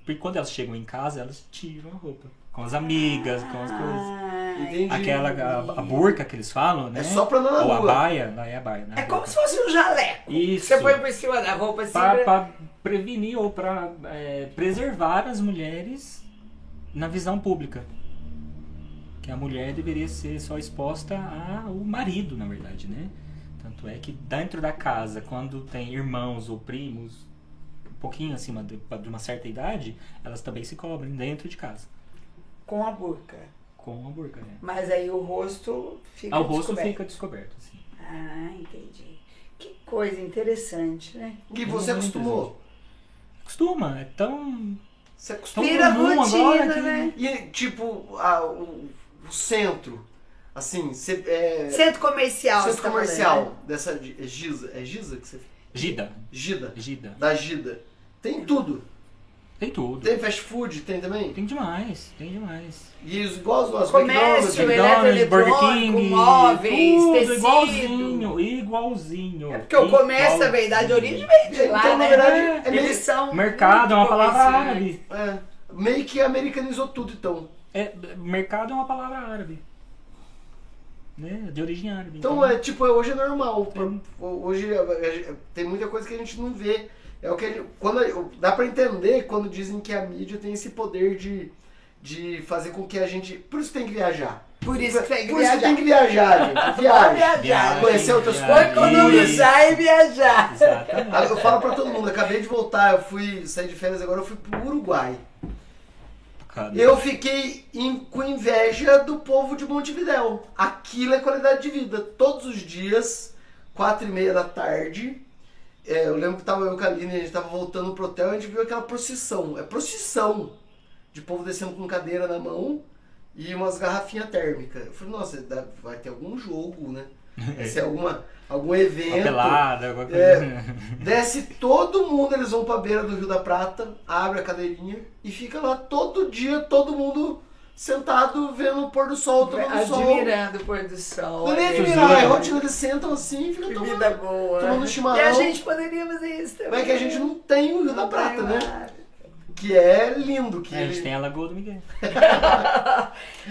Speaker 3: Porque quando elas chegam em casa, elas tiram a roupa. Com as amigas, com as coisas.
Speaker 4: Ah,
Speaker 2: Entendi.
Speaker 3: Aquela, a, a burca que eles falam, né?
Speaker 2: É só pra andar na
Speaker 3: Ou a
Speaker 2: rua.
Speaker 3: baia, lá é a baia. né?
Speaker 4: É
Speaker 3: A
Speaker 4: como
Speaker 3: burca.
Speaker 4: se fosse um jaleco.
Speaker 3: Isso.
Speaker 4: Você põe por cima da roupa assim.
Speaker 3: Pra,
Speaker 4: pra-
Speaker 3: pra prevenir ou pra é, preservar as mulheres na visão pública. Que a mulher deveria ser só exposta ao marido, na verdade, né? Tanto é que dentro da casa, quando tem irmãos ou primos, um pouquinho acima de, de uma certa idade, elas também se cobrem dentro de casa.
Speaker 4: Com a burca.
Speaker 3: Com a burca, né?
Speaker 4: Mas aí o rosto fica
Speaker 3: Ah, o rosto
Speaker 4: descoberto.
Speaker 3: fica descoberto, assim.
Speaker 4: Ah, entendi. Que coisa interessante, né?
Speaker 2: E você acostumou.
Speaker 3: Costuma, é tão,
Speaker 2: Você acostumou.
Speaker 3: tão
Speaker 4: Vira
Speaker 3: comum agora
Speaker 4: rotina,
Speaker 3: que...
Speaker 4: né?
Speaker 2: E tipo, a- o, o centro. Assim, você. É,
Speaker 4: Centro comercial. você
Speaker 2: centro
Speaker 4: tá
Speaker 2: comercial
Speaker 4: falando, né?
Speaker 2: dessa de- é Giza. É Giza que você fica?
Speaker 3: Gida,
Speaker 2: Gida.
Speaker 3: Gida.
Speaker 2: Da Gida. Tem tudo.
Speaker 3: Tem tudo.
Speaker 2: Tem fast food, tem também.
Speaker 3: Tem demais, tem demais.
Speaker 2: E os igual os nossos
Speaker 4: Comércio,
Speaker 2: McDonald's.
Speaker 4: eletroeletrônico, é móveis,
Speaker 3: tudo
Speaker 4: tecido.
Speaker 3: igualzinho, igualzinho.
Speaker 4: É porque o comércio
Speaker 3: igualzinho.
Speaker 4: também, da origem vem de
Speaker 2: Então,
Speaker 4: lá,
Speaker 2: na
Speaker 4: né?
Speaker 2: verdade, é meio-
Speaker 4: Eles são
Speaker 3: Mercado é uma
Speaker 4: muito né?
Speaker 3: palavra
Speaker 4: comerciantes.
Speaker 3: árabe.
Speaker 2: É, meio que americanizou tudo então.
Speaker 3: É, mercado é uma palavra árabe. Né? De origem árabe.
Speaker 2: Então é tipo, é- hoje é normal. Pra- Hoje é- é- é- tem muita coisa que a gente não vê. É o que a gente- quando a- dá pra entender quando dizem que a mídia tem esse poder de, de fazer com que a gente, por isso tem que viajar.
Speaker 4: Por isso que tem que
Speaker 2: Por isso
Speaker 4: viajar.
Speaker 2: que tem que viajar, gente. Viaja.
Speaker 4: viajar.
Speaker 2: Conhecer outras
Speaker 4: Vou
Speaker 2: viagem.
Speaker 4: economizar e viajar.
Speaker 3: Exatamente.
Speaker 2: Ah, Eu falo pra todo mundo, acabei de voltar, eu fui sair de férias agora, eu fui pro Uruguai. Eu fiquei em- com inveja do povo de Montevidéu. Aquilo é qualidade de vida. Todos os dias, quatro e meia da tarde. é, eu lembro que tava eu e a Kaline, a gente tava voltando pro hotel e a gente viu aquela procissão. É procissão de povo descendo com cadeira na mão e umas garrafinhas térmicas. Eu falei, nossa, dá- vai ter algum jogo, né? Vai ser alguma, algum
Speaker 3: Uma
Speaker 2: evento.
Speaker 3: pelada, alguma coisa.
Speaker 2: Desce todo mundo, eles vão pra beira do Rio da Prata, abre a cadeirinha e fica lá todo dia, todo mundo sentado vendo o pôr do sol, tomando sol.
Speaker 4: Admirando o pôr do sol.
Speaker 2: Não é nem
Speaker 4: olha.
Speaker 2: admirar, é rotina, eles sentam assim e ficam
Speaker 4: Que
Speaker 2: tomando,
Speaker 4: vida boa. né?
Speaker 2: tomando chimarrão.
Speaker 4: E a gente poderia fazer isso também.
Speaker 2: Mas é que a gente não tem o Rio da
Speaker 4: Não
Speaker 2: Prata,
Speaker 4: tem
Speaker 2: né?
Speaker 4: lá.
Speaker 2: Que é lindo. Que
Speaker 3: A gente tem a Lagoa do Miguel.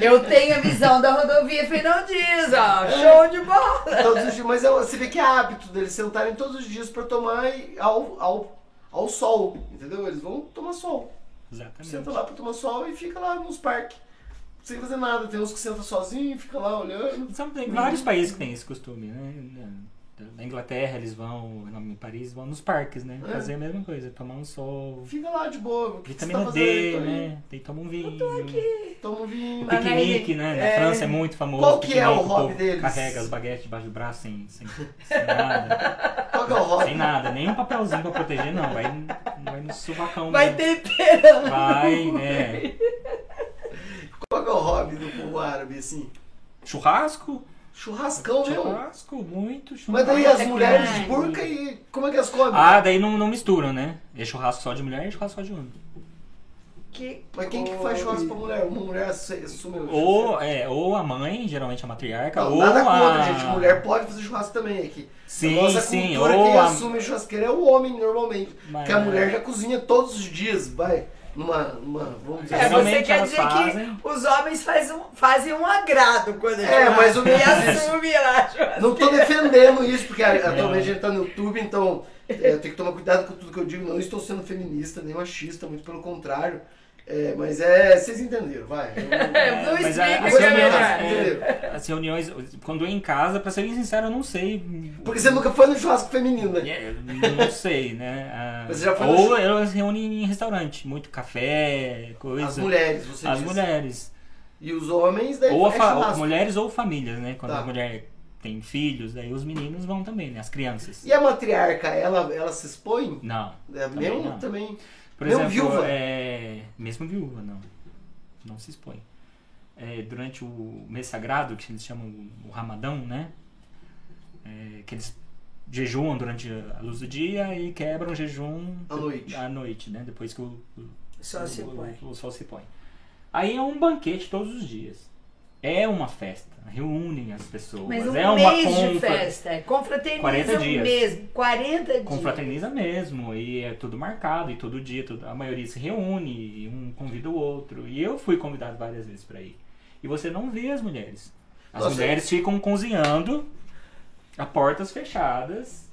Speaker 4: Eu tenho a visão da rodovia Fernão Dias, ó. Show de bola.
Speaker 2: todos os dias, mas é- você vê que é hábito deles sentarem todos os dias pra tomar e- ao, ao, ao sol, entendeu? Eles vão tomar sol. Senta
Speaker 3: Exatamente.
Speaker 2: lá pra tomar sol e fica lá nos parques. Sem fazer nada, tem uns que sentam sozinho, fica lá olhando.
Speaker 3: São- Tem vários países que têm esse costume, né? Da- Da Inglaterra eles vão, em Paris, vão nos parques, né?
Speaker 2: É.
Speaker 3: Fazer a mesma coisa, tomar um sol,
Speaker 2: Fica lá de boa. O que, que você
Speaker 3: Vitamina
Speaker 2: tá fazendo?
Speaker 3: D,
Speaker 2: Tô aí.
Speaker 3: né? Tem toma um vinho.
Speaker 2: Toma um vinho.
Speaker 4: Mas
Speaker 3: Piquenique, né? Na
Speaker 4: é.
Speaker 3: França é muito famoso.
Speaker 2: Qual que é o
Speaker 3: piquenique,
Speaker 2: hobby
Speaker 3: povo
Speaker 2: deles?
Speaker 3: Carrega as baguetes debaixo do braço sem, sem, sem nada.
Speaker 2: Qual que é o hobby?
Speaker 3: sem nada, nem um papelzinho pra proteger, não. Vai, vai no sovacão.
Speaker 4: Vai
Speaker 3: mesmo.
Speaker 4: temperando.
Speaker 3: Vai, né?
Speaker 2: Qual que é o hobby do povo árabe, assim?
Speaker 3: Churrasco?
Speaker 2: Churrascão, meu.
Speaker 3: Churrasco, muito churrasco.
Speaker 2: Mas daí as
Speaker 4: é
Speaker 2: mulheres de
Speaker 4: grande.
Speaker 2: burca e... Como é que elas comem?
Speaker 3: Ah, daí não, não misturam, né? É churrasco só de mulher e churrasco só de homem.
Speaker 4: Que
Speaker 2: Mas quem que faz churrasco pra mulher? Uma mulher se- assume... o
Speaker 3: Ou, é, ou a mãe, geralmente a matriarca,
Speaker 2: Não,
Speaker 3: ou
Speaker 2: nada
Speaker 3: a...
Speaker 2: contra, gente. Mulher pode fazer churrasco também aqui.
Speaker 3: Sim,
Speaker 2: a nossa
Speaker 3: sim,
Speaker 2: cultura,
Speaker 3: ou
Speaker 2: quem
Speaker 3: a- É.
Speaker 2: assume churrasqueira é o homem, normalmente.
Speaker 3: Mas-
Speaker 2: Porque a mulher já cozinha todos os dias, vai. Numa... numa vamos dizer
Speaker 4: É,
Speaker 2: assim.
Speaker 4: você
Speaker 3: Geralmente
Speaker 4: quer
Speaker 3: elas
Speaker 4: dizer
Speaker 3: fazem.
Speaker 4: que os homens faz um- fazem um agrado quando a gente um
Speaker 2: É, mais ou menos
Speaker 4: E
Speaker 2: isso.
Speaker 4: assume lá, Joana.
Speaker 2: Não tô defendendo isso, porque a- atualmente a gente tá no YouTube, então é, eu tenho que tomar cuidado com tudo que eu digo. Não estou sendo feminista, nem machista, muito pelo contrário. É, mas é. Vocês entenderam, vai. Eu-
Speaker 3: É,
Speaker 5: Não
Speaker 3: mas
Speaker 5: explica
Speaker 3: a-
Speaker 5: que é
Speaker 3: as reuniões-
Speaker 5: melhor.
Speaker 2: Entenderam?
Speaker 3: é, As reuniões, quando é em casa, pra ser bem sincero, eu não sei.
Speaker 2: Porque você nunca foi no churrasco feminino, né?
Speaker 3: É, Não sei, né? Ah,
Speaker 2: Mas você já foi no
Speaker 3: ou
Speaker 2: chu-
Speaker 3: elas reúnem em restaurante, muito café, coisa.
Speaker 2: As mulheres, você
Speaker 3: é. As
Speaker 2: diz.
Speaker 3: mulheres.
Speaker 2: E os homens, daí
Speaker 3: Ou a
Speaker 2: é
Speaker 3: fa-
Speaker 2: churrasco.
Speaker 3: mulheres ou famílias, né? Quando
Speaker 2: Tá.
Speaker 3: a mulher tem filhos, daí os meninos vão também, né? As crianças.
Speaker 2: E a matriarca, ela, ela se expõe?
Speaker 3: Não.
Speaker 2: É,
Speaker 3: também
Speaker 2: mesmo
Speaker 3: não.
Speaker 2: também.
Speaker 3: Por
Speaker 2: Mesmo
Speaker 3: exemplo,
Speaker 2: viúva?
Speaker 3: é, mesmo viúva, não. Não se expõe. É, durante o mês sagrado, que eles chamam o Ramadão, né? É, que eles jejuam durante a luz do dia e quebram o jejum
Speaker 2: À noite.
Speaker 3: à noite, né? Depois que o, o-
Speaker 4: Só se
Speaker 3: o-
Speaker 4: põe.
Speaker 3: o sol se põe. Aí é um banquete todos os dias. É uma festa. Reúnem as pessoas.
Speaker 4: Mas um
Speaker 3: é uma
Speaker 4: mês de
Speaker 3: confra-
Speaker 4: festa. é Confraterniza
Speaker 3: 40
Speaker 4: um
Speaker 3: dias.
Speaker 4: mesmo. 40 dias.
Speaker 3: confraterniza mesmo, e é tudo marcado, e todo dia tudo- a maioria se reúne, e um convida o outro. E eu fui convidado várias vezes pra ir. E você não vê as mulheres. As
Speaker 2: Nossa.
Speaker 3: mulheres ficam cozinhando, a portas fechadas,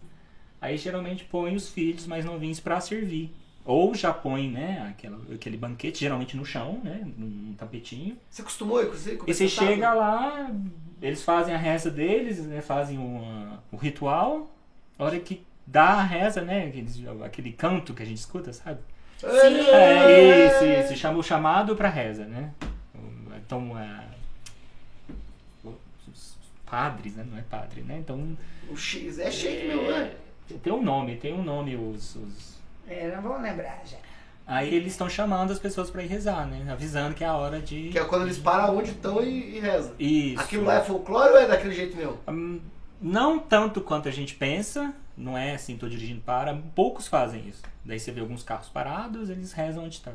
Speaker 3: aí geralmente põe os filhos mais novinhos pra servir. Ou já põe, né, aquela- aquele banquete, geralmente no chão, né, num tapetinho.
Speaker 2: Você acostumou com é você?
Speaker 3: E você chega lá, eles fazem a reza deles, né, fazem o, ah, o ritual. A hora que dá a reza, né? Aqueles, aquele canto que a gente escuta, sabe?
Speaker 2: É, né?
Speaker 3: É, isso, isso. Chama o chamado pra reza, né? O- Então, ah, os padres, né? Não é padre, né? Então,
Speaker 2: O X, é shake, meu, né?
Speaker 3: tem um nome, tem um nome os- os,
Speaker 4: É, não vão lembrar já.
Speaker 3: Aí eles estão chamando as pessoas pra ir rezar, né? Avisando que é a hora de.
Speaker 2: Que é quando eles param onde estão e, e rezam.
Speaker 3: Isso.
Speaker 2: Aquilo lá é folclore ou é daquele jeito meu?
Speaker 3: Hum, Não tanto quanto a gente pensa, não é assim, tô dirigindo para, poucos fazem isso. Daí você vê alguns carros parados, eles rezam onde tá.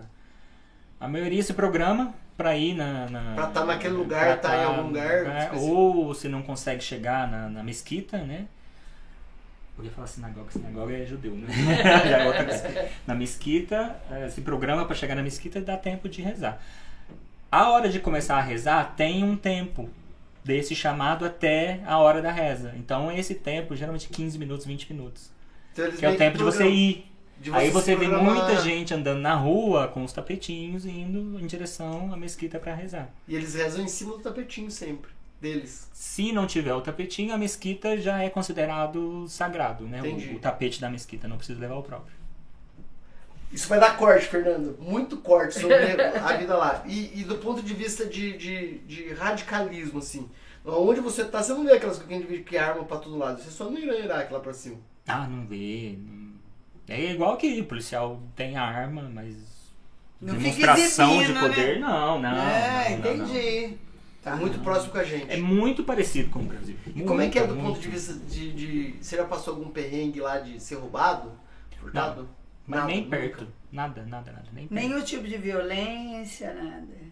Speaker 3: A maioria se programa pra ir na. na
Speaker 2: Pra tá naquele
Speaker 3: pra
Speaker 2: lugar, tá em algum
Speaker 3: no
Speaker 2: lugar específico.
Speaker 3: ou se não consegue chegar na, na mesquita, né? Eu ia falar sinagoga, sinagoga é judeu, né? Já é outra coisa. na mesquita, eh, se programa pra chegar na mesquita e dá tempo de rezar. A hora de começar a rezar tem um tempo desse chamado até a hora da reza. Então esse tempo, geralmente 15 minutos, 20 minutos.
Speaker 2: Então eles
Speaker 3: Que é o
Speaker 2: meio
Speaker 3: tempo de você
Speaker 2: programam-
Speaker 3: ir.
Speaker 2: de
Speaker 3: Aí
Speaker 2: se
Speaker 3: você vê
Speaker 2: programar.
Speaker 3: muita gente andando na rua com os tapetinhos e indo em direção à mesquita pra rezar.
Speaker 2: E eles rezam em cima do tapetinho sempre. Deles.
Speaker 3: Se não tiver o tapetinho, a mesquita já é considerado sagrado, né?
Speaker 2: Entendi.
Speaker 3: O, o tapete da mesquita, não precisa levar o próprio.
Speaker 2: Isso vai dar corte, Fernando. Muito corte sobre a vida lá. E, e do ponto de vista de, de, de radicalismo, assim. Onde você tá, você não vê aquelas coquinhas de vídeo que arma pra todo lado. Você só no Irã e Iraque lá pra cima.
Speaker 3: Ah, não vê. não- É igual que policial tem arma, mas
Speaker 4: Não fica
Speaker 3: demonstração de
Speaker 4: exibindo, né?
Speaker 3: poder, não, não.
Speaker 4: é,
Speaker 3: não, não, não.
Speaker 4: entendi.
Speaker 2: Tá muito próximo com a gente.
Speaker 3: É muito parecido com o Brasil.
Speaker 2: E como é que é do
Speaker 3: Muito,
Speaker 2: ponto de
Speaker 3: muito.
Speaker 2: vista de, de. Você já passou algum perrengue lá de ser roubado? Furtado?
Speaker 3: Mas
Speaker 2: Nada,
Speaker 3: nem
Speaker 2: nunca.
Speaker 3: perto. Nada, nada, nada. Nem perto.
Speaker 4: Nenhum tipo de violência, nada.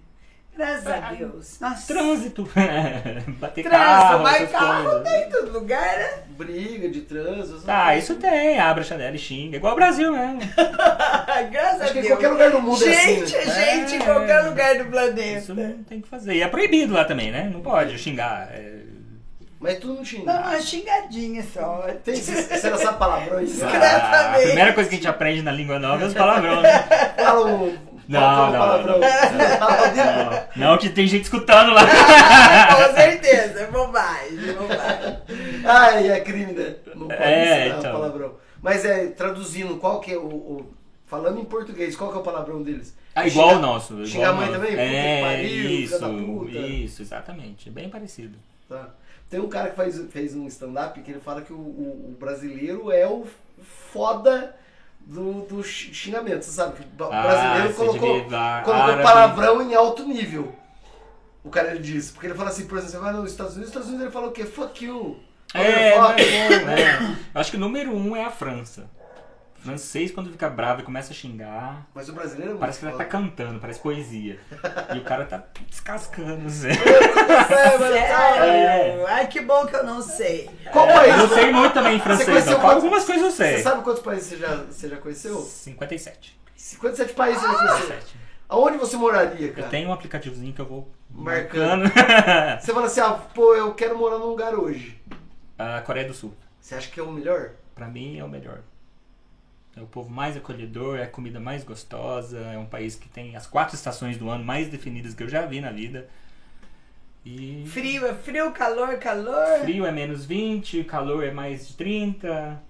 Speaker 4: Graças a
Speaker 3: Ah,
Speaker 4: Deus. Nossa.
Speaker 3: Trânsito. Bater
Speaker 4: Trânsito,
Speaker 3: carro.
Speaker 4: vai
Speaker 3: essas
Speaker 4: carro,
Speaker 3: coisas.
Speaker 4: Em todo lugar, né?
Speaker 2: Briga de trânsito. essas
Speaker 3: Tá,
Speaker 2: coisas.
Speaker 3: isso tem. Abre a janela e xinga. Igual o Brasil né? mesmo.
Speaker 4: Graças
Speaker 2: Acho
Speaker 4: a
Speaker 2: que
Speaker 4: Deus.
Speaker 2: em qualquer lugar do mundo é
Speaker 4: gente,
Speaker 2: assim. né?
Speaker 4: gente, em
Speaker 3: É.
Speaker 4: qualquer lugar do planeta.
Speaker 3: Isso não tem o que fazer. E é proibido lá também, né? Não pode xingar. É,
Speaker 2: Mas tu não tinha.
Speaker 4: Dá é uma xingadinha só.
Speaker 2: Tem será essa palavrão Ah, isso?
Speaker 4: Desgraça.
Speaker 3: A
Speaker 4: Exatamente.
Speaker 3: primeira coisa que a gente aprende na língua nova é os palavrões. Né?
Speaker 2: Fala É. um.
Speaker 3: Não,
Speaker 2: fala um
Speaker 3: não,
Speaker 2: palavrão.
Speaker 3: Não, não que tem gente escutando lá.
Speaker 4: Com certeza, bobagem, bobagem.
Speaker 2: Ai, é crime, né? Não pode
Speaker 3: É,
Speaker 2: ensinar
Speaker 3: então.
Speaker 2: palavrão. Mas é, traduzindo, qual que é o, o- Falando em português, qual que é o palavrão deles?
Speaker 3: Ah, igual o
Speaker 2: Xinga-
Speaker 3: nosso. igual
Speaker 2: xingar a mãe
Speaker 3: o nosso.
Speaker 2: também? Puta que
Speaker 3: É,
Speaker 2: pariu, filha
Speaker 3: isso,
Speaker 2: da puta.
Speaker 3: isso, exatamente. É Bem parecido.
Speaker 2: Tá. Tem um cara que faz, fez um stand-up que ele fala que o, o- o brasileiro é o foda do, do xi- xingamento. Você sabe que o ba- brasileiro
Speaker 3: Ah, se
Speaker 2: colocou,
Speaker 3: derivar
Speaker 2: colocou
Speaker 3: árabe.
Speaker 2: palavrão em alto nível. O cara ele diz. Porque ele fala assim, por exemplo, você vai nos Estados Unidos, nos Estados Unidos ele fala o quê? Fuck you.
Speaker 3: É,
Speaker 2: motherfucker.
Speaker 3: mas, né? Eu acho que o número um é a França. O francês, quando fica bravo e começa a xingar,
Speaker 2: Mas o brasileiro é muito
Speaker 3: parece que ele tá
Speaker 2: foda.
Speaker 3: cantando, parece poesia. E o cara tá descascando, assim. Zé.
Speaker 4: Sério? Ai, que bom que eu não sei.
Speaker 2: Qual
Speaker 3: Eu
Speaker 2: país?
Speaker 3: sei muito também em francês,
Speaker 2: conheceu
Speaker 3: não.
Speaker 2: quantos-
Speaker 3: algumas coisas eu
Speaker 2: é Você
Speaker 3: É, sei.
Speaker 2: sabe quantos países você já, você já conheceu?
Speaker 3: 57.
Speaker 2: 57 países você já conheceu. Aonde você moraria, cara?
Speaker 3: Ah, Eu tenho um aplicativozinho que eu vou
Speaker 2: Marcando.
Speaker 3: marcando.
Speaker 2: Você fala assim, ah, pô, eu quero morar num lugar hoje.
Speaker 3: a Coreia do Sul.
Speaker 2: Você acha que é o melhor?
Speaker 3: Pra mim é o melhor. É o povo mais acolhedor, é a comida mais gostosa, é um país que tem as quatro estações do ano mais definidas que eu já vi na vida. E
Speaker 4: Frio é frio, calor é calor.
Speaker 3: frio é menos 20, calor é mais de 30,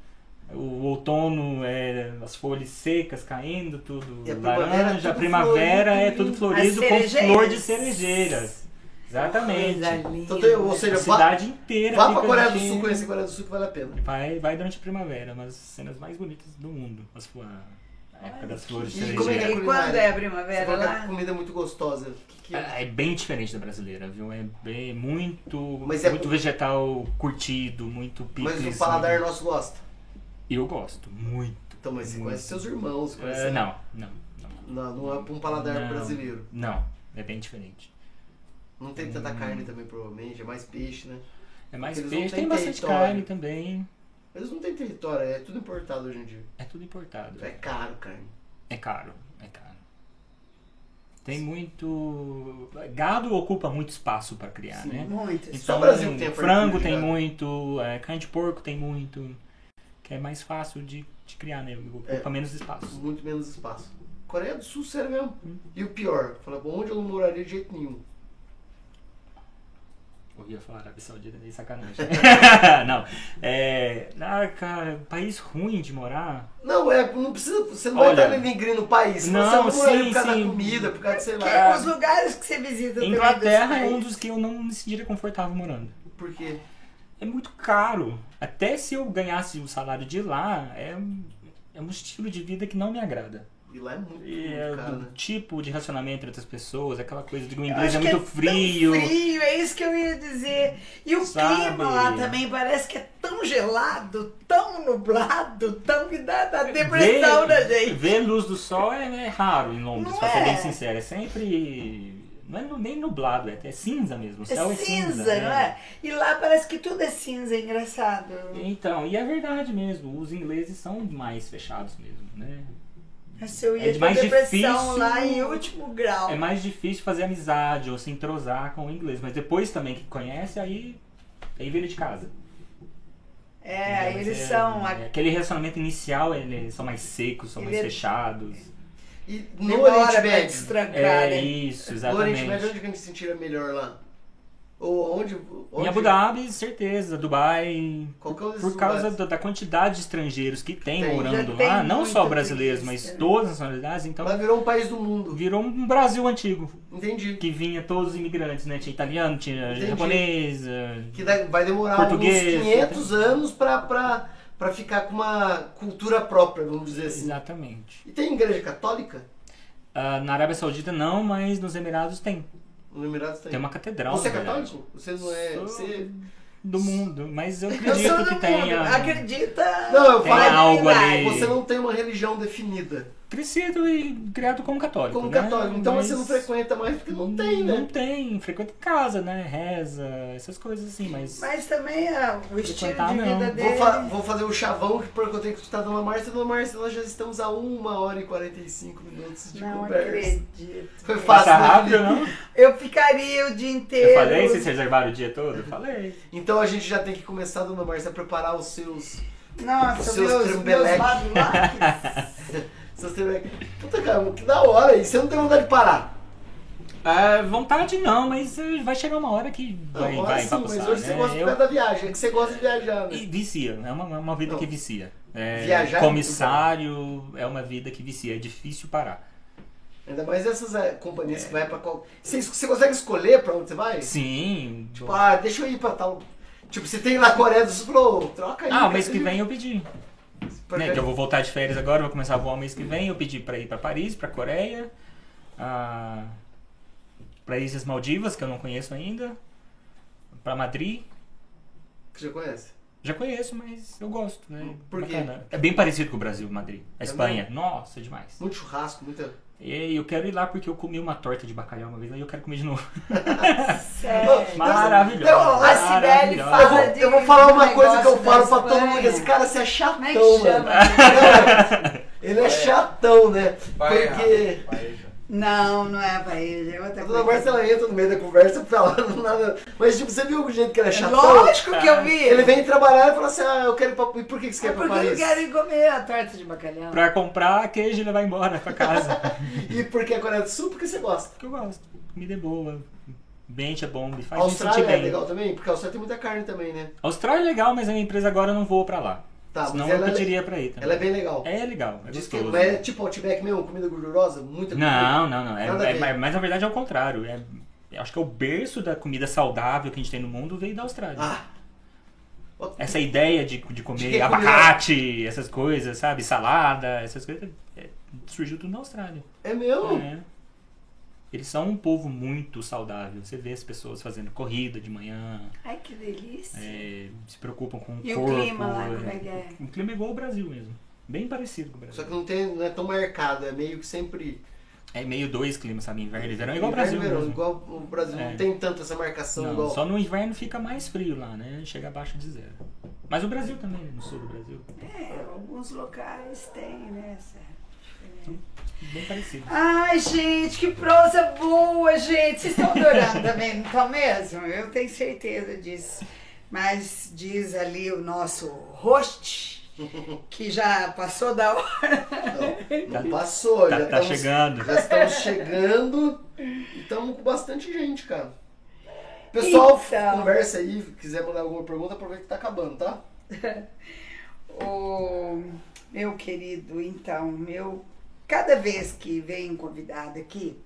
Speaker 3: o outono é as folhas secas caindo, tudo
Speaker 2: E a primavera é
Speaker 3: laranja, a
Speaker 2: tudo
Speaker 3: primavera é tudo
Speaker 4: florido.
Speaker 3: florido
Speaker 4: As
Speaker 3: com flor de
Speaker 4: cerejeiras.
Speaker 3: cerejeiras. Exatamente.
Speaker 4: Coisa linda.
Speaker 2: Então, tem- ou
Speaker 3: A
Speaker 2: seja, vá,
Speaker 3: cidade inteira
Speaker 2: vá
Speaker 3: fica
Speaker 2: pra Coreia do
Speaker 3: enchendo.
Speaker 2: Sul, conhecer a Coreia do Sul que vale a pena.
Speaker 3: Vai, vai durante a primavera, mas as cenas mais bonitas do mundo. As, flo- a época das flores
Speaker 2: E como é que
Speaker 3: cerejeiras.
Speaker 2: é a
Speaker 4: E
Speaker 2: culinária?
Speaker 4: quando é a
Speaker 2: Você
Speaker 4: primavera
Speaker 2: falou que
Speaker 4: lá?
Speaker 2: a comida é muito gostosa. Que que-
Speaker 3: É é bem diferente da brasileira, viu? É bem, muito,
Speaker 2: Mas é
Speaker 3: muito
Speaker 2: com-
Speaker 3: vegetal curtido, muito picles.
Speaker 2: Mas o paladar
Speaker 3: muito-
Speaker 2: nosso gosta.
Speaker 3: Eu gosto, muito.
Speaker 2: Então, mas você
Speaker 3: Muito.
Speaker 2: conhece seus irmãos, você conhece...
Speaker 3: É, não, não, não.
Speaker 2: Não, não é pra um paladar
Speaker 3: Não.
Speaker 2: brasileiro.
Speaker 3: Não, é bem diferente.
Speaker 2: Não tem tanta
Speaker 3: Hum.
Speaker 2: carne também, provavelmente. É mais peixe, né?
Speaker 3: É mais
Speaker 2: Eles não
Speaker 3: peixe,
Speaker 2: têm
Speaker 3: tem bastante
Speaker 2: território.
Speaker 3: carne também.
Speaker 2: Eles não têm território, é tudo importado hoje em dia.
Speaker 3: É tudo importado.
Speaker 2: É caro carne.
Speaker 3: É caro, é caro. Tem muito. Gado ocupa muito espaço para criar,
Speaker 2: Sim.
Speaker 3: né?
Speaker 4: É Muito.
Speaker 2: Só o Brasil tem a
Speaker 3: frango
Speaker 2: fartura de
Speaker 3: tem
Speaker 2: gado.
Speaker 3: muito, é, carne de porco tem muito, que é mais fácil de, de criar,
Speaker 2: É.
Speaker 3: né? Ocupa menos espaço.
Speaker 2: Muito menos espaço. Coreia do Sul, sério mesmo.
Speaker 3: Hum.
Speaker 2: E o pior, fala, bom, onde eu não moraria de jeito nenhum.
Speaker 3: Ouvia falar Arábia Saudita nem sacanagem. não. É, ah, cara, país ruim de morar.
Speaker 2: Não, é, não precisa. Você não
Speaker 3: Olha.
Speaker 2: vai estar vivendo no país. Você
Speaker 3: Não,
Speaker 2: não moraria
Speaker 3: sim,
Speaker 2: por causa
Speaker 3: sim.
Speaker 2: da comida, por causa de sei lá.
Speaker 4: Porque os lugares que você visita também
Speaker 3: Inglaterra
Speaker 4: desse
Speaker 3: é um
Speaker 4: país.
Speaker 3: dos que eu não me sentiria confortável morando.
Speaker 2: Por quê?
Speaker 3: É muito caro. Até se eu ganhasse o salário de lá, é, um- é um estilo de vida que não me agrada.
Speaker 2: E lá é muito,
Speaker 3: E
Speaker 2: muito
Speaker 3: é
Speaker 2: caro,
Speaker 3: do
Speaker 2: né?
Speaker 3: tipo de relacionamento entre outras pessoas, aquela coisa de que o
Speaker 4: Eu
Speaker 3: inglês
Speaker 4: acho
Speaker 3: é
Speaker 4: que
Speaker 3: muito
Speaker 4: tão
Speaker 3: frio.
Speaker 4: frio, é isso que eu ia dizer. E o
Speaker 3: Sabe?
Speaker 4: clima lá também parece que é tão gelado, tão nublado, tão que dá, dá depressão na gente.
Speaker 3: ver luz do sol é, é raro em Londres,
Speaker 4: Não
Speaker 3: pra ser
Speaker 4: é.
Speaker 3: bem sincero. É sempre. Não é nu- nem nublado, é, é cinza mesmo. O céu é,
Speaker 4: É cinza,
Speaker 3: né?
Speaker 4: não é? E lá parece que tudo é cinza, é engraçado.
Speaker 3: Então, e é verdade mesmo, os ingleses são mais fechados mesmo, né?
Speaker 4: Nossa, eu
Speaker 3: É
Speaker 4: ia ter
Speaker 3: mais
Speaker 4: depressão
Speaker 3: difícil-
Speaker 4: lá em último grau.
Speaker 3: É mais difícil fazer amizade ou se entrosar com o inglês, mas depois também que conhece, aí, aí vira de casa.
Speaker 4: É, aí
Speaker 3: Mas
Speaker 4: eles
Speaker 3: é-
Speaker 4: são.
Speaker 3: é, aquele relacionamento inicial, eles são mais secos, são mais
Speaker 4: Ele é-
Speaker 3: fechados.
Speaker 2: E no Oriente
Speaker 4: Demora pra
Speaker 2: Médio.
Speaker 4: destrancar,
Speaker 3: É
Speaker 4: né?
Speaker 3: isso,
Speaker 2: No Oriente Médio,
Speaker 3: exatamente.
Speaker 2: onde que a gente se sentiria melhor lá? Ou onde. onde
Speaker 3: Em Abu Dhabi, certeza, Dubai.
Speaker 2: Qual que é o
Speaker 3: Por causa da, da quantidade de estrangeiros que tem,
Speaker 2: Tem,
Speaker 3: morando
Speaker 4: já tem
Speaker 3: lá, não só
Speaker 4: muito
Speaker 3: brasileiros,
Speaker 4: turista,
Speaker 3: mas
Speaker 4: né?
Speaker 3: todas as nacionalidades, então
Speaker 2: Lá virou um país do mundo.
Speaker 3: virou um Brasil antigo,
Speaker 2: Entendi.
Speaker 3: que vinha todos os imigrantes, né? Tinha italiano, tinha
Speaker 2: Entendi.
Speaker 3: japonês. eh,
Speaker 2: Que dá- vai demorar
Speaker 3: Português, né?
Speaker 2: uns 500 anos pra, pra, pra ficar com uma cultura própria, vamos dizer assim.
Speaker 3: Exatamente.
Speaker 2: E tem igreja católica?
Speaker 3: Ah, na Arábia Saudita não, mas nos Emirados tem.
Speaker 2: No Emirados tem.
Speaker 3: Tem uma catedral.
Speaker 2: Você é
Speaker 3: na verdade,
Speaker 2: católico? Você não é.
Speaker 3: Sou.
Speaker 2: Você...
Speaker 3: Do mundo. Mas eu
Speaker 4: Eu sou
Speaker 3: acredito
Speaker 4: do
Speaker 3: que
Speaker 4: mundo.
Speaker 3: tenha.
Speaker 4: Acredita?
Speaker 2: Não, eu
Speaker 4: na
Speaker 3: falo- Tem algo ali.
Speaker 4: divindade.
Speaker 2: você não tem uma religião definida.
Speaker 3: Crescido e criado como católico.
Speaker 2: Como
Speaker 3: né?
Speaker 2: católico. Então você não
Speaker 3: Mas-
Speaker 2: frequenta mais porque não tem,
Speaker 3: Não
Speaker 2: né?
Speaker 3: tem, frequenta em casa, né? Reza, essas coisas assim, mas.
Speaker 4: Mas também ah, o estilo
Speaker 3: contar,
Speaker 4: de
Speaker 3: não.
Speaker 4: vida
Speaker 3: Vou
Speaker 4: dele.
Speaker 2: Vou, fa- vou fazer o chavão que porque eu tenho que escutar a Dona Márcia. Dona Márcia, nós já estamos a 1 hora e 45 minutos de
Speaker 4: Não
Speaker 2: conversa.
Speaker 4: acredito.
Speaker 2: Foi fácil.
Speaker 3: Passa
Speaker 2: né,
Speaker 3: Tá rápido,
Speaker 2: Felipe?
Speaker 3: não?
Speaker 4: Eu ficaria o dia inteiro.
Speaker 3: Eu falei, vocês reservaram o dia todo? Eu falei.
Speaker 2: Então a gente já tem que começar, Dona Márcia, a preparar os seus.
Speaker 4: Nossa,
Speaker 2: Seus
Speaker 4: meus, meus
Speaker 2: trembeleque.
Speaker 4: badulaques.
Speaker 2: seus teoria- Puta caramba, que da hora! E você não tem vontade de parar.
Speaker 3: Ah, vontade não, mas eh, vai chegar uma hora que
Speaker 2: Não,
Speaker 3: vai,
Speaker 2: agora
Speaker 3: vai
Speaker 2: sim,
Speaker 3: empapuçar,
Speaker 2: mas hoje você
Speaker 3: né?
Speaker 2: gosta por
Speaker 3: Eu-
Speaker 2: causa da viagem. É que você gosta de viajar, né?
Speaker 3: E vicia, é uma, é uma vida
Speaker 2: Não.
Speaker 3: que vicia. É,
Speaker 2: Viajar é
Speaker 3: comissário é uma vida que vicia, é difícil parar.
Speaker 2: Ainda mais essas eh, companhias que vai pra qual. Você, você consegue escolher pra onde você vai?
Speaker 3: É. Sim.
Speaker 2: Tipo, ah, deixa eu ir pra tal. Tipo, você tem na Coreia do Sul, falou, troca aí.
Speaker 3: ah,
Speaker 2: mas
Speaker 3: mês que vem eu pedi. Né, que eu vou voltar de férias agora, vou começar a voar mês que vem. Eu pedi pra ir pra Paris, pra Coreia, a... pra Ilhas Maldivas, que eu não conheço ainda, pra Madrid.
Speaker 2: Você já conhece?
Speaker 3: Já conheço, mas eu gosto, né?
Speaker 2: Por quê?
Speaker 3: Bacana. É bem parecido com o Brasil, Madrid.
Speaker 2: É
Speaker 3: A Espanha, nossa, demais.
Speaker 2: Muito churrasco, muita.
Speaker 3: E eu quero ir lá porque eu comi uma torta de bacalhau uma vez, aí eu quero comer de novo.
Speaker 4: Sério.
Speaker 2: Então,
Speaker 3: Maravilhoso.
Speaker 2: Eu- a
Speaker 4: Cibele
Speaker 3: Maravilhoso.
Speaker 2: Eu
Speaker 4: fala-
Speaker 2: vou,
Speaker 4: de
Speaker 2: eu vou falar uma
Speaker 4: um
Speaker 2: coisa que eu
Speaker 4: Ah, negócio
Speaker 2: falo
Speaker 4: da
Speaker 2: pra todo
Speaker 4: Espanha.
Speaker 2: mundo: esse cara, você é
Speaker 4: Como
Speaker 2: chatão,
Speaker 4: é que
Speaker 2: mano.
Speaker 4: chama?
Speaker 2: Ele é chatão, né? Porque.
Speaker 5: Paeja.
Speaker 4: Não, não é Havaí, é
Speaker 2: A
Speaker 4: outra
Speaker 2: dona
Speaker 4: coisa.
Speaker 2: Marcela entra no meio da conversa falando nada. Mas tipo, você viu o jeito que ele é chatão?
Speaker 4: Lógico que eu vi.
Speaker 2: Ele vem trabalhar e fala assim: Ah, eu quero ir pra. E por que que você quer
Speaker 4: É
Speaker 2: ir pra
Speaker 4: porque
Speaker 2: Paris?
Speaker 4: eu quero comer a torta de bacalhau.
Speaker 3: Pra comprar queijo e levar embora pra casa.
Speaker 2: E por que a Coreia do Sul? Porque você gosta.
Speaker 3: Porque eu gosto. Comida é boa. Ambiente é bom, me
Speaker 2: A
Speaker 3: faz me sentir
Speaker 2: Austrália é
Speaker 3: bem.
Speaker 2: legal também? Porque a Austrália tem muita carne também, né?
Speaker 3: Austrália é legal, mas a minha empresa agora não voa pra lá.
Speaker 2: Tá, mas
Speaker 3: Senão
Speaker 2: ela
Speaker 3: eu
Speaker 2: é-
Speaker 3: pediria pra ir também.
Speaker 2: Ela é bem legal.
Speaker 3: É legal, é
Speaker 2: Diz que
Speaker 3: gostoso.
Speaker 2: é tipo Outback mesmo, comida gordurosa, muita comida.
Speaker 3: Não, não, não. É,
Speaker 2: Nada a
Speaker 3: é-
Speaker 2: ver.
Speaker 3: mas- mas na verdade é o contrário. É, eu acho que é o berço da comida saudável que a gente tem no mundo veio da Austrália.
Speaker 2: Ah,
Speaker 3: Essa ideia de, de
Speaker 2: De
Speaker 3: comer
Speaker 2: que é comida-
Speaker 3: abacate, essas coisas, sabe? Salada, essas coisas. é, surgiu tudo na Austrália.
Speaker 2: é meu?
Speaker 3: É. Eles são um povo muito saudável. Você vê as pessoas fazendo corrida de manhã,
Speaker 4: Ai, que delícia.
Speaker 3: é, se preocupam com o
Speaker 4: E o
Speaker 3: corpo.
Speaker 4: clima lá, como é que é?
Speaker 3: O clima é igual ao Brasil mesmo. Bem parecido com o
Speaker 2: Só
Speaker 3: Brasil.
Speaker 2: que não, tem, não é tão marcado, é meio que sempre.
Speaker 3: É meio dois climas, sabe? Inverno e verão. É igual ao
Speaker 2: Inverno
Speaker 3: Brasil
Speaker 2: e verão,
Speaker 3: mesmo.
Speaker 2: Igual o Brasil,
Speaker 3: É.
Speaker 2: não tem tanto essa marcação
Speaker 3: Não,
Speaker 2: igual.
Speaker 3: só no inverno fica mais frio lá, né? Chega abaixo de zero. Mas o Brasil também, no sul do Brasil.
Speaker 4: É, alguns locais tem, né? essa-
Speaker 3: Bem parecido.
Speaker 4: Ai, gente, que prosa boa, gente. Vocês estão adorando também, não estão mesmo? Eu tenho certeza disso. Mas diz ali o nosso host, que já passou da hora.
Speaker 2: Não, não passou,
Speaker 3: Tá,
Speaker 2: já
Speaker 3: tá
Speaker 2: estamos-
Speaker 3: chegando.
Speaker 2: Já estamos chegando e estamos com bastante gente, cara. Pessoal,
Speaker 4: Então.
Speaker 2: conversa aí, se quiser mandar alguma pergunta, aproveita que tá acabando, tá?
Speaker 4: O meu querido, então, meu. Cada vez que vem um convidado aqui,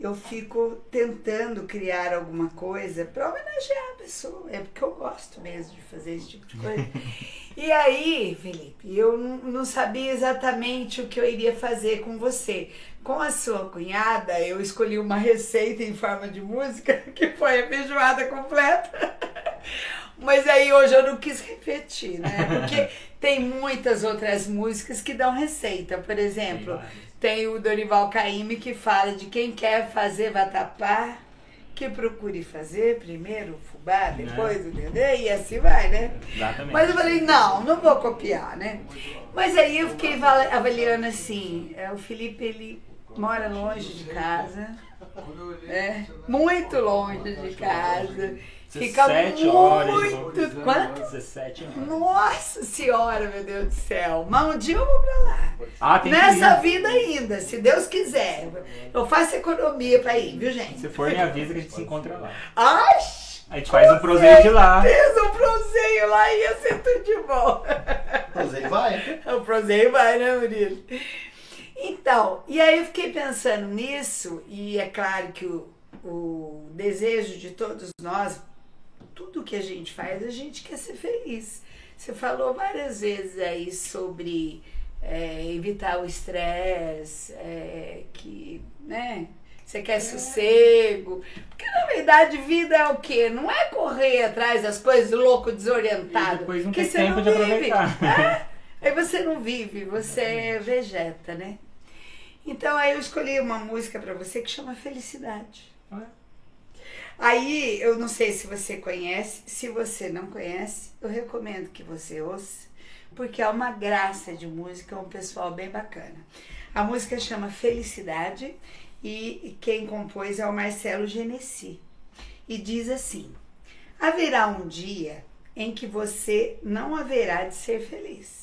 Speaker 4: eu fico tentando criar alguma coisa para homenagear a pessoa. É porque eu gosto mesmo de fazer esse tipo de coisa. e aí, Felipe, eu n- não sabia exatamente o que eu iria fazer com você. Com a sua cunhada, eu escolhi uma receita em forma de música, que foi a feijoada completa. Mas aí hoje eu não quis repetir, né? Porque tem muitas outras músicas que dão receita. Por exemplo, tem o Dorival Caymmi que fala de quem quer fazer vatapá, que procure fazer primeiro o fubá,
Speaker 3: Né?
Speaker 4: depois o dendê, e assim vai, né?
Speaker 3: Exatamente.
Speaker 4: Mas eu falei, não, não vou copiar, né? Mas aí eu fiquei val- avaliando assim, é, o Felipe, ele mora longe de casa, né? Muito longe de casa. Fica
Speaker 3: 17 horas,
Speaker 4: muito...
Speaker 3: vamos-
Speaker 4: Quanto?
Speaker 3: 17 anos.
Speaker 4: Nossa senhora, meu Deus do céu. Mas um dia eu vou pra lá.
Speaker 3: Ah, tem que
Speaker 4: Nessa
Speaker 3: ir.
Speaker 4: vida ainda, se Deus quiser. Eu faço economia pra ir, viu, gente?
Speaker 3: Se for, me avisa que a gente se encontra lá.
Speaker 4: Ai,
Speaker 3: A gente faz um proseio de lá.
Speaker 4: fez um proseio lá e ia ser tudo de bom.
Speaker 2: Mas aí vai.
Speaker 4: O proseio vai, né, Murilo? Então, e aí eu fiquei pensando nisso, e é claro que o, o desejo de todos nós, tudo que a gente faz, a gente quer ser feliz. Você falou várias vezes aí sobre é, evitar o estresse, é, que, né? Você
Speaker 3: É.
Speaker 4: quer sossego. Porque na verdade vida é o quê? Não é correr atrás das coisas louco, desorientado.
Speaker 3: E depois não
Speaker 4: que
Speaker 3: tem
Speaker 4: você
Speaker 3: tempo
Speaker 4: não
Speaker 3: de
Speaker 4: vive.
Speaker 3: aproveitar.
Speaker 4: É, aí você não vive, você é vegeta, né? Então aí eu escolhi uma música pra você que chama Felicidade. Aí eu não sei se você conhece, se você não conhece, eu recomendo que você ouça, porque é uma graça de música, é um pessoal bem bacana. A música chama Felicidade e quem compôs é o Marcelo Genesi. E diz assim: Haverá um dia em que você não haverá de ser feliz.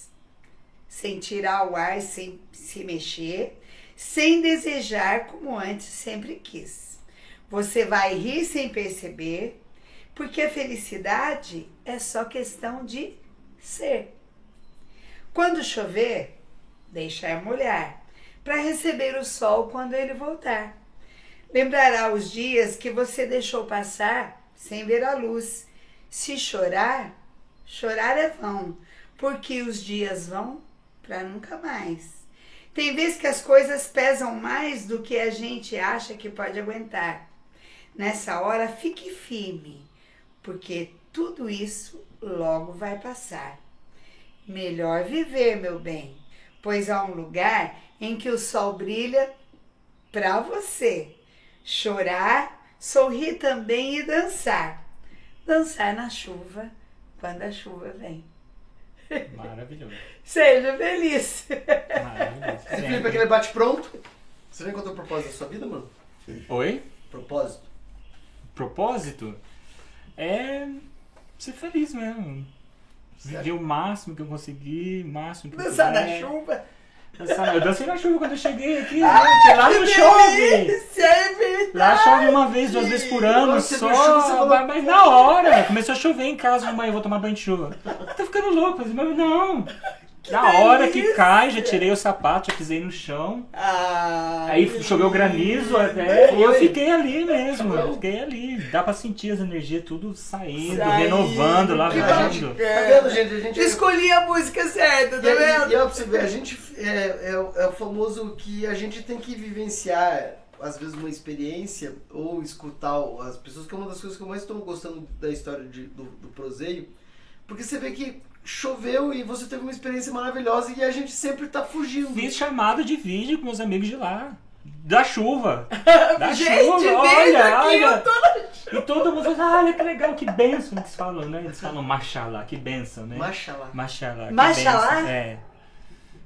Speaker 4: Sentirá o ar sem se mexer, sem desejar como antes sempre quis. Você vai rir sem perceber, porque a felicidade é só questão de ser. Quando chover, deixar molhar, para receber o sol quando ele voltar. Lembrará os dias que você deixou passar sem ver a luz. Se chorar, chorar é vão, porque os dias vão para nunca mais. Tem vezes que as coisas pesam mais do que a gente acha que pode aguentar. Nessa hora, fique firme, porque tudo isso logo vai passar. Melhor viver, meu bem, pois há um lugar em que o sol brilha para você. Chorar, sorrir também e dançar. Dançar na chuva, quando a chuva vem.
Speaker 3: Maravilhoso.
Speaker 4: Seja feliz.
Speaker 3: Maravilhoso.
Speaker 2: Esse Felipe é
Speaker 3: Sempre.
Speaker 2: aquele bate pronto. Você já encontrou o propósito da sua vida, mano?
Speaker 4: é-
Speaker 3: Oi?
Speaker 2: Propósito?
Speaker 3: Propósito? É ser feliz mesmo. Viver o máximo que eu conseguir, o máximo que eu
Speaker 4: Dançar na
Speaker 3: puder.
Speaker 4: chuva. Ah,
Speaker 3: Dançar- Eu dancei na chuva quando eu cheguei aqui, né? Porque lá não chove.
Speaker 4: Delícia, é verdade.
Speaker 3: Lá chove uma vez, duas vezes por ano,
Speaker 2: Nossa,
Speaker 3: só.
Speaker 2: no chuva você falou,
Speaker 3: mas, mas na hora, começou a chover em casa, mamãe, eu vou tomar banho de chuva. Tá ficando louco, mas não. na hora que
Speaker 4: delícia.
Speaker 3: cai, já tirei o sapato, já pisei no chão.
Speaker 4: Ah,
Speaker 3: Aí
Speaker 4: que
Speaker 3: choveu granizo até. E eu
Speaker 2: Foi.
Speaker 3: fiquei ali mesmo, eu fiquei ali. Dá pra sentir as energias tudo saindo, renovando,
Speaker 2: que
Speaker 3: lavando.
Speaker 2: Tá vendo, gente? A gente.
Speaker 4: Escolhi a música certa,
Speaker 2: E,
Speaker 4: tá
Speaker 2: aí, e
Speaker 4: vendo?
Speaker 2: ó, pra você ver, a gente é, é, o- é o famoso que a gente tem que vivenciar, às vezes, uma experiência ou escutar o- as pessoas, que é uma das coisas que eu mais estou gostando da história de- do, do proseio, porque você vê que choveu e você teve uma experiência maravilhosa e a gente sempre tá fugindo.
Speaker 3: Fiz chamada de vídeo com meus amigos de lá. Da chuva. Da
Speaker 4: Gente,
Speaker 3: chuva,
Speaker 4: veio
Speaker 3: olha,
Speaker 4: aqui, eu
Speaker 3: olha. E todo mundo fala, olha que legal, que benção que eles falam, né? Eles falam machalá, que benção, né?
Speaker 2: Machalá.
Speaker 3: Machalá. que
Speaker 4: Machalá?
Speaker 3: benção, É.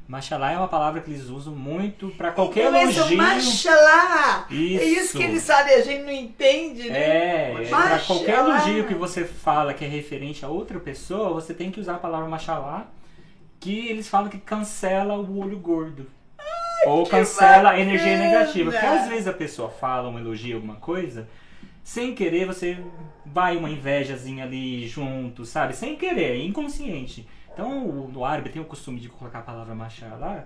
Speaker 3: Machalá é uma palavra que eles usam muito pra qualquer
Speaker 4: Então, esse é o
Speaker 3: elogio.
Speaker 4: Machalá. É isso
Speaker 3: Isso.
Speaker 4: que eles sabem, a gente não entende, né?
Speaker 3: É,
Speaker 4: Machalá.
Speaker 3: pra qualquer elogio que você fala que é referente a outra pessoa, você tem que usar a palavra machalá, que eles falam que cancela o olho gordo. Ou
Speaker 4: que
Speaker 3: cancela a energia
Speaker 4: bacana.
Speaker 3: negativa. Porque às vezes a pessoa fala um elogio, alguma coisa, sem querer você vai uma invejazinha ali junto, sabe? Sem querer, é inconsciente. Então o, o árabe tem o costume de colocar a palavra machalá,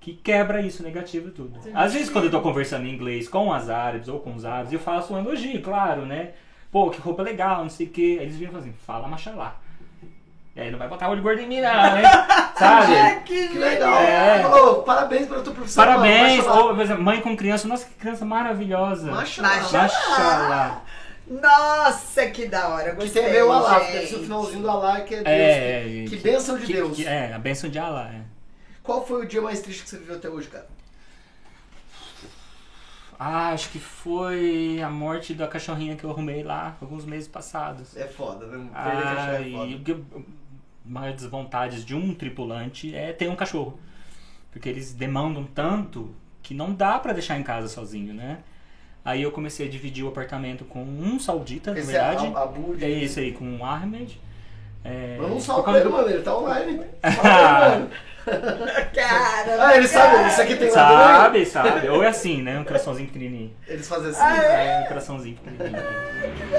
Speaker 3: que quebra isso negativo e tudo. Às vezes quando eu tô conversando em inglês com as árabes ou com os árabes, eu faço um elogio, claro, né? Pô, que roupa legal, não sei o quê. Aí Eles viram e falam assim, fala machalá. E aí não vai botar olho gordo em mim não, hein? Sabe?
Speaker 4: Ah, que
Speaker 2: Que legal.
Speaker 4: legal.
Speaker 3: É.
Speaker 2: Ô, parabéns pela tua profissão.
Speaker 3: Parabéns!
Speaker 2: Machalá.
Speaker 3: Ou, por exemplo, mãe com criança, nossa, que criança maravilhosa!
Speaker 2: Machalá.
Speaker 4: Machalá.
Speaker 3: Machalá!
Speaker 4: Nossa, que da hora.
Speaker 2: Que
Speaker 4: Gostei.
Speaker 2: tem a ver o Alá, porque
Speaker 4: gente.
Speaker 2: esse é o finalzinho do Alá que é Deus.
Speaker 3: É,
Speaker 2: que,
Speaker 3: é,
Speaker 2: que
Speaker 3: que-
Speaker 2: bênção de
Speaker 3: Que-
Speaker 2: Deus.
Speaker 3: que- é, a benção de Allah. É.
Speaker 2: Qual foi o dia mais triste que você viveu até hoje, cara?
Speaker 3: Ah, acho que foi a morte da cachorrinha que eu arrumei lá alguns meses passados.
Speaker 2: É foda, né? Perder cachorro
Speaker 3: Ah,
Speaker 2: é foda.
Speaker 3: e o que eu- uma das vontades de um tripulante é ter um cachorro. Porque eles demandam tanto que não dá pra deixar em casa sozinho, né? Aí eu comecei a dividir o apartamento com um saudita, na
Speaker 2: Esse
Speaker 3: verdade.
Speaker 2: é a, a Bud.
Speaker 3: É isso aí, com o Ahmed. É,
Speaker 2: Manda um
Speaker 3: por
Speaker 2: salve pra
Speaker 3: causa
Speaker 2: ele,
Speaker 3: do-
Speaker 2: mano. Ele tá online. Fala aí, mano.
Speaker 4: Cara,
Speaker 2: Ah, ele sabe, isso aqui tem lá dentro.
Speaker 3: Sabe, sabe. Ou é assim, né? Um coraçãozinho pequenininho.
Speaker 2: Eles fazem assim, né?
Speaker 4: Ah,
Speaker 3: É, um coraçãozinho pequenininho.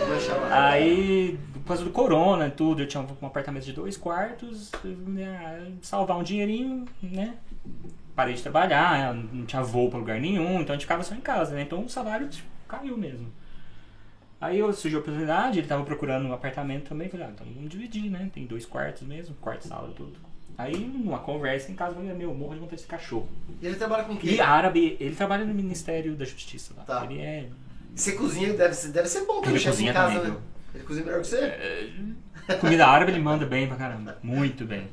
Speaker 2: vai chamar.
Speaker 3: Aí, por causa do corona e tudo, eu tinha um apartamento de dois quartos, né, salvar um dinheirinho, né? Parei de trabalhar, não tinha voo pra lugar nenhum, então a gente ficava só em casa, né? Então o salário tipo, caiu mesmo. Aí eu- surgiu a oportunidade, ele tava procurando um apartamento também, falei, ah, então vamos dividir, né? Tem dois quartos mesmo, quarto, sala e tudo. Aí, numa conversa em casa, eu falei, meu, eu morro de vontade de cachorro.
Speaker 2: E ele trabalha com o quê?
Speaker 3: E árabe, ele trabalha no Ministério da Justiça lá.
Speaker 2: Tá.
Speaker 3: Ele é.
Speaker 2: Você cozinha, deve ser, deve ser bom ter um
Speaker 3: Ele
Speaker 2: chefe em
Speaker 3: cozinha
Speaker 2: casa,
Speaker 3: também, É.
Speaker 2: né? Ele cozinha melhor que você?
Speaker 3: Comida árabe ele manda bem pra caramba. Muito bem.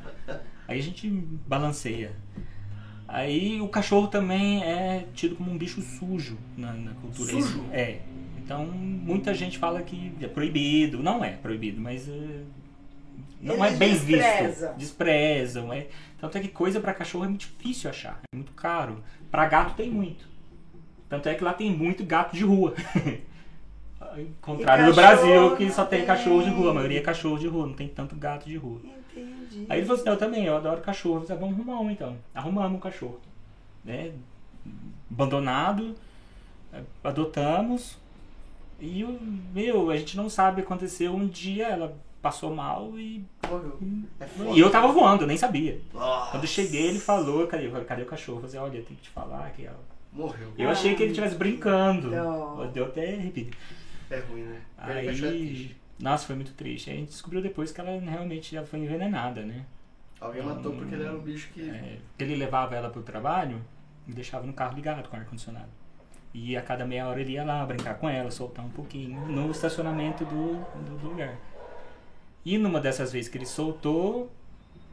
Speaker 3: Aí a gente balanceia. Aí o cachorro também é tido como um bicho sujo na, na cultura.
Speaker 2: Sujo?
Speaker 3: É. Então muita gente fala que é proibido. Não é proibido, mas. é, não é
Speaker 4: Eles
Speaker 3: bem
Speaker 4: desprezam.
Speaker 3: visto. Desprezam. É. Tanto é que coisa pra cachorro é muito difícil achar. É muito caro. Pra gato tem muito. Tanto é que lá tem muito gato de rua. Ao contrário do
Speaker 4: cachorro
Speaker 3: Brasil, que só tem
Speaker 4: não
Speaker 3: cachorro de
Speaker 4: tem.
Speaker 3: rua. A maioria é cachorro de rua, não tem tanto gato de rua.
Speaker 4: Entendi.
Speaker 3: Aí ele falou assim, eu também, eu adoro cachorro. Eu falei, ah, vamos arrumar um então. Arrumamos um cachorro. Né? Abandonado, eh, adotamos. E, o- meu, a gente não sabe o que aconteceu. Um dia ela passou mal e,
Speaker 2: Morreu. É foda.
Speaker 3: e eu tava voando, eu nem sabia.
Speaker 2: Nossa.
Speaker 3: Quando eu cheguei, ele falou, cadê, eu falei, cadê o cachorro? Eu falei, assim, olha, tem que te falar que ela...
Speaker 2: Morreu.
Speaker 3: Eu achei que ele estivesse brincando.
Speaker 4: dó.
Speaker 3: Deu até arrepio.
Speaker 2: É ruim, né? Perder cachorro é
Speaker 3: Aí,
Speaker 2: triste.
Speaker 3: nossa, foi muito triste. Aí a gente descobriu depois que ela realmente já foi envenenada, né?
Speaker 2: Alguém matou porque ele era um bicho que.
Speaker 3: É, porque ele levava ela pro trabalho e deixava no carro ligado com ar-condicionado. E a cada meia hora ele ia lá brincar com ela, soltar um pouquinho no estacionamento do, do- do lugar. E numa dessas vezes que ele soltou,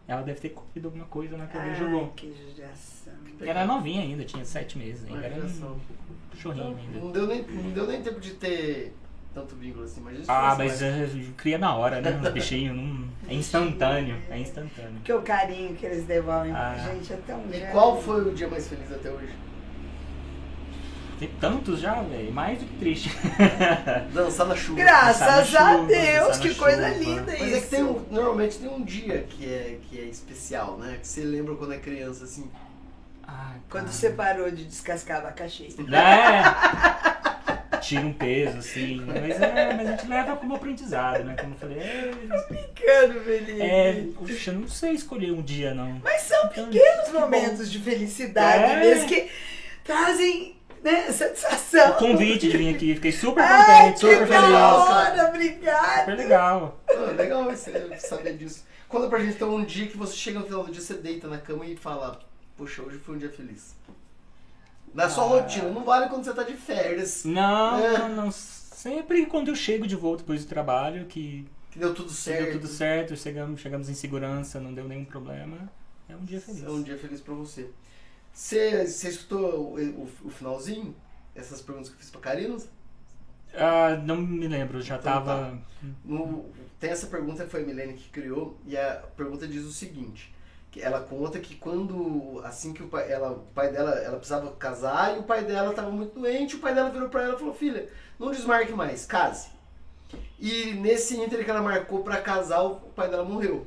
Speaker 3: ela deve ter comido alguma coisa na cabeça e jogou.
Speaker 4: Ai, que judiação.
Speaker 3: Era novinha ainda, tinha sete meses ainda, era um
Speaker 2: Imaginação.
Speaker 3: cachorrinho ainda.
Speaker 2: é Não deu, nem, não deu nem tempo de ter tanto vínculo assim, imagina se
Speaker 3: Ah,
Speaker 2: fosse
Speaker 3: mas
Speaker 2: mais.
Speaker 3: eh, cria na hora, né? Os bichinhos, não... é instantâneo, é instantâneo.
Speaker 4: Porque o carinho que eles devolvem pra
Speaker 3: Ah.
Speaker 4: gente é tão grande.
Speaker 2: E qual foi o dia mais feliz até hoje?
Speaker 3: Tem tantos já, velho. Mais do que triste.
Speaker 2: É, Dançar na chuva.
Speaker 4: Graças
Speaker 3: Dançar na
Speaker 4: a
Speaker 3: chuva,
Speaker 4: Deus,
Speaker 3: dançar
Speaker 4: que
Speaker 3: na
Speaker 4: coisa
Speaker 3: chuva.
Speaker 4: linda
Speaker 2: Mas
Speaker 4: isso.
Speaker 2: é que tem um, normalmente tem um dia que é, que é especial, né? Que você lembra quando é criança, assim.
Speaker 3: Ah,
Speaker 4: Quando
Speaker 3: cara.
Speaker 4: você parou de descascar abacaxi. é
Speaker 3: Né? Tira um peso, assim. Mas, é, mas a gente leva como aprendizado, né? Como eu falei, é,
Speaker 4: Brincando, Felipe.
Speaker 3: é, puxa, não sei escolher um dia, não.
Speaker 4: Mas são
Speaker 3: Então,
Speaker 4: pequenos
Speaker 3: que bom.
Speaker 4: momentos de felicidade
Speaker 3: É.
Speaker 4: mesmo que trazem né, satisfação.
Speaker 3: O convite de vir aqui, fiquei super
Speaker 4: Ai,
Speaker 3: contente,
Speaker 4: que
Speaker 3: super
Speaker 4: da
Speaker 3: feliz.
Speaker 4: hora,
Speaker 3: Super
Speaker 4: obrigada.
Speaker 3: legal.
Speaker 2: Ah, legal você saber disso. Conta pra gente então um dia que você chega no final do dia, você deita na cama e fala, poxa, hoje foi um dia feliz. Na sua
Speaker 3: Ah.
Speaker 2: rotina, não vale quando você tá de férias,
Speaker 3: Não,
Speaker 2: É.
Speaker 3: não, não. Sempre quando eu chego de volta depois do trabalho, que
Speaker 2: que deu tudo
Speaker 3: se deu
Speaker 2: certo.
Speaker 3: tudo certo, chegamos, chegamos em segurança, não deu nenhum problema. É um dia feliz.
Speaker 2: É um dia feliz pra você. Você, você escutou o, o- o finalzinho? Essas perguntas que eu fiz pra Karina?
Speaker 3: Ah, não me lembro, já
Speaker 2: Então
Speaker 3: tava.
Speaker 2: No- tem essa pergunta que foi a Milene que criou, e a pergunta diz o seguinte. que Ela conta que quando, assim que o pai, ela, o pai dela, ela precisava casar e o pai dela estava muito doente, o pai dela virou para ela e falou, filha, não desmarque mais, case. E nesse ínter que ela marcou para casar, o pai dela morreu.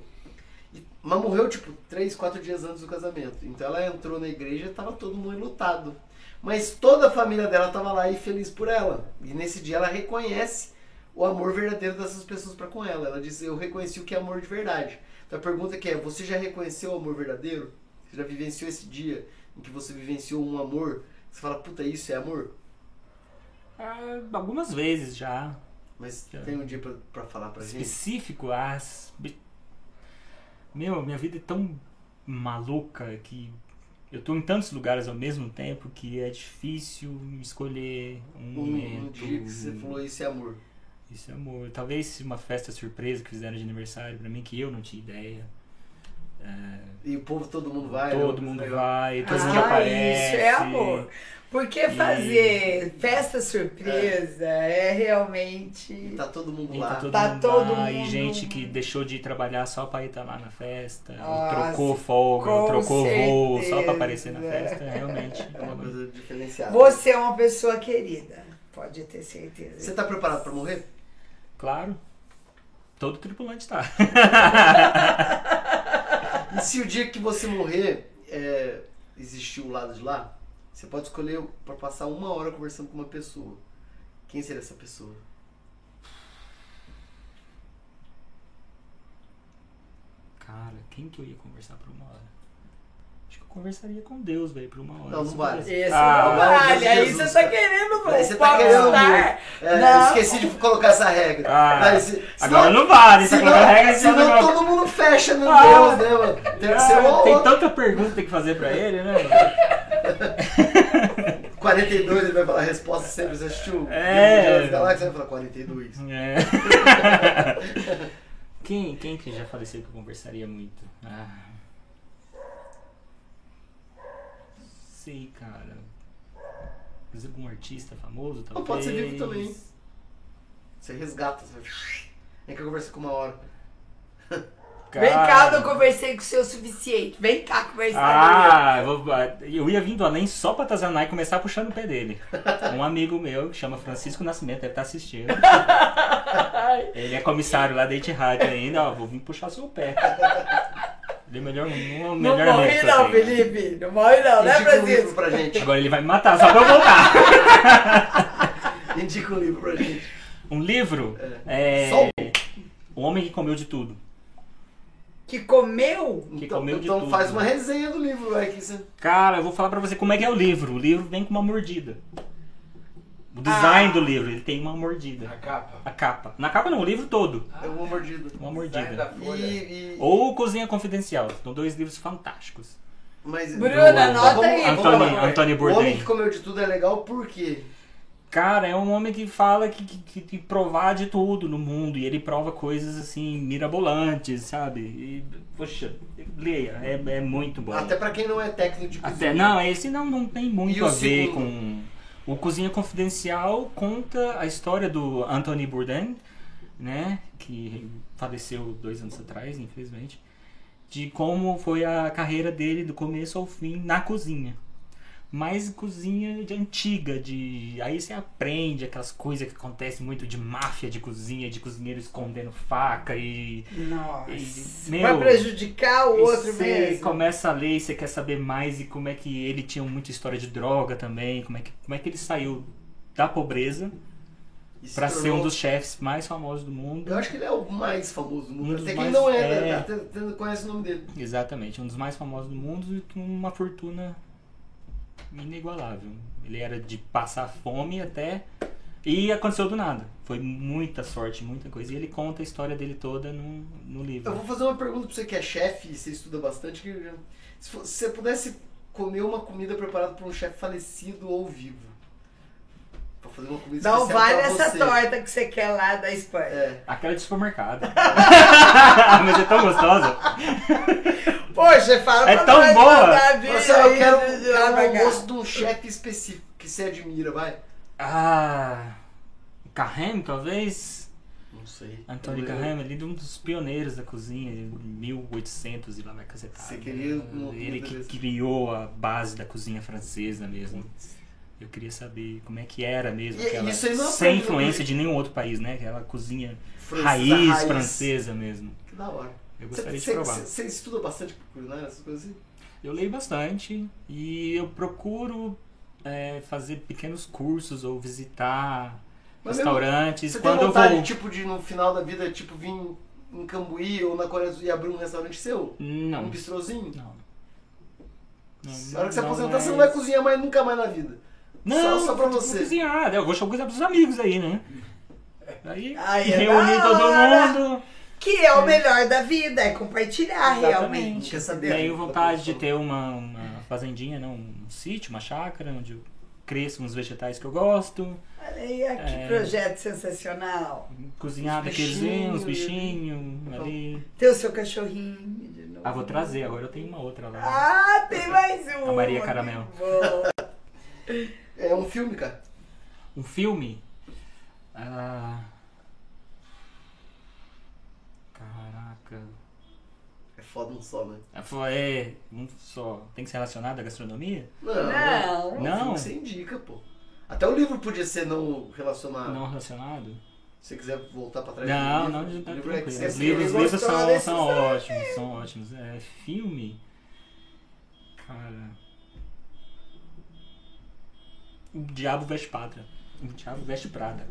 Speaker 2: E- mas morreu, tipo, três, quatro dias antes do casamento. Então ela entrou na igreja e tava todo mundo lutado. Mas toda a família dela tava lá e feliz por ela. E nesse dia ela reconhece o amor verdadeiro dessas pessoas para com ela. Ela diz, eu reconheci o que é amor de verdade. Então a pergunta que é, você já reconheceu o amor verdadeiro? Você já vivenciou esse dia em que você vivenciou um amor? Você fala, puta, isso é amor? tá.
Speaker 3: ah, algumas vezes já.
Speaker 2: Mas
Speaker 3: Já.
Speaker 2: tem um dia pra- pra falar pra gente?
Speaker 3: específico, as. be- Meu, minha vida é tão maluca que eu tô em tantos lugares ao mesmo tempo que é difícil escolher um,
Speaker 2: Um, um
Speaker 3: momento.
Speaker 2: dia que você falou, isso é amor.
Speaker 3: Isso é amor. Talvez uma festa surpresa que fizeram de aniversário pra mim que eu não tinha ideia.
Speaker 2: E o povo, todo mundo vai.
Speaker 3: todo
Speaker 2: né?
Speaker 3: mundo vai, todo mundo
Speaker 4: Ah,
Speaker 3: aparece.
Speaker 4: isso é amor. Porque
Speaker 3: E-
Speaker 4: fazer festa surpresa é,
Speaker 2: E
Speaker 4: realmente.
Speaker 2: tá todo mundo
Speaker 3: E
Speaker 2: lá.
Speaker 3: tá todo
Speaker 4: Tá
Speaker 3: mundo
Speaker 4: todo
Speaker 3: lá, e
Speaker 4: mundo-
Speaker 3: gente que deixou de ir trabalhar só pra ir estar lá na festa, ou
Speaker 2: Ah,
Speaker 4: Nossa,
Speaker 3: trocou folga,
Speaker 4: com
Speaker 3: ou trocou voo só pra
Speaker 4: certeza.
Speaker 3: aparecer na festa, é realmente.
Speaker 2: É uma coisa diferenciada.
Speaker 4: Você é uma pessoa querida, pode ter certeza.
Speaker 2: Você tá preparado pra morrer?
Speaker 3: Claro. Todo tripulante tá.
Speaker 2: E se o dia que você morrer é, existir o lado de lá, você pode escolher pra passar uma hora conversando com uma pessoa. Quem seria essa pessoa?
Speaker 3: Cara, quem que eu ia conversar por uma hora? Acho que eu conversaria com Deus, velho, por uma hora.
Speaker 2: Não, não
Speaker 3: Se eu
Speaker 2: vale.
Speaker 3: pudesse.
Speaker 4: Esse
Speaker 3: Ah,
Speaker 4: não
Speaker 2: meu Deus,
Speaker 4: vale, aí você
Speaker 2: Jesus,
Speaker 4: tá
Speaker 2: cara.
Speaker 4: querendo
Speaker 2: Aí
Speaker 4: você
Speaker 2: você tá querendo muito. É,
Speaker 4: Não.
Speaker 2: eu Esqueci de colocar essa regra.
Speaker 3: Ah,
Speaker 2: Mas se-
Speaker 3: Agora não vale,
Speaker 2: senão,
Speaker 3: essa regra de
Speaker 2: senão
Speaker 3: Deus.
Speaker 2: todo mundo fecha, meu
Speaker 3: Ah.
Speaker 2: Deus, né, mano? Tem que ser
Speaker 3: Ah,
Speaker 2: uma
Speaker 3: Tem
Speaker 2: outra.
Speaker 3: tanta pergunta que tem que fazer pra ele, né?
Speaker 2: 42 ele vai falar a resposta sempre. Você assistiu?
Speaker 3: É.
Speaker 2: Guerra das Galáxias, ele vai falar 42.
Speaker 3: É.
Speaker 4: É.
Speaker 3: quem, quem que já faleceu que eu conversaria muito? Ah. Sei, cara. Mas algum artista famoso, talvez.
Speaker 2: Ou pode ser vivo também. Você resgata, você vai. Nem que eu conversei com uma hora.
Speaker 4: Vem cá, eu
Speaker 3: Cara.
Speaker 4: não conversei com o seu o suficiente. Vem cá conversar
Speaker 3: Ah, eu, vou- eu ia vindo além só pra atazanar e começar puxando o pé dele. Um amigo meu, que chama Francisco Nascimento, deve estar assistindo. Ele é comissário lá da Etihad ainda, ó, vou vir puxar seu pé. Ele é melhor, um
Speaker 4: comigo. Não
Speaker 3: melhor
Speaker 4: morre
Speaker 3: amigo que eu
Speaker 4: não,
Speaker 3: tenho.
Speaker 4: Felipe. Não morre não, né,
Speaker 2: Indica um livro
Speaker 4: Francisco?
Speaker 2: pra gente.
Speaker 3: Agora ele vai me matar só pra eu voltar.
Speaker 2: Indica um livro pra gente.
Speaker 3: Um livro é
Speaker 2: Só um.
Speaker 3: O Homem que Comeu de Tudo.
Speaker 4: Que comeu?
Speaker 3: Que
Speaker 2: então
Speaker 3: comeu de
Speaker 2: então
Speaker 3: tudo,
Speaker 2: faz
Speaker 3: né?
Speaker 2: uma resenha do livro, vai que você.
Speaker 3: Cara, eu vou falar pra você como é que é o livro. O livro vem com uma mordida. O design
Speaker 4: Ah.
Speaker 3: do livro, ele tem uma mordida.
Speaker 5: Na capa.
Speaker 3: A capa. Na capa não, o livro todo.
Speaker 5: Ah,
Speaker 2: É uma mordida.
Speaker 3: Uma
Speaker 5: Sai da
Speaker 3: mordida.
Speaker 5: folha.
Speaker 2: E. e-
Speaker 3: Ou Cozinha Confidencial. São dois livros fantásticos.
Speaker 2: Mas.
Speaker 4: Bruna,
Speaker 3: Do-
Speaker 4: anota aí, por
Speaker 3: Antônio,
Speaker 4: favor.
Speaker 3: Antônio
Speaker 2: O homem
Speaker 3: Bourdain.
Speaker 2: que comeu de tudo é legal por quê?
Speaker 3: Cara, é um homem que fala que, que, que- que provar de tudo no mundo. E ele prova coisas assim, mirabolantes, sabe? E, poxa, leia. É, é muito bom.
Speaker 2: Até pra quem não é técnico de cozinha.
Speaker 3: Até, não, esse não, não tem
Speaker 2: E
Speaker 3: muito
Speaker 2: o
Speaker 3: a ver
Speaker 2: segundo?
Speaker 3: com. O Cozinha Confidencial conta a história do Anthony Bourdain, né? Que faleceu dois anos atrás, infelizmente. De como foi a carreira dele do começo ao fim na cozinha. mais cozinha de antiga, de aí você aprende aquelas coisas que acontecem muito de máfia de cozinha, de cozinheiro escondendo faca e
Speaker 4: Nossa.
Speaker 3: E, meu,
Speaker 4: vai prejudicar o
Speaker 3: e
Speaker 4: outro
Speaker 3: você
Speaker 4: mesmo.
Speaker 3: começa a ler e você quer saber mais e como é que ele tinha muita história de droga também, como é que, como é que ele saiu da pobreza
Speaker 2: E se
Speaker 3: pra ser
Speaker 2: tornou-
Speaker 3: um dos chefes mais famosos do mundo.
Speaker 2: Eu acho que ele é o mais famoso do
Speaker 3: Um
Speaker 2: mundo.
Speaker 3: dos
Speaker 2: Até quem
Speaker 3: mais-
Speaker 2: não é, né?
Speaker 3: é.
Speaker 2: Até- até conhece o nome dele.
Speaker 3: Exatamente, um dos mais famosos do mundo e com uma fortuna inigualável. Ele era de passar fome até. E aconteceu do nada. Foi muita sorte, muita coisa. E ele conta a história dele toda no, no
Speaker 2: Eu
Speaker 3: livro.
Speaker 2: vou fazer uma pergunta pra você que é chefe e você estuda bastante. que eu- se, fo- se você pudesse comer uma comida preparada por um chefe falecido ou vivo, pra fazer uma comida
Speaker 4: Não
Speaker 2: especial
Speaker 4: vale
Speaker 2: pra
Speaker 4: essa
Speaker 2: você.
Speaker 4: torta que você quer lá da Espanha.
Speaker 2: É.
Speaker 3: Aquela de supermercado. Mas é tão gostosa.
Speaker 4: Poxa, você fala
Speaker 3: É
Speaker 4: pra
Speaker 3: tão
Speaker 4: nós
Speaker 3: boa.
Speaker 4: mandar vir
Speaker 2: Nossa, eu
Speaker 4: aí
Speaker 2: quero,
Speaker 4: de- de lá
Speaker 2: quero um
Speaker 4: pra cá.
Speaker 2: almoço de um chefe específico que você admira, vai.
Speaker 3: Ah. Carrem, talvez?
Speaker 2: Não sei.
Speaker 3: Antônio
Speaker 2: Eu-
Speaker 3: Carrem, ele é um dos pioneiros da cozinha, de 1800 e lá vai cacetada.
Speaker 2: Você queria um uma
Speaker 3: Ele
Speaker 2: comida
Speaker 3: que
Speaker 2: dessa?
Speaker 3: criou a base da cozinha francesa mesmo. Eu queria saber como é que era mesmo
Speaker 2: E-
Speaker 3: aquela,
Speaker 2: isso aí não é
Speaker 3: sem
Speaker 2: frango,
Speaker 3: influência
Speaker 2: né?
Speaker 3: de nenhum outro país, né? Aquela cozinha
Speaker 2: Francesa,
Speaker 3: raiz, francesa mesmo.
Speaker 2: Que da hora.
Speaker 3: Eu
Speaker 2: Você-
Speaker 3: gostaria
Speaker 2: você-
Speaker 3: de provar.
Speaker 2: você- Você estuda bastante culinária, essas coisas assim?
Speaker 3: Eu leio bastante e eu procuro é, fazer pequenos cursos ou visitar
Speaker 2: Mas mesmo-
Speaker 3: restaurantes
Speaker 2: Você
Speaker 3: quando
Speaker 2: tem
Speaker 3: eu
Speaker 2: vontade,
Speaker 3: vou.
Speaker 2: tipo, de no final da vida, tipo, vir em Cambuí ou na Coreia do Sul e abrir um restaurante seu? Um
Speaker 3: Não,
Speaker 2: bistrozinho?
Speaker 3: não.
Speaker 2: Na hora que você aposentar, você não
Speaker 3: é-
Speaker 2: vai cozinhar mais nunca mais na vida.
Speaker 3: Não,
Speaker 2: Só- só pra
Speaker 3: eu vou
Speaker 2: você.
Speaker 3: cozinhar. Eu vou cozinhar pros amigos aí, né? Aí,
Speaker 4: Aí é
Speaker 3: reunir
Speaker 4: da
Speaker 3: todo
Speaker 4: hora.
Speaker 3: mundo.
Speaker 4: Que é o melhor da vida, é compartilhar
Speaker 3: Exatamente.
Speaker 4: realmente.
Speaker 2: Quer saber?
Speaker 3: Tenho vontade de ter uma, uma fazendinha, não, um sítio, uma chácara, onde eu cresço uns vegetais que eu gosto,
Speaker 4: Olha aí, ah, que projeto sensacional.
Speaker 3: cozinhar
Speaker 2: Uns
Speaker 3: daquelezinhos, uns
Speaker 2: bichinhos,
Speaker 3: bichinhos
Speaker 2: Tá
Speaker 3: ali.
Speaker 4: Ter o seu cachorrinho de novo.
Speaker 3: Ah, vou trazer, agora eu tenho uma outra lá.
Speaker 4: Ah, tem mais um.
Speaker 3: A Maria Caramel.
Speaker 2: É um filme, cara.
Speaker 3: Um filme? Ah, Caraca.
Speaker 2: É foda um só, né?
Speaker 3: Ah, foi- É, um só. Tem que ser relacionado à gastronomia?
Speaker 2: Não.
Speaker 4: Não.
Speaker 2: É um filme
Speaker 3: Não.
Speaker 2: que você indica, pô. Até o livro podia ser não relacionado.
Speaker 3: Não relacionado?
Speaker 2: Se você quiser voltar Ah. pra trás
Speaker 3: Não,
Speaker 2: do livro,
Speaker 3: não, não tá
Speaker 2: o livro é que
Speaker 3: tranquilo.
Speaker 2: você
Speaker 3: Os
Speaker 2: escreve.
Speaker 3: livros, os
Speaker 4: Ele
Speaker 3: livros
Speaker 4: gostou
Speaker 3: são,
Speaker 4: desses
Speaker 3: são ótimos, são ótimos. É, filme. Cara. O Diabo Veste Prada. O Diabo Veste Prada.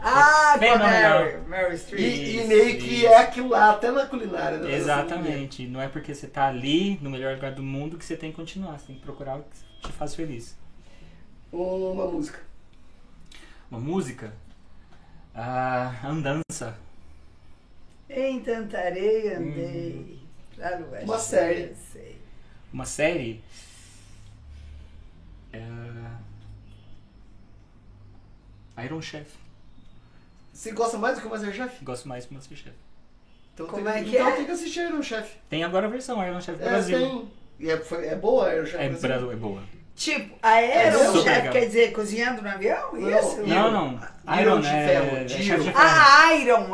Speaker 4: Ah, com a
Speaker 3: Fenomenal.
Speaker 4: Mary, Mary Streep.
Speaker 2: E, e
Speaker 3: Isso,
Speaker 2: meio que
Speaker 3: isso.
Speaker 2: é aquilo lá, até na culinária. né?
Speaker 3: Exatamente. Não é porque você tá ali, no melhor lugar do mundo, que você tem que continuar. Você tem que procurar o que te faz feliz.
Speaker 2: Assim, Uma música.
Speaker 3: Uma música? Ah, andança.
Speaker 4: Em tanta areia
Speaker 3: Hum.
Speaker 4: andei. Lá no Oeste.
Speaker 2: Uma série.
Speaker 4: eu sei.
Speaker 3: Uma série? É... Iron Chef.
Speaker 2: Você gosta mais do que o Masterchef?
Speaker 3: Gosto mais do Masterchef.
Speaker 2: Então
Speaker 4: Como
Speaker 2: tem,
Speaker 4: é que
Speaker 2: então
Speaker 4: é?
Speaker 2: tem que assistir Iron Chef.
Speaker 3: Tem agora a versão Iron Chef
Speaker 2: É,
Speaker 3: Brasil.
Speaker 2: tem. E é, foi- é boa a Iron Chef.
Speaker 3: É,
Speaker 2: Brasil.
Speaker 3: Brasil é boa.
Speaker 4: Tipo, a
Speaker 2: É
Speaker 4: era o
Speaker 3: super
Speaker 4: chefe
Speaker 3: legal.
Speaker 4: quer dizer cozinhando no avião?
Speaker 2: Não,
Speaker 4: Isso?
Speaker 3: Não, não.
Speaker 2: Iron
Speaker 3: Iron
Speaker 2: de
Speaker 3: é-
Speaker 2: ferro,
Speaker 3: é
Speaker 2: Dio.
Speaker 3: Chef de ferro.
Speaker 4: Ah, Iron,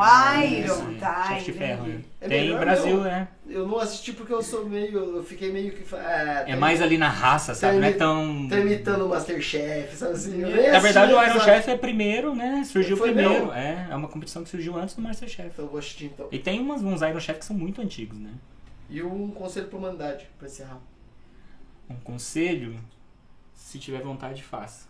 Speaker 4: Iron,
Speaker 3: Isso,
Speaker 4: tá.
Speaker 3: Chef de ferro.
Speaker 4: entendi.
Speaker 3: é.
Speaker 2: É
Speaker 3: Tem
Speaker 2: melhor
Speaker 3: Brasil,
Speaker 2: não.
Speaker 3: é.
Speaker 2: Eu não assisti porque eu sou meio. Eu fiquei meio que. fa- ah,
Speaker 3: É mais ali na raça, sabe? Não é
Speaker 2: Tá
Speaker 3: tão.
Speaker 2: Tá imitando o Masterchef, sabe assim? Eu
Speaker 4: É
Speaker 2: nem
Speaker 3: Na verdade, o
Speaker 2: assisti,
Speaker 3: Iron
Speaker 2: sabe?
Speaker 3: Chef é primeiro, né? Surgiu
Speaker 2: Foi
Speaker 3: primeiro.
Speaker 2: meu.
Speaker 3: É, é uma competição que surgiu antes do Masterchef.
Speaker 2: Então eu vou assistir então.
Speaker 3: E tem umas, uns Iron Chef que são muito antigos, né?
Speaker 2: E um conselho pra humanidade, pra encerrar.
Speaker 3: Um conselho, se tiver vontade, faça.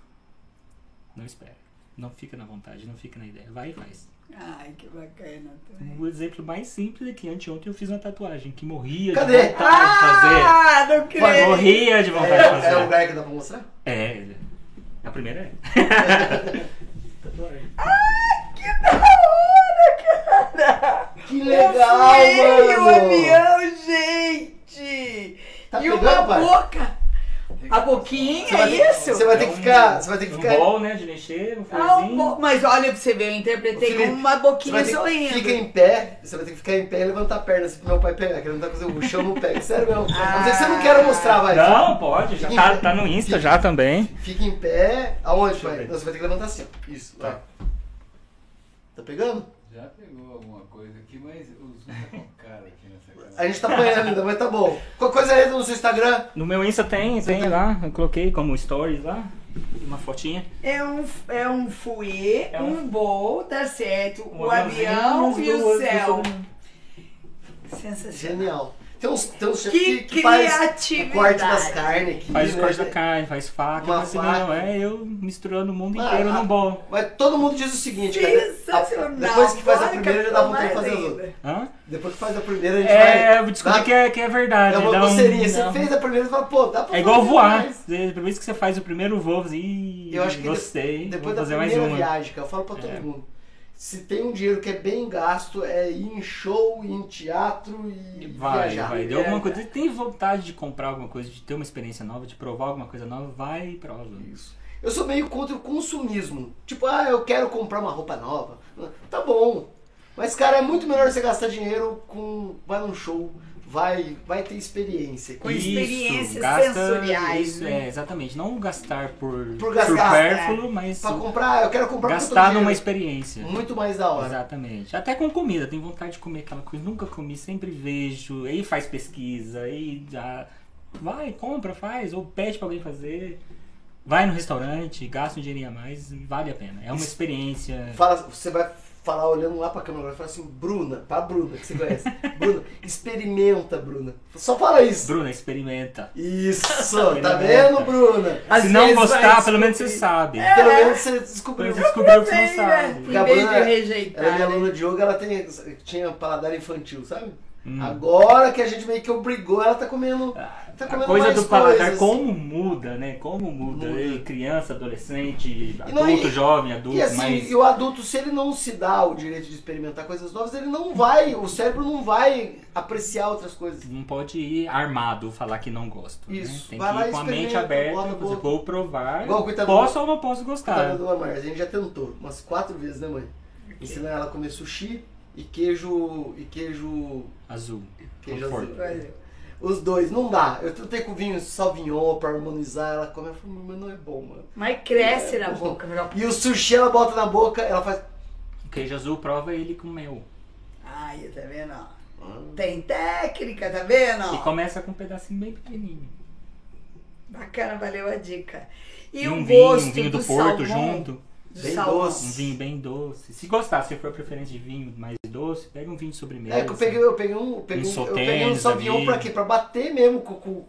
Speaker 3: Não espera. Não fica na vontade, não fica na ideia. Vai e faz.
Speaker 4: Ai, que bacana também.
Speaker 3: O exemplo mais simples é que anteontem eu fiz uma tatuagem que morria
Speaker 2: Cadê?
Speaker 3: de vontade de fazer.
Speaker 4: Ah, não creio.
Speaker 3: Morria de vontade de
Speaker 2: É, é o
Speaker 3: fazer.
Speaker 2: lugar que dá pra mostrar?
Speaker 3: É, a primeira é.
Speaker 4: Que da hora, cara!
Speaker 2: Que
Speaker 4: eu fui o
Speaker 2: legal,
Speaker 4: avião, gente!
Speaker 2: Tá
Speaker 4: e uma
Speaker 2: pegando, pai?
Speaker 4: boca! A boquinha,
Speaker 2: Você vai ter-
Speaker 4: é isso?
Speaker 2: você vai ter que ficar. Você vai ter que
Speaker 3: Um
Speaker 2: ficar.
Speaker 3: bol, né, de mexer, um
Speaker 4: Ah, um
Speaker 3: fiozinho.
Speaker 4: bo- Mas olha pra você ver, eu interpretei
Speaker 2: Felipe,
Speaker 4: como uma
Speaker 2: Você
Speaker 4: boquinha
Speaker 2: vai ter que
Speaker 4: sorrindo.
Speaker 2: fica em pé, você vai ter que ficar em pé e levantar a perna se meu pai pegar, que ele não tá com o chão não pega. Sério mesmo. A não ser que você não queira mostrar, vai.
Speaker 3: Não, pode, já tá, tá no Insta já também.
Speaker 2: Fica em pé. Aonde,
Speaker 3: Deixa eu
Speaker 2: pai?
Speaker 3: ver.
Speaker 2: Não, você vai ter que levantar assim. ó. Isso,
Speaker 3: Tá.
Speaker 2: vai. Tá pegando?
Speaker 5: Já pegou alguma coisa aqui, mas o Zoom tá com cara aqui nessa
Speaker 2: A
Speaker 5: cara.
Speaker 2: gente tá apanhando ainda, mas tá bom. Qualquer coisa entra no seu Instagram.
Speaker 3: No meu Insta tem, tem lá, eu coloquei como stories lá, uma fotinha.
Speaker 4: É um, é um fuê,
Speaker 3: É um-
Speaker 4: um bowl, tá certo,
Speaker 2: um
Speaker 4: o
Speaker 3: aviãozinho
Speaker 4: avião
Speaker 3: e
Speaker 4: e
Speaker 3: os
Speaker 4: o
Speaker 3: dois-
Speaker 4: céu.
Speaker 3: os
Speaker 4: Sensacional.
Speaker 2: Genial. Tem uns, tem uns chefes
Speaker 4: Que
Speaker 2: que, que faz o
Speaker 4: criatividade.
Speaker 2: corte das carnes aqui.
Speaker 3: Faz
Speaker 2: né?
Speaker 3: corte da carne, faz faca,
Speaker 2: Uma
Speaker 3: mas não,
Speaker 2: faca.
Speaker 3: é eu misturando o mundo
Speaker 2: Ah,
Speaker 3: inteiro
Speaker 2: ah.
Speaker 3: no bolo.
Speaker 2: Mas todo mundo diz o seguinte, cara. a-
Speaker 4: Sensacional.
Speaker 2: Depois que faz a
Speaker 4: Bora,
Speaker 2: primeira, já dá vontade de
Speaker 4: mais
Speaker 2: fazer as
Speaker 4: ainda.
Speaker 2: outras.
Speaker 3: Hã?
Speaker 2: Depois que faz a primeira, a gente vai...
Speaker 3: É, eu descobri
Speaker 2: dá-
Speaker 3: que é, que é verdade.
Speaker 2: É uma
Speaker 3: dá um-
Speaker 2: coceirinha. Você
Speaker 3: dá um-
Speaker 2: fez a primeira e fala, pô, dá pra
Speaker 3: É igual
Speaker 2: fazer
Speaker 3: voar.
Speaker 2: mais.
Speaker 3: Você- Por isso que você faz o primeiro voo, você, Ih,
Speaker 2: Eu acho que
Speaker 3: gostei,
Speaker 2: Depois
Speaker 3: vou
Speaker 2: da
Speaker 3: fazer mais
Speaker 2: primeira
Speaker 3: uma.
Speaker 2: viagem, que eu falo pra todo
Speaker 3: É.
Speaker 2: mundo. Se tem um dinheiro que é bem gasto, é ir em show, ir em teatro e
Speaker 3: Vai,
Speaker 2: viajar.
Speaker 3: vai. Deu
Speaker 4: É,
Speaker 3: alguma
Speaker 4: cara.
Speaker 3: coisa. Tem vontade de comprar alguma coisa, de ter uma experiência nova, de provar alguma coisa nova, vai e prova.
Speaker 2: Isso. Eu sou meio contra o consumismo. Tipo, ah, eu quero comprar uma roupa nova. Tá bom. Mas, cara, é muito melhor você gastar dinheiro com. Vai num show, vai, vai ter experiência.
Speaker 4: Com experiências sensoriais,
Speaker 3: Isso,
Speaker 4: né?
Speaker 3: é, exatamente. Não gastar por,
Speaker 2: Por gastar, é.
Speaker 3: supérfluo, mas
Speaker 2: Pra comprar, eu quero comprar porque eu tô
Speaker 3: gastar numa
Speaker 2: dinheiro.
Speaker 3: experiência.
Speaker 2: Muito mais da hora.
Speaker 3: Exatamente. Até com comida, tem vontade de comer aquela coisa, nunca comi, sempre vejo, aí faz pesquisa, aí já vai, compra, faz, ou pede pra alguém fazer. Vai no restaurante, gasta um dinheirinho a mais, vale a pena. É uma experiência.
Speaker 2: Fala, você vai falar olhando lá pra câmera agora, fala assim, Bruna, pra Bruna, que você conhece. Bruna, experimenta, Bruna. Só fala isso.
Speaker 3: Bruna, experimenta.
Speaker 2: Isso, tá vendo, Bruna?
Speaker 4: Às
Speaker 3: Se não
Speaker 4: vezes
Speaker 3: gostar,
Speaker 4: vai
Speaker 3: pelo menos você
Speaker 4: descobrir.
Speaker 3: sabe.
Speaker 2: Pelo menos você descobriu.
Speaker 3: Depois descobriu que você não
Speaker 4: Também,
Speaker 3: sabe.
Speaker 4: né? Em vez de
Speaker 2: Gabriela,
Speaker 4: eu
Speaker 2: Ela é
Speaker 4: rejeitar.
Speaker 2: minha
Speaker 4: né?
Speaker 2: aluna de yoga, ela tem, tinha paladar infantil, sabe?
Speaker 3: Hum. Ah,
Speaker 2: Agora que a gente meio que obrigou, ela tá comendo. Tá comendo
Speaker 3: A coisa
Speaker 2: mais
Speaker 3: do paladar,
Speaker 2: coisas.
Speaker 3: como muda, né? Como muda.
Speaker 2: Muda.
Speaker 3: E Criança, adolescente,
Speaker 2: não,
Speaker 3: adulto,
Speaker 2: e-
Speaker 3: jovem, adulto,
Speaker 2: E assim,
Speaker 3: mas.
Speaker 2: e o adulto, se ele não se dá o direito de experimentar coisas novas, ele não vai, o cérebro não vai apreciar outras coisas.
Speaker 3: Não pode ir armado falar que não gosto. né?
Speaker 2: Isso.
Speaker 3: Tem
Speaker 2: Vai
Speaker 3: que
Speaker 2: lá
Speaker 3: ir
Speaker 2: e
Speaker 3: com a mente
Speaker 2: experimenta,
Speaker 3: aberta,
Speaker 2: bota a
Speaker 3: fazer,
Speaker 2: boca.
Speaker 3: vou provar.
Speaker 2: Igual, coitado
Speaker 3: posso ou não posso
Speaker 2: Tá
Speaker 3: gostar.
Speaker 2: do Lamar, a gente já tentou umas quatro vezes, né, mãe? Ensinar ela a comer sushi e queijo. e queijo.
Speaker 3: Azul.
Speaker 2: queijo
Speaker 3: Conforto.
Speaker 2: azul.
Speaker 4: Olha,
Speaker 2: Os dois, não dá. Eu tentei com vinho salvignon pra harmonizar, ela come, eu falei, mas não é bom, mano.
Speaker 4: Mas cresce na boca. viu?
Speaker 2: E o sushi ela bota na boca, ela faz.
Speaker 3: O queijo azul prova ele com o meu.
Speaker 4: Ai, tá vendo? ó? Tem técnica, tá vendo?
Speaker 2: Ah.
Speaker 4: ó?
Speaker 3: E começa com um pedacinho bem pequenininho.
Speaker 4: Bacana, valeu a dica. E, o
Speaker 3: um vinho,
Speaker 4: gosto
Speaker 3: um vinho do,
Speaker 4: salmão,
Speaker 3: Porto junto.
Speaker 4: do
Speaker 2: Bem
Speaker 4: salmão.
Speaker 2: doce.
Speaker 3: Um vinho bem doce. Se gostar, se for preferência de vinho mais doce, pega um vinho de sobremesa.
Speaker 2: É que eu peguei, eu peguei um. Eu peguei um, eu peguei um
Speaker 3: Sauternes,
Speaker 2: salvignon
Speaker 3: ali.
Speaker 2: pra quê? Pra bater mesmo com, com,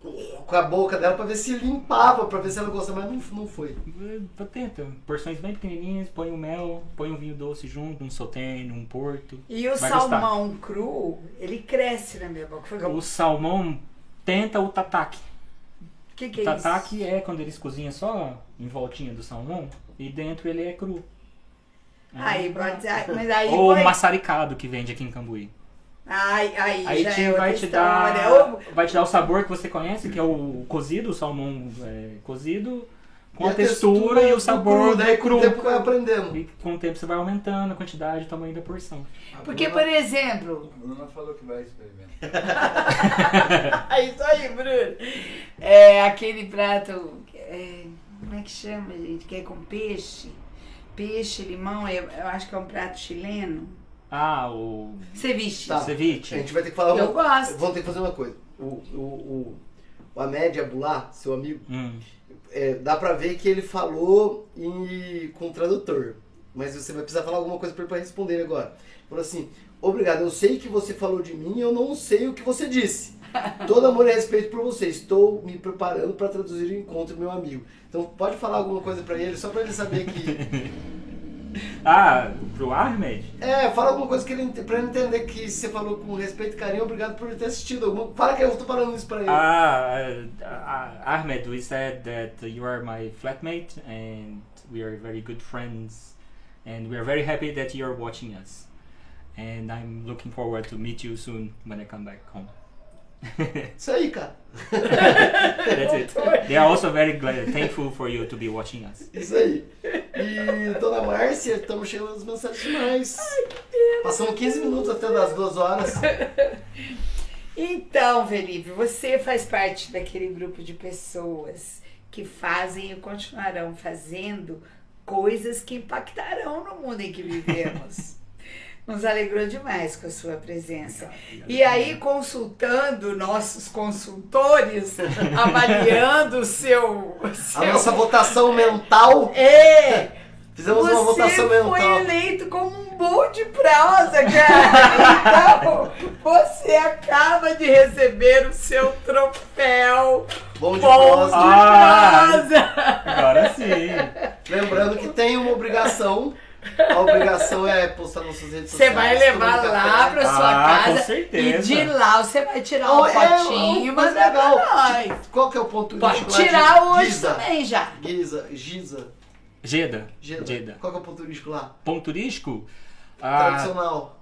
Speaker 2: com- com a boca dela pra ver se limpava, pra ver se ela gostava, mas não, não foi.
Speaker 3: Eh, Tenta. Porções bem pequenininhas, põe um mel, põe um vinho doce junto, um sauterno, um porto.
Speaker 4: E o
Speaker 3: Vai
Speaker 4: salmão cru, ele cresce na minha boca. Fica-
Speaker 3: O
Speaker 4: O
Speaker 3: salmão tenta o tataki.
Speaker 4: que, que
Speaker 3: O
Speaker 4: é isso?
Speaker 3: tataki é quando eles cozinham só em voltinha do salmão e dentro ele é cru. É.
Speaker 4: Aí pode ser. Mas aí
Speaker 3: Ou
Speaker 4: pode...
Speaker 3: maçaricado que vende aqui em Cambuí.
Speaker 4: Ai, aí,
Speaker 3: Aí
Speaker 4: já
Speaker 3: te-
Speaker 4: é outra
Speaker 3: vai, te
Speaker 4: história. né?
Speaker 3: dar,
Speaker 4: Ou-
Speaker 3: vai te dar o sabor que você conhece, que é o cozido, o salmão é, cozido, com
Speaker 2: E
Speaker 3: a textura e
Speaker 2: do
Speaker 3: o
Speaker 2: cru,
Speaker 3: sabor
Speaker 2: daí
Speaker 3: do
Speaker 2: com o
Speaker 3: cru.
Speaker 2: tempo vai aprendendo.
Speaker 3: E com o tempo você vai aumentando a quantidade, o tamanho da porção.
Speaker 5: A
Speaker 4: Porque, por
Speaker 5: Bruna-
Speaker 4: exemplo...
Speaker 5: A Bruna falou que vai experimentar.
Speaker 4: É isso aí, Bruno. É aquele prato... é, Como é que chama, gente? Que é com peixe. Peixe, limão, eu, eu acho que é um prato chileno.
Speaker 3: Ah, o
Speaker 4: Ceviche.
Speaker 2: Tá. A
Speaker 3: ceviche.
Speaker 2: gente vai ter que falar
Speaker 4: Eu
Speaker 2: uma-
Speaker 4: gosto.
Speaker 2: Vamos ter que fazer uma coisa. O, o, o, o Amédia Bulá, seu amigo,
Speaker 3: Hum.
Speaker 2: é, dá pra ver que ele falou em, com o tradutor. Mas você vai precisar falar alguma coisa pra ele pra responder ele agora. Ele Falou assim: Obrigado, eu sei que você falou de mim, eu não sei o que você disse. Todo amor e respeito por você. Estou me preparando pra traduzir o encontro do meu amigo. Então pode falar alguma coisa pra ele, só pra ele saber que.
Speaker 3: Ah, pro Ahmed?
Speaker 2: É, fala alguma coisa que ele, ente- pra ele entender que você falou com respeito e carinho. Obrigado por ter assistido. Alguma- Fala que eu tô falando isso pra ele.
Speaker 3: Ah, uh, uh, Ahmed, we said that you are my flatmate and we are very good friends and we are very happy that you are watching us. And I'm looking forward to meet you soon when I come back home.
Speaker 2: Isso aí, cara.
Speaker 3: That's it. They are also very glad, thankful for you to be watching us.
Speaker 2: Isso aí. E dona Márcia, estamos chegando nas mensagens finais. Passamos 15 minutos até das duas horas.
Speaker 4: Então, Felipe, você faz parte daquele grupo de pessoas que fazem e continuarão fazendo coisas que impactarão no mundo em que vivemos. Nos alegrou demais com a sua presença. E aí, consultando nossos consultores, avaliando o seu.
Speaker 2: A
Speaker 4: seu-
Speaker 2: nossa votação mental.
Speaker 4: É!
Speaker 2: Fizemos uma
Speaker 4: você
Speaker 2: votação
Speaker 4: foi
Speaker 2: mental.
Speaker 4: eleito como um bom de prosa, cara. Então, você acaba de receber o seu troféu
Speaker 2: Bom de
Speaker 4: bom de
Speaker 2: voz.
Speaker 3: Ah.
Speaker 4: prosa.
Speaker 3: Agora sim.
Speaker 2: Lembrando que tem uma obrigação. A obrigação é postar nas suas redes
Speaker 4: Você
Speaker 2: sociais.
Speaker 4: vai levar
Speaker 2: tomando
Speaker 4: lá
Speaker 2: café.
Speaker 4: pra sua
Speaker 3: Ah, com
Speaker 4: casa e
Speaker 3: certeza.
Speaker 4: de lá você vai tirar
Speaker 2: Oh,
Speaker 4: um
Speaker 2: é,
Speaker 4: potinho e
Speaker 2: oh, mas
Speaker 4: mandar
Speaker 2: legal.
Speaker 4: pra nós.
Speaker 2: Qual que é o ponto
Speaker 4: Tipo, Pode
Speaker 2: turístico lá de
Speaker 4: tirar hoje
Speaker 2: Giza?
Speaker 4: também já.
Speaker 2: Giza, Giza,
Speaker 3: Geda.
Speaker 2: Geda.
Speaker 3: Geda.
Speaker 2: Qual que é o ponto turístico lá?
Speaker 3: Ponto turístico? Ah,
Speaker 2: Tradicional.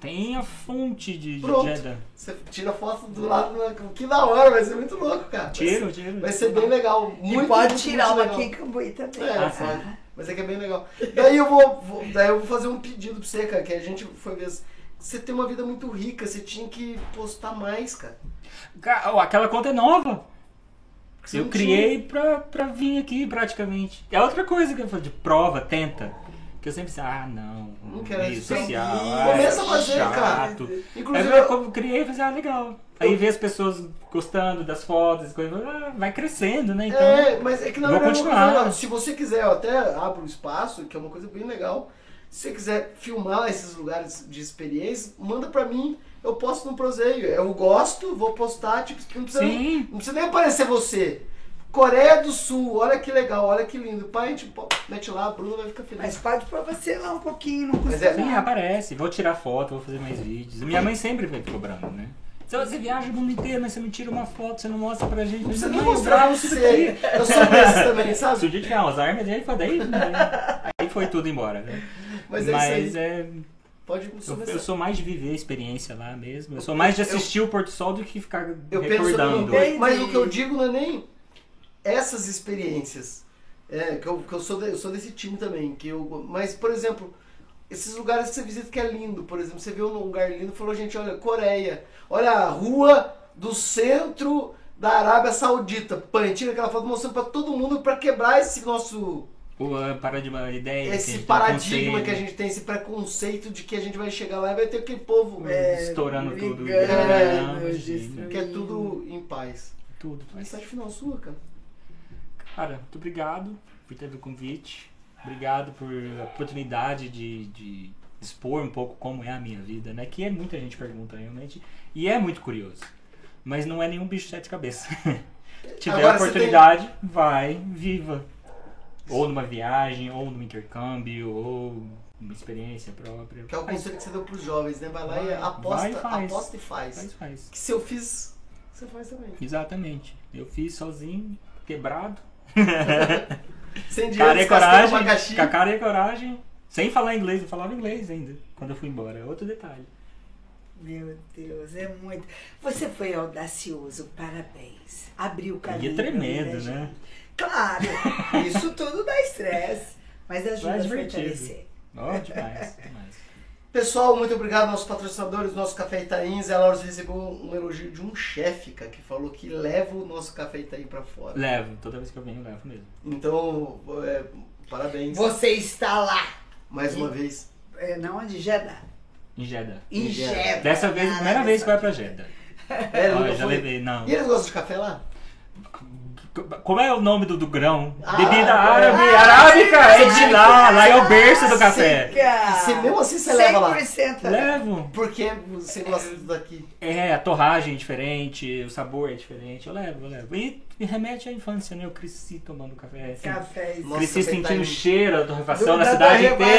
Speaker 3: tem a fonte de de
Speaker 2: Pronto.
Speaker 3: Geda.
Speaker 2: Você tira foto do lado, né? que da hora, vai ser muito louco, cara.
Speaker 3: Tiro, tiro.
Speaker 2: Vai ser bem legal.
Speaker 4: E
Speaker 2: Muito,
Speaker 4: pode
Speaker 2: muito,
Speaker 4: tirar
Speaker 2: muito
Speaker 4: uma
Speaker 2: legal.
Speaker 4: aqui tá. em Cambuí também.
Speaker 2: É,
Speaker 3: Ah,
Speaker 2: sabe?
Speaker 4: sim.
Speaker 2: Mas é que é bem legal. Daí eu vou, vou- daí eu vou fazer um pedido pra você, cara, que a gente foi ver. Você tem uma vida muito rica, você tinha que postar mais, cara.
Speaker 3: Ca- ó, Aquela conta é nova.
Speaker 2: Porque você
Speaker 3: Eu
Speaker 2: não
Speaker 3: criei pra, pra vir aqui praticamente. É outra coisa que eu falo de prova, tenta. Que eu sempre sei, ah não,
Speaker 2: Não quero
Speaker 3: rede
Speaker 2: isso.
Speaker 3: social.
Speaker 4: Preguiça.
Speaker 3: ah,
Speaker 2: Começa a fazer,
Speaker 3: chato.
Speaker 2: cara.
Speaker 3: Aí
Speaker 2: Inclusive,
Speaker 3: eu como criei e falei, ah, legal. Aí vê as pessoas gostando das fotos, e coisas, ah, vai crescendo, né? Então,
Speaker 2: é, mas é que na
Speaker 3: Vou
Speaker 2: verdade, é uma coisa
Speaker 3: continuar.
Speaker 2: legal. se você quiser, eu até abro um espaço, que é uma coisa bem legal. Se você quiser filmar esses lugares de experiência, manda pra mim, eu posto no Proseio. Eu gosto, vou postar, tipo, não precisa nem
Speaker 3: sim.
Speaker 2: Não precisa nem aparecer você. Coreia do Sul, olha que legal, olha que lindo. Pai, a gente pô, mete lá, a Bruna vai ficar feliz.
Speaker 4: Mas pode pra você lá um pouquinho, não
Speaker 2: Mas
Speaker 4: custa
Speaker 2: é-
Speaker 3: Sim,
Speaker 4: nada.
Speaker 3: aparece. Vou tirar foto, vou fazer mais vídeos. Minha mãe sempre vem cobrando, né? Se você viaja o mundo inteiro, mas você não tira uma foto, você não mostra pra gente.
Speaker 2: Não precisa
Speaker 3: Mas,
Speaker 2: nem
Speaker 3: mãe,
Speaker 2: mostrar
Speaker 3: grava
Speaker 2: pra
Speaker 3: isso
Speaker 2: você.
Speaker 3: daqui.
Speaker 2: Eu sou desse também,
Speaker 3: Se o
Speaker 2: sabe?
Speaker 3: dia tiver Alzheimer, aí foi daí. né? Aí foi tudo embora, né?
Speaker 2: Mas é
Speaker 3: Mas
Speaker 2: isso aí.
Speaker 3: é,
Speaker 2: Pode
Speaker 3: eu,
Speaker 2: começar.
Speaker 3: eu sou mais de viver a experiência lá mesmo. Eu sou mais de assistir o pôr do sol do que ficar
Speaker 2: Eu penso no
Speaker 3: recordando.
Speaker 2: bem, mas o que eu digo não é nem essas experiências. É, que eu, que eu, sou, de- eu sou desse time também. Que eu, mas, por exemplo, esses lugares que você visita que é lindo, por exemplo, você vê um lugar lindo e falou, gente, olha, Coreia, olha a rua do centro da Arábia Saudita. Pã, tira aquela foto mostrando pra todo mundo pra quebrar esse nosso.
Speaker 3: O ah, paradigma, ideia.
Speaker 2: esse
Speaker 3: assim,
Speaker 2: paradigma
Speaker 3: conceito,
Speaker 2: que a gente tem, esse preconceito de que a gente vai chegar lá e vai ter aquele povo
Speaker 3: é, Estourando tudo.
Speaker 4: brigando,
Speaker 3: Imagina.
Speaker 4: destruindo.
Speaker 2: que é tudo tá em paz.
Speaker 3: Tudo. Mas
Speaker 2: Mensagem final sua, cara.
Speaker 3: Cara, muito obrigado por ter o convite. Obrigado por a oportunidade de, de expor um pouco como é a minha vida, né? Que é muita gente pergunta realmente. E é muito curioso. Mas não é nenhum bicho de sete cabeças. Tiver
Speaker 2: Agora você
Speaker 3: oportunidade, vai, viva. Ou numa viagem, ou num intercâmbio, ou uma experiência própria.
Speaker 2: Que é o
Speaker 3: Faz,
Speaker 2: conselho que você deu pros jovens, né? Vai lá e
Speaker 3: Vai,
Speaker 2: aposta,
Speaker 3: vai e faz.
Speaker 2: aposta e faz.
Speaker 3: faz, faz.
Speaker 2: Que se eu fiz, você faz também.
Speaker 3: Exatamente. Eu fiz sozinho, quebrado,
Speaker 2: Sem dinheiro,
Speaker 3: Cara e
Speaker 2: descascando
Speaker 3: coragem,
Speaker 2: abacaxi.
Speaker 3: com a cara e coragem, sem falar inglês, eu falava inglês ainda quando eu fui embora, é outro detalhe.
Speaker 4: Meu Deus, é muito. Você foi audacioso, parabéns. Abriu o
Speaker 3: E
Speaker 4: caminho.
Speaker 3: é
Speaker 4: pra
Speaker 3: tremendo,
Speaker 4: muita
Speaker 3: né?
Speaker 4: gente. Claro, isso tudo dá estresse, mas ajuda
Speaker 3: Mas
Speaker 4: a
Speaker 3: divertido.
Speaker 4: fortalecer.
Speaker 3: Ó, demais, demais.
Speaker 2: Pessoal, muito obrigado aos patrocinadores do nosso Café Itains. Ela hoje recebeu um elogio de um chefe, cara, que falou que leva o nosso Café Itaim pra fora.
Speaker 3: Levo, toda vez que eu venho, eu levo mesmo.
Speaker 2: Então, é, parabéns
Speaker 4: Você está lá,
Speaker 2: mais uma vez.
Speaker 4: é, não onde Jeddah,
Speaker 3: Em Jeddah.
Speaker 4: em
Speaker 2: Em Jeddah.
Speaker 4: Jeddah.
Speaker 3: Dessa vez,
Speaker 4: na
Speaker 3: primeira
Speaker 4: Arábia
Speaker 3: vez que vai
Speaker 4: Saudita.
Speaker 3: pra Jeddah.
Speaker 2: É,
Speaker 3: Ó,
Speaker 2: nunca
Speaker 3: eu já
Speaker 2: fui.
Speaker 3: levei, não.
Speaker 2: E eles gostam de café lá?
Speaker 3: Como é o nome do, do grão?
Speaker 2: Ah,
Speaker 3: Bebida
Speaker 2: ah,
Speaker 3: árabe,
Speaker 4: ah,
Speaker 3: arábica, é de lá,
Speaker 4: clássica.
Speaker 3: lá é o berço do café.
Speaker 2: Se mesmo assim você leva lá.
Speaker 4: 100%
Speaker 3: Levo.
Speaker 2: Porque você gosta disso daqui?
Speaker 3: É, a torragem é diferente, o sabor é diferente, eu levo, eu levo. E, e remete à infância, né? Eu cresci tomando café. assim.
Speaker 4: Café.
Speaker 2: Nossa,
Speaker 3: Cresci
Speaker 2: você tá
Speaker 3: sentindo
Speaker 2: indo.
Speaker 3: o cheiro da torrefação na
Speaker 4: Da
Speaker 3: cidade
Speaker 4: torrefação,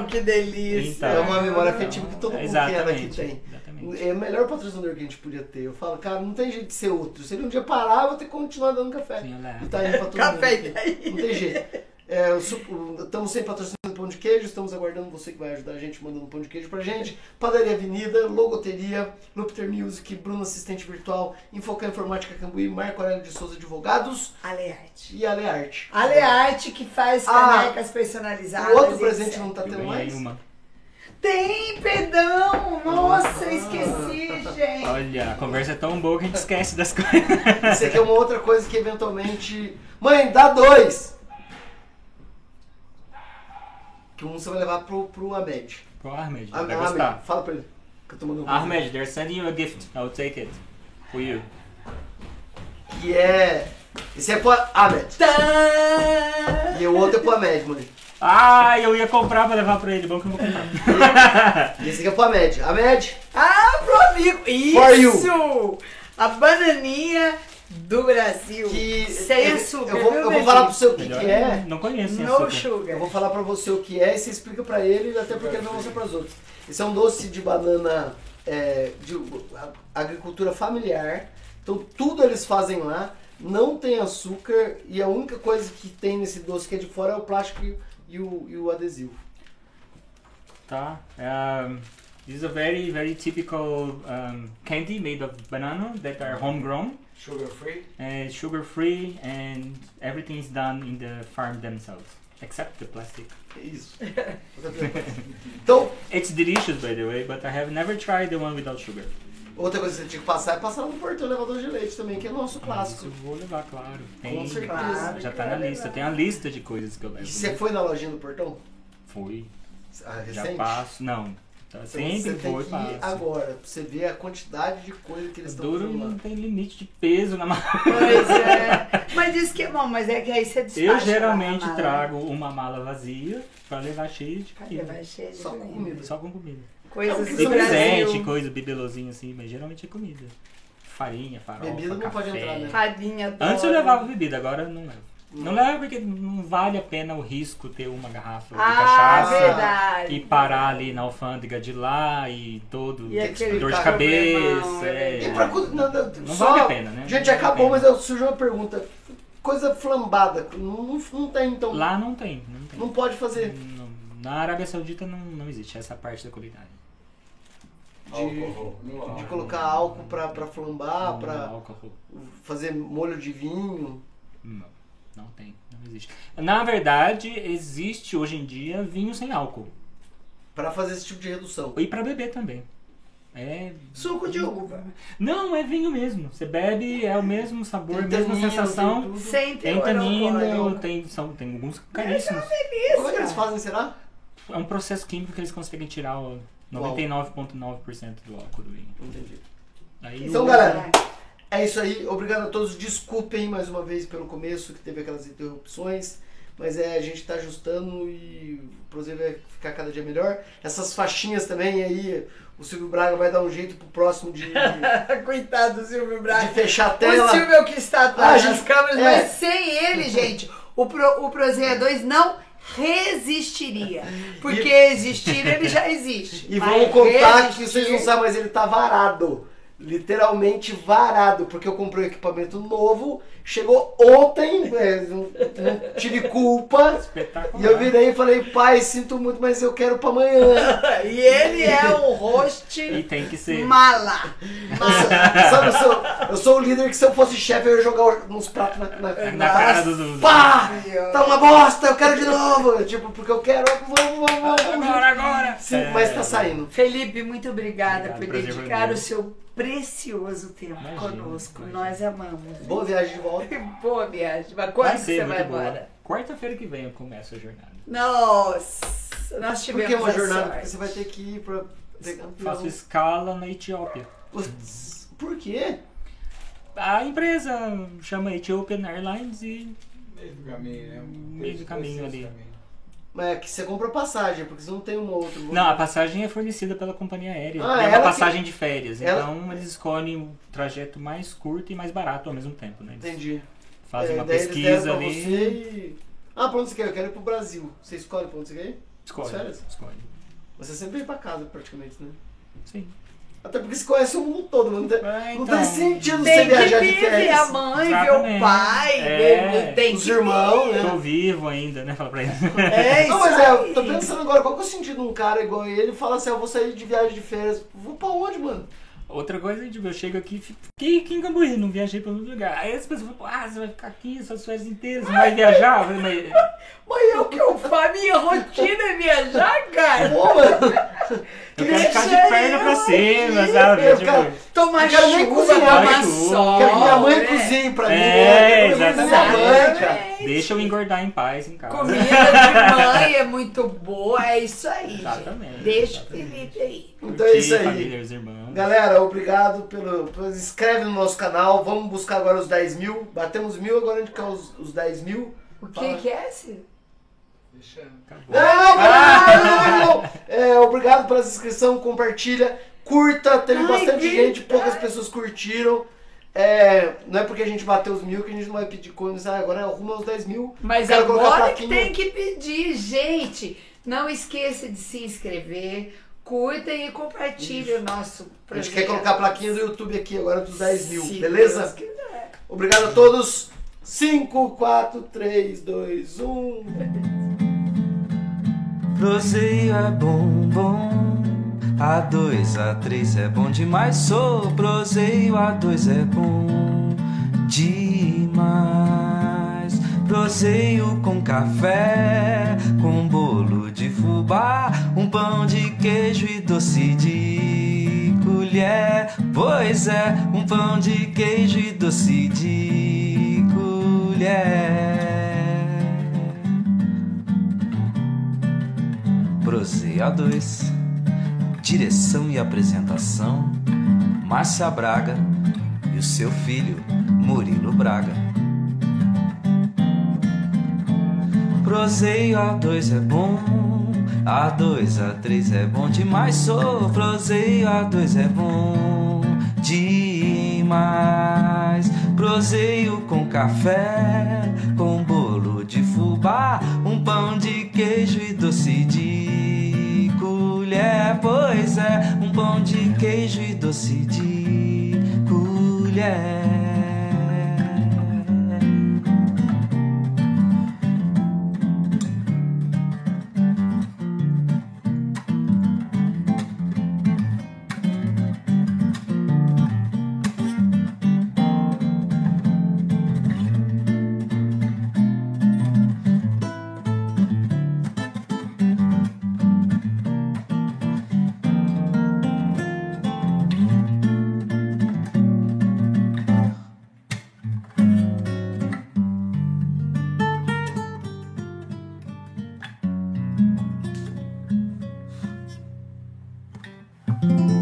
Speaker 3: inteira.
Speaker 4: Que delícia.
Speaker 3: Então.
Speaker 2: É uma memória afetiva que todo mundo quer aqui
Speaker 3: Exatamente.
Speaker 2: tem.
Speaker 3: exatamente.
Speaker 2: É o melhor patrocinador que a gente podia ter. Eu falo, cara, não tem jeito de ser outro. Se ele um dia parar, eu vou ter que continuar dando café.
Speaker 3: Sim, eu levo.
Speaker 2: E tá indo pra todo
Speaker 4: Café
Speaker 2: mundo.
Speaker 4: e daí?
Speaker 2: Não tem jeito. É, eu su- o- estamos sem patrocínio do Pão de Queijo, estamos aguardando você que vai ajudar a gente mandando um Pão de Queijo pra gente. Padaria Avenida, Logoteria, Lupter Music, Bruno Assistente Virtual, Infocan Informática Cambuí, Marco Aurélio de Souza Advogados
Speaker 4: Alearte.
Speaker 2: e Alearte.
Speaker 4: Alearte que faz
Speaker 2: Ah,
Speaker 4: canecas personalizadas.
Speaker 2: O outro
Speaker 4: e
Speaker 2: presente
Speaker 4: etc.
Speaker 2: não tá
Speaker 3: Eu
Speaker 2: tendo
Speaker 3: ganhei
Speaker 2: mais?
Speaker 3: uma.
Speaker 4: Tem, perdão! Nossa, esqueci, gente.
Speaker 3: Olha, a conversa é tão boa que a gente esquece das coisas.
Speaker 2: Isso aqui é uma outra coisa que eventualmente. Mãe, dá dois! que um você vai levar pro, pro Ahmed.
Speaker 3: Pro Ahmed.
Speaker 2: Ah,
Speaker 3: Vai
Speaker 2: Ahmed,
Speaker 3: gostar.
Speaker 2: fala pra ele que eu tô mandando um
Speaker 3: Ahmed, they're sending you a gift. I'll take it. For you.
Speaker 2: Que é. Esse é pro Ahmed. E o outro é pro Ahmed, mano.
Speaker 3: Ah, eu ia comprar pra levar pra ele. Bom que eu vou comprar.
Speaker 2: E esse aqui é pro Ahmed. Ahmed,
Speaker 4: Ah, pro amigo!
Speaker 2: For you.
Speaker 4: Isso! A bananinha do Brasil.
Speaker 2: que.
Speaker 4: Sem
Speaker 2: eu-
Speaker 4: açúcar.
Speaker 2: Eu vou,
Speaker 4: viu,
Speaker 2: eu vou
Speaker 4: meu
Speaker 2: falar
Speaker 4: gente?
Speaker 2: pro você o que, que é.
Speaker 3: Não conheço esse
Speaker 4: No
Speaker 3: açúcar.
Speaker 2: Eu
Speaker 4: sugar.
Speaker 2: vou falar pra você o que é e você explica pra ele, até porque ele vai mostrar pras outras. Esse é um doce de banana é, de a- agricultura familiar. Então tudo eles fazem lá, não tem açúcar e a única coisa que tem nesse doce que é de fora é o plástico e, e o, e o adesivo.
Speaker 3: Tá. Um, this is a very, very typical um, candy made of banana that are homegrown
Speaker 5: Sugar free?
Speaker 3: and sugar free and everything is done in the farm themselves. Except the plastic.
Speaker 2: É isso. então,
Speaker 3: It's delicious by the way, but I have never tried the one without sugar.
Speaker 2: outra coisa que você tinha que passar é passar lá no portão elevador de leite também, que é nosso clássico.
Speaker 3: Isso eu vou levar, claro.
Speaker 2: Com certeza.
Speaker 3: Claro, já tá na
Speaker 4: Claro,
Speaker 3: lista.
Speaker 4: claro.
Speaker 3: Tem a lista de coisas que eu levo.
Speaker 2: E você foi na lojinha do portão?
Speaker 3: Fui.
Speaker 2: Ah,
Speaker 3: Já
Speaker 2: recente?
Speaker 3: passo. Não. Tá,
Speaker 2: Então
Speaker 3: sempre
Speaker 2: você tem
Speaker 3: foi,
Speaker 2: que ir
Speaker 3: passo.
Speaker 2: agora, pra você ver a quantidade de coisa que eles estão
Speaker 3: Duro
Speaker 2: fazendo
Speaker 3: não
Speaker 2: lá.
Speaker 3: tem limite de peso na mala.
Speaker 4: Pois é. Mas isso que é bom, mas é que aí você despacha.
Speaker 3: Eu
Speaker 4: né?
Speaker 3: geralmente
Speaker 4: a mala.
Speaker 3: trago uma mala vazia pra levar cheia de
Speaker 4: Cadê?
Speaker 3: comida.
Speaker 4: Vai cheio de
Speaker 2: Só com
Speaker 4: comida.
Speaker 2: comida.
Speaker 3: Só com comida.
Speaker 4: Coisas
Speaker 2: Não,
Speaker 3: Tem
Speaker 4: do Brasil.
Speaker 3: presente, coisa, bibelozinho assim, mas geralmente é comida. Farinha, farofa,
Speaker 2: Bebida não
Speaker 3: café.
Speaker 2: pode entrar, né?
Speaker 4: Fadinha adoro.
Speaker 3: Antes eu levava bebida, agora eu não levo. Não levo porque não vale a pena o risco ter uma garrafa de
Speaker 4: Ah,
Speaker 3: cachaça
Speaker 4: verdade.
Speaker 3: e parar ali na alfândega de lá e todo
Speaker 4: E aquele
Speaker 3: dor de
Speaker 4: problemão,
Speaker 3: cabeça.
Speaker 4: é
Speaker 3: é.
Speaker 2: E pra, cu- não, não,
Speaker 3: Não
Speaker 2: só-
Speaker 3: vale a pena, né?
Speaker 2: Gente,
Speaker 3: Não vale
Speaker 2: acabou,
Speaker 3: a
Speaker 2: mas
Speaker 3: pena.
Speaker 2: eu surgiu uma pergunta. Coisa flambada, não, não, não tem então.
Speaker 3: Lá não tem, não tem.
Speaker 2: Não pode fazer.
Speaker 3: Não- na Arábia Saudita não, não existe essa parte da culinária.
Speaker 5: Álcool. No
Speaker 2: De
Speaker 5: álcool.
Speaker 2: colocar álcool pra, pra flambar,
Speaker 3: não,
Speaker 2: Ah, pra
Speaker 3: álcool.
Speaker 2: fazer molho de vinho.
Speaker 3: Não, não tem, não existe. Na verdade, existe hoje em dia vinho sem álcool.
Speaker 2: Pra fazer esse tipo de redução.
Speaker 3: E pra beber também. É.
Speaker 4: Suco de uva.
Speaker 3: Não, é vinho mesmo. Você bebe, é o mesmo sabor,
Speaker 2: Tem
Speaker 3: a mesma
Speaker 2: tanino,
Speaker 3: sensação.
Speaker 2: tem tudo.
Speaker 4: Sem
Speaker 3: Tem
Speaker 4: teor
Speaker 3: tanino,
Speaker 4: alcoólico.
Speaker 3: tem, são, tem alguns caríssimos.
Speaker 2: Como é que eles
Speaker 4: Tá.
Speaker 2: fazem, será?
Speaker 3: É um processo químico que eles conseguem tirar o 99,9% do álcool do vinho.
Speaker 2: Entendi.
Speaker 3: Aí
Speaker 2: Então,
Speaker 3: o-
Speaker 2: galera, é isso aí. Obrigado a todos. Desculpem mais uma vez pelo começo, que teve aquelas interrupções. Mas é, a gente tá ajustando e o Cruzeiro vai ficar cada dia melhor. Essas faixinhas também, aí o Silvio Braga vai dar um jeito pro próximo de, de
Speaker 4: Coitado do Silvio Braga.
Speaker 2: fechar a
Speaker 4: O
Speaker 2: tela.
Speaker 4: Silvio é o que está
Speaker 2: Ah,
Speaker 4: atrás das
Speaker 2: gente,
Speaker 4: câmeras,
Speaker 2: é.
Speaker 4: mas sem ele, gente, o, Pro, o Prozeia 2 não resistiria. Porque existir, ele já existe.
Speaker 2: E
Speaker 4: Mas
Speaker 2: vamos contar que
Speaker 4: resistir-
Speaker 2: vocês não sabem, mas ele tá varado. Literalmente varado, porque eu comprei um equipamento novo, chegou ontem, é, não- não tive culpa.
Speaker 3: espetacular.
Speaker 2: E eu virei e falei, pai, sinto muito, mas eu quero pra amanhã.
Speaker 4: E ele é o host
Speaker 3: E tem que ser.
Speaker 4: mala.
Speaker 2: Nossa, sabe, eu sou, eu sou o líder que se eu fosse chefe, eu ia jogar uns pratos na, na,
Speaker 3: É, Na cara dos. dos-
Speaker 2: Pá! Tá uma bosta, eu quero de novo! Tipo, porque eu quero. Vamos, vamos, vamos.
Speaker 3: Agora, agora!
Speaker 2: Sim,
Speaker 3: É,
Speaker 2: mas tá saindo.
Speaker 4: Felipe, muito obrigada
Speaker 3: Obrigado,
Speaker 4: por
Speaker 3: prazer foi
Speaker 4: dedicar
Speaker 3: meu.
Speaker 4: o seu precioso tempo
Speaker 3: Imagina,
Speaker 4: conosco.
Speaker 3: imagina.
Speaker 4: Nós amamos.
Speaker 2: Boa viagem de volta.
Speaker 4: Que boa viagem. Mas
Speaker 3: Vai
Speaker 4: quando
Speaker 3: ser
Speaker 4: você
Speaker 3: muito
Speaker 4: vai
Speaker 3: boa.
Speaker 4: embora?
Speaker 3: Quarta-feira que vem eu começo a jornada.
Speaker 4: Nossa,
Speaker 2: Por
Speaker 4: nós tivemos
Speaker 2: que uma
Speaker 4: a
Speaker 2: jornada?
Speaker 4: sorte.
Speaker 2: Porque você vai ter que ir pra. pegar um-
Speaker 3: Faço escala na Etiópia.
Speaker 2: Putz, Por quê?
Speaker 3: A empresa chama Ethiopian Airlines e
Speaker 5: Meio do caminho, né?
Speaker 3: Meio do caminho
Speaker 5: Dois, três
Speaker 3: ali.
Speaker 5: caminhos.
Speaker 2: Mas é que você compra passagem, porque você não tem uma outra.
Speaker 3: Não, a passagem é fornecida pela companhia aérea.
Speaker 2: Ah,
Speaker 3: é
Speaker 2: ela
Speaker 3: uma
Speaker 2: que-
Speaker 3: passagem de férias.
Speaker 2: ela-
Speaker 3: Então eles escolhem o trajeto mais curto e mais barato ao mesmo tempo, né? Eles
Speaker 2: Entendi.
Speaker 3: fazem
Speaker 2: É,
Speaker 3: uma
Speaker 2: daí eles deram
Speaker 3: pesquisa
Speaker 2: pra
Speaker 3: ali.
Speaker 2: você e- Ah, pra onde você quer? Eu quero ir pro Brasil. Você escolhe pra onde você quer ir?
Speaker 3: Escolhe.
Speaker 2: Férias?
Speaker 3: Escolhe.
Speaker 2: Você sempre vem pra casa, praticamente, né?
Speaker 3: Sim.
Speaker 2: Até porque você conhece o mundo todo, mano. Não tem-
Speaker 3: Ah,
Speaker 2: Não
Speaker 3: então,
Speaker 2: tem sentido você
Speaker 4: Tem que
Speaker 2: viajar de
Speaker 4: ver a
Speaker 2: férias.
Speaker 4: mãe, ver o
Speaker 3: Exatamente.
Speaker 4: pai,
Speaker 3: É.
Speaker 4: ver- tem
Speaker 2: Os
Speaker 4: que
Speaker 2: irmãos,
Speaker 3: Tô
Speaker 2: né?
Speaker 3: vivo ainda, né? Fala pra eles.
Speaker 4: É,
Speaker 2: Não, mas é, eu tô
Speaker 4: aí.
Speaker 2: pensando agora, qual que é o sentido de um cara igual ele fala assim, eu vou sair de viagem de férias. Vou pra onde, mano?
Speaker 3: Outra coisa, tipo, eu chego aqui e fiquei aqui em Cambuí, não viajei pra outro lugar. Aí as pessoas falam, ah, você vai ficar aqui suas férias inteiras, não vai viajar? Eu falei, mas
Speaker 4: Mas é o que eu faço, minha rotina é viajar, cara.
Speaker 2: Pô, mano,
Speaker 3: Eu quero ficar de perna pra cima, sabe?
Speaker 2: né? Eu
Speaker 3: Tipo,
Speaker 2: quero-
Speaker 4: Tomar
Speaker 2: Eu quero nem
Speaker 4: chuva,
Speaker 2: cozinhar,
Speaker 4: tomar
Speaker 3: mas-
Speaker 4: sol.
Speaker 2: Quero que minha mãe
Speaker 4: né?
Speaker 2: cozinhe pra mim.
Speaker 3: É,
Speaker 2: eu quero comer minha mãe,
Speaker 4: exatamente.
Speaker 2: cara.
Speaker 3: deixa eu engordar em paz em casa.
Speaker 4: Comida de mãe é muito boa, é isso aí,
Speaker 3: Exatamente,
Speaker 4: gente. Deixa o
Speaker 3: exatamente.
Speaker 4: Felipe aí.
Speaker 2: Então é isso aí.
Speaker 3: Família, os irmãos.
Speaker 2: Galera, obrigado pelo. pelo- Se inscreve no nosso canal. Vamos buscar agora os 10 mil. Batemos mil, agora a gente quer os, os 10 mil.
Speaker 4: O que,
Speaker 2: Fala.
Speaker 4: que é esse?
Speaker 5: Fechando.
Speaker 2: Não, não, não, não, não, não. É, obrigado pela inscrição, compartilha, curta. Teve
Speaker 4: Ai,
Speaker 2: bastante gente,
Speaker 4: verdade.
Speaker 2: poucas pessoas curtiram. É, não é porque a gente bateu os mil que a gente não vai pedir coisas. Ah, agora arruma os 10 mil.
Speaker 4: Mas
Speaker 2: Quero colocar a
Speaker 4: agora que
Speaker 2: plaquinha.
Speaker 4: tem que pedir, gente. Não esqueça de se inscrever, curtem e compartilhem o nosso
Speaker 2: A gente
Speaker 4: projeto.
Speaker 2: quer colocar a plaquinha do YouTube aqui agora dos 10 mil,
Speaker 4: Se Deus
Speaker 2: beleza?
Speaker 4: quiser.
Speaker 2: Obrigado a todos. 5, 4, 3, 2, 1.
Speaker 1: Proseio é bom, bom. A dois, a três é bom demais. Sou proseio, a dois é bom demais. Proseio com café, com bolo de fubá, um pão de queijo e doce de colher. Pois é, um pão de queijo e doce de colher. Prozeia 2. Direção e apresentação: Márcia Braga e o seu filho Murilo Braga. Prozeio A2 é bom, A2, A3 é bom demais, sou Prozeio A2 é bom demais. Prozeio com café, com bolo de fubá, um pão de queijo e doce de colher, pois é, um pão de queijo e doce de colher.
Speaker 6: Thank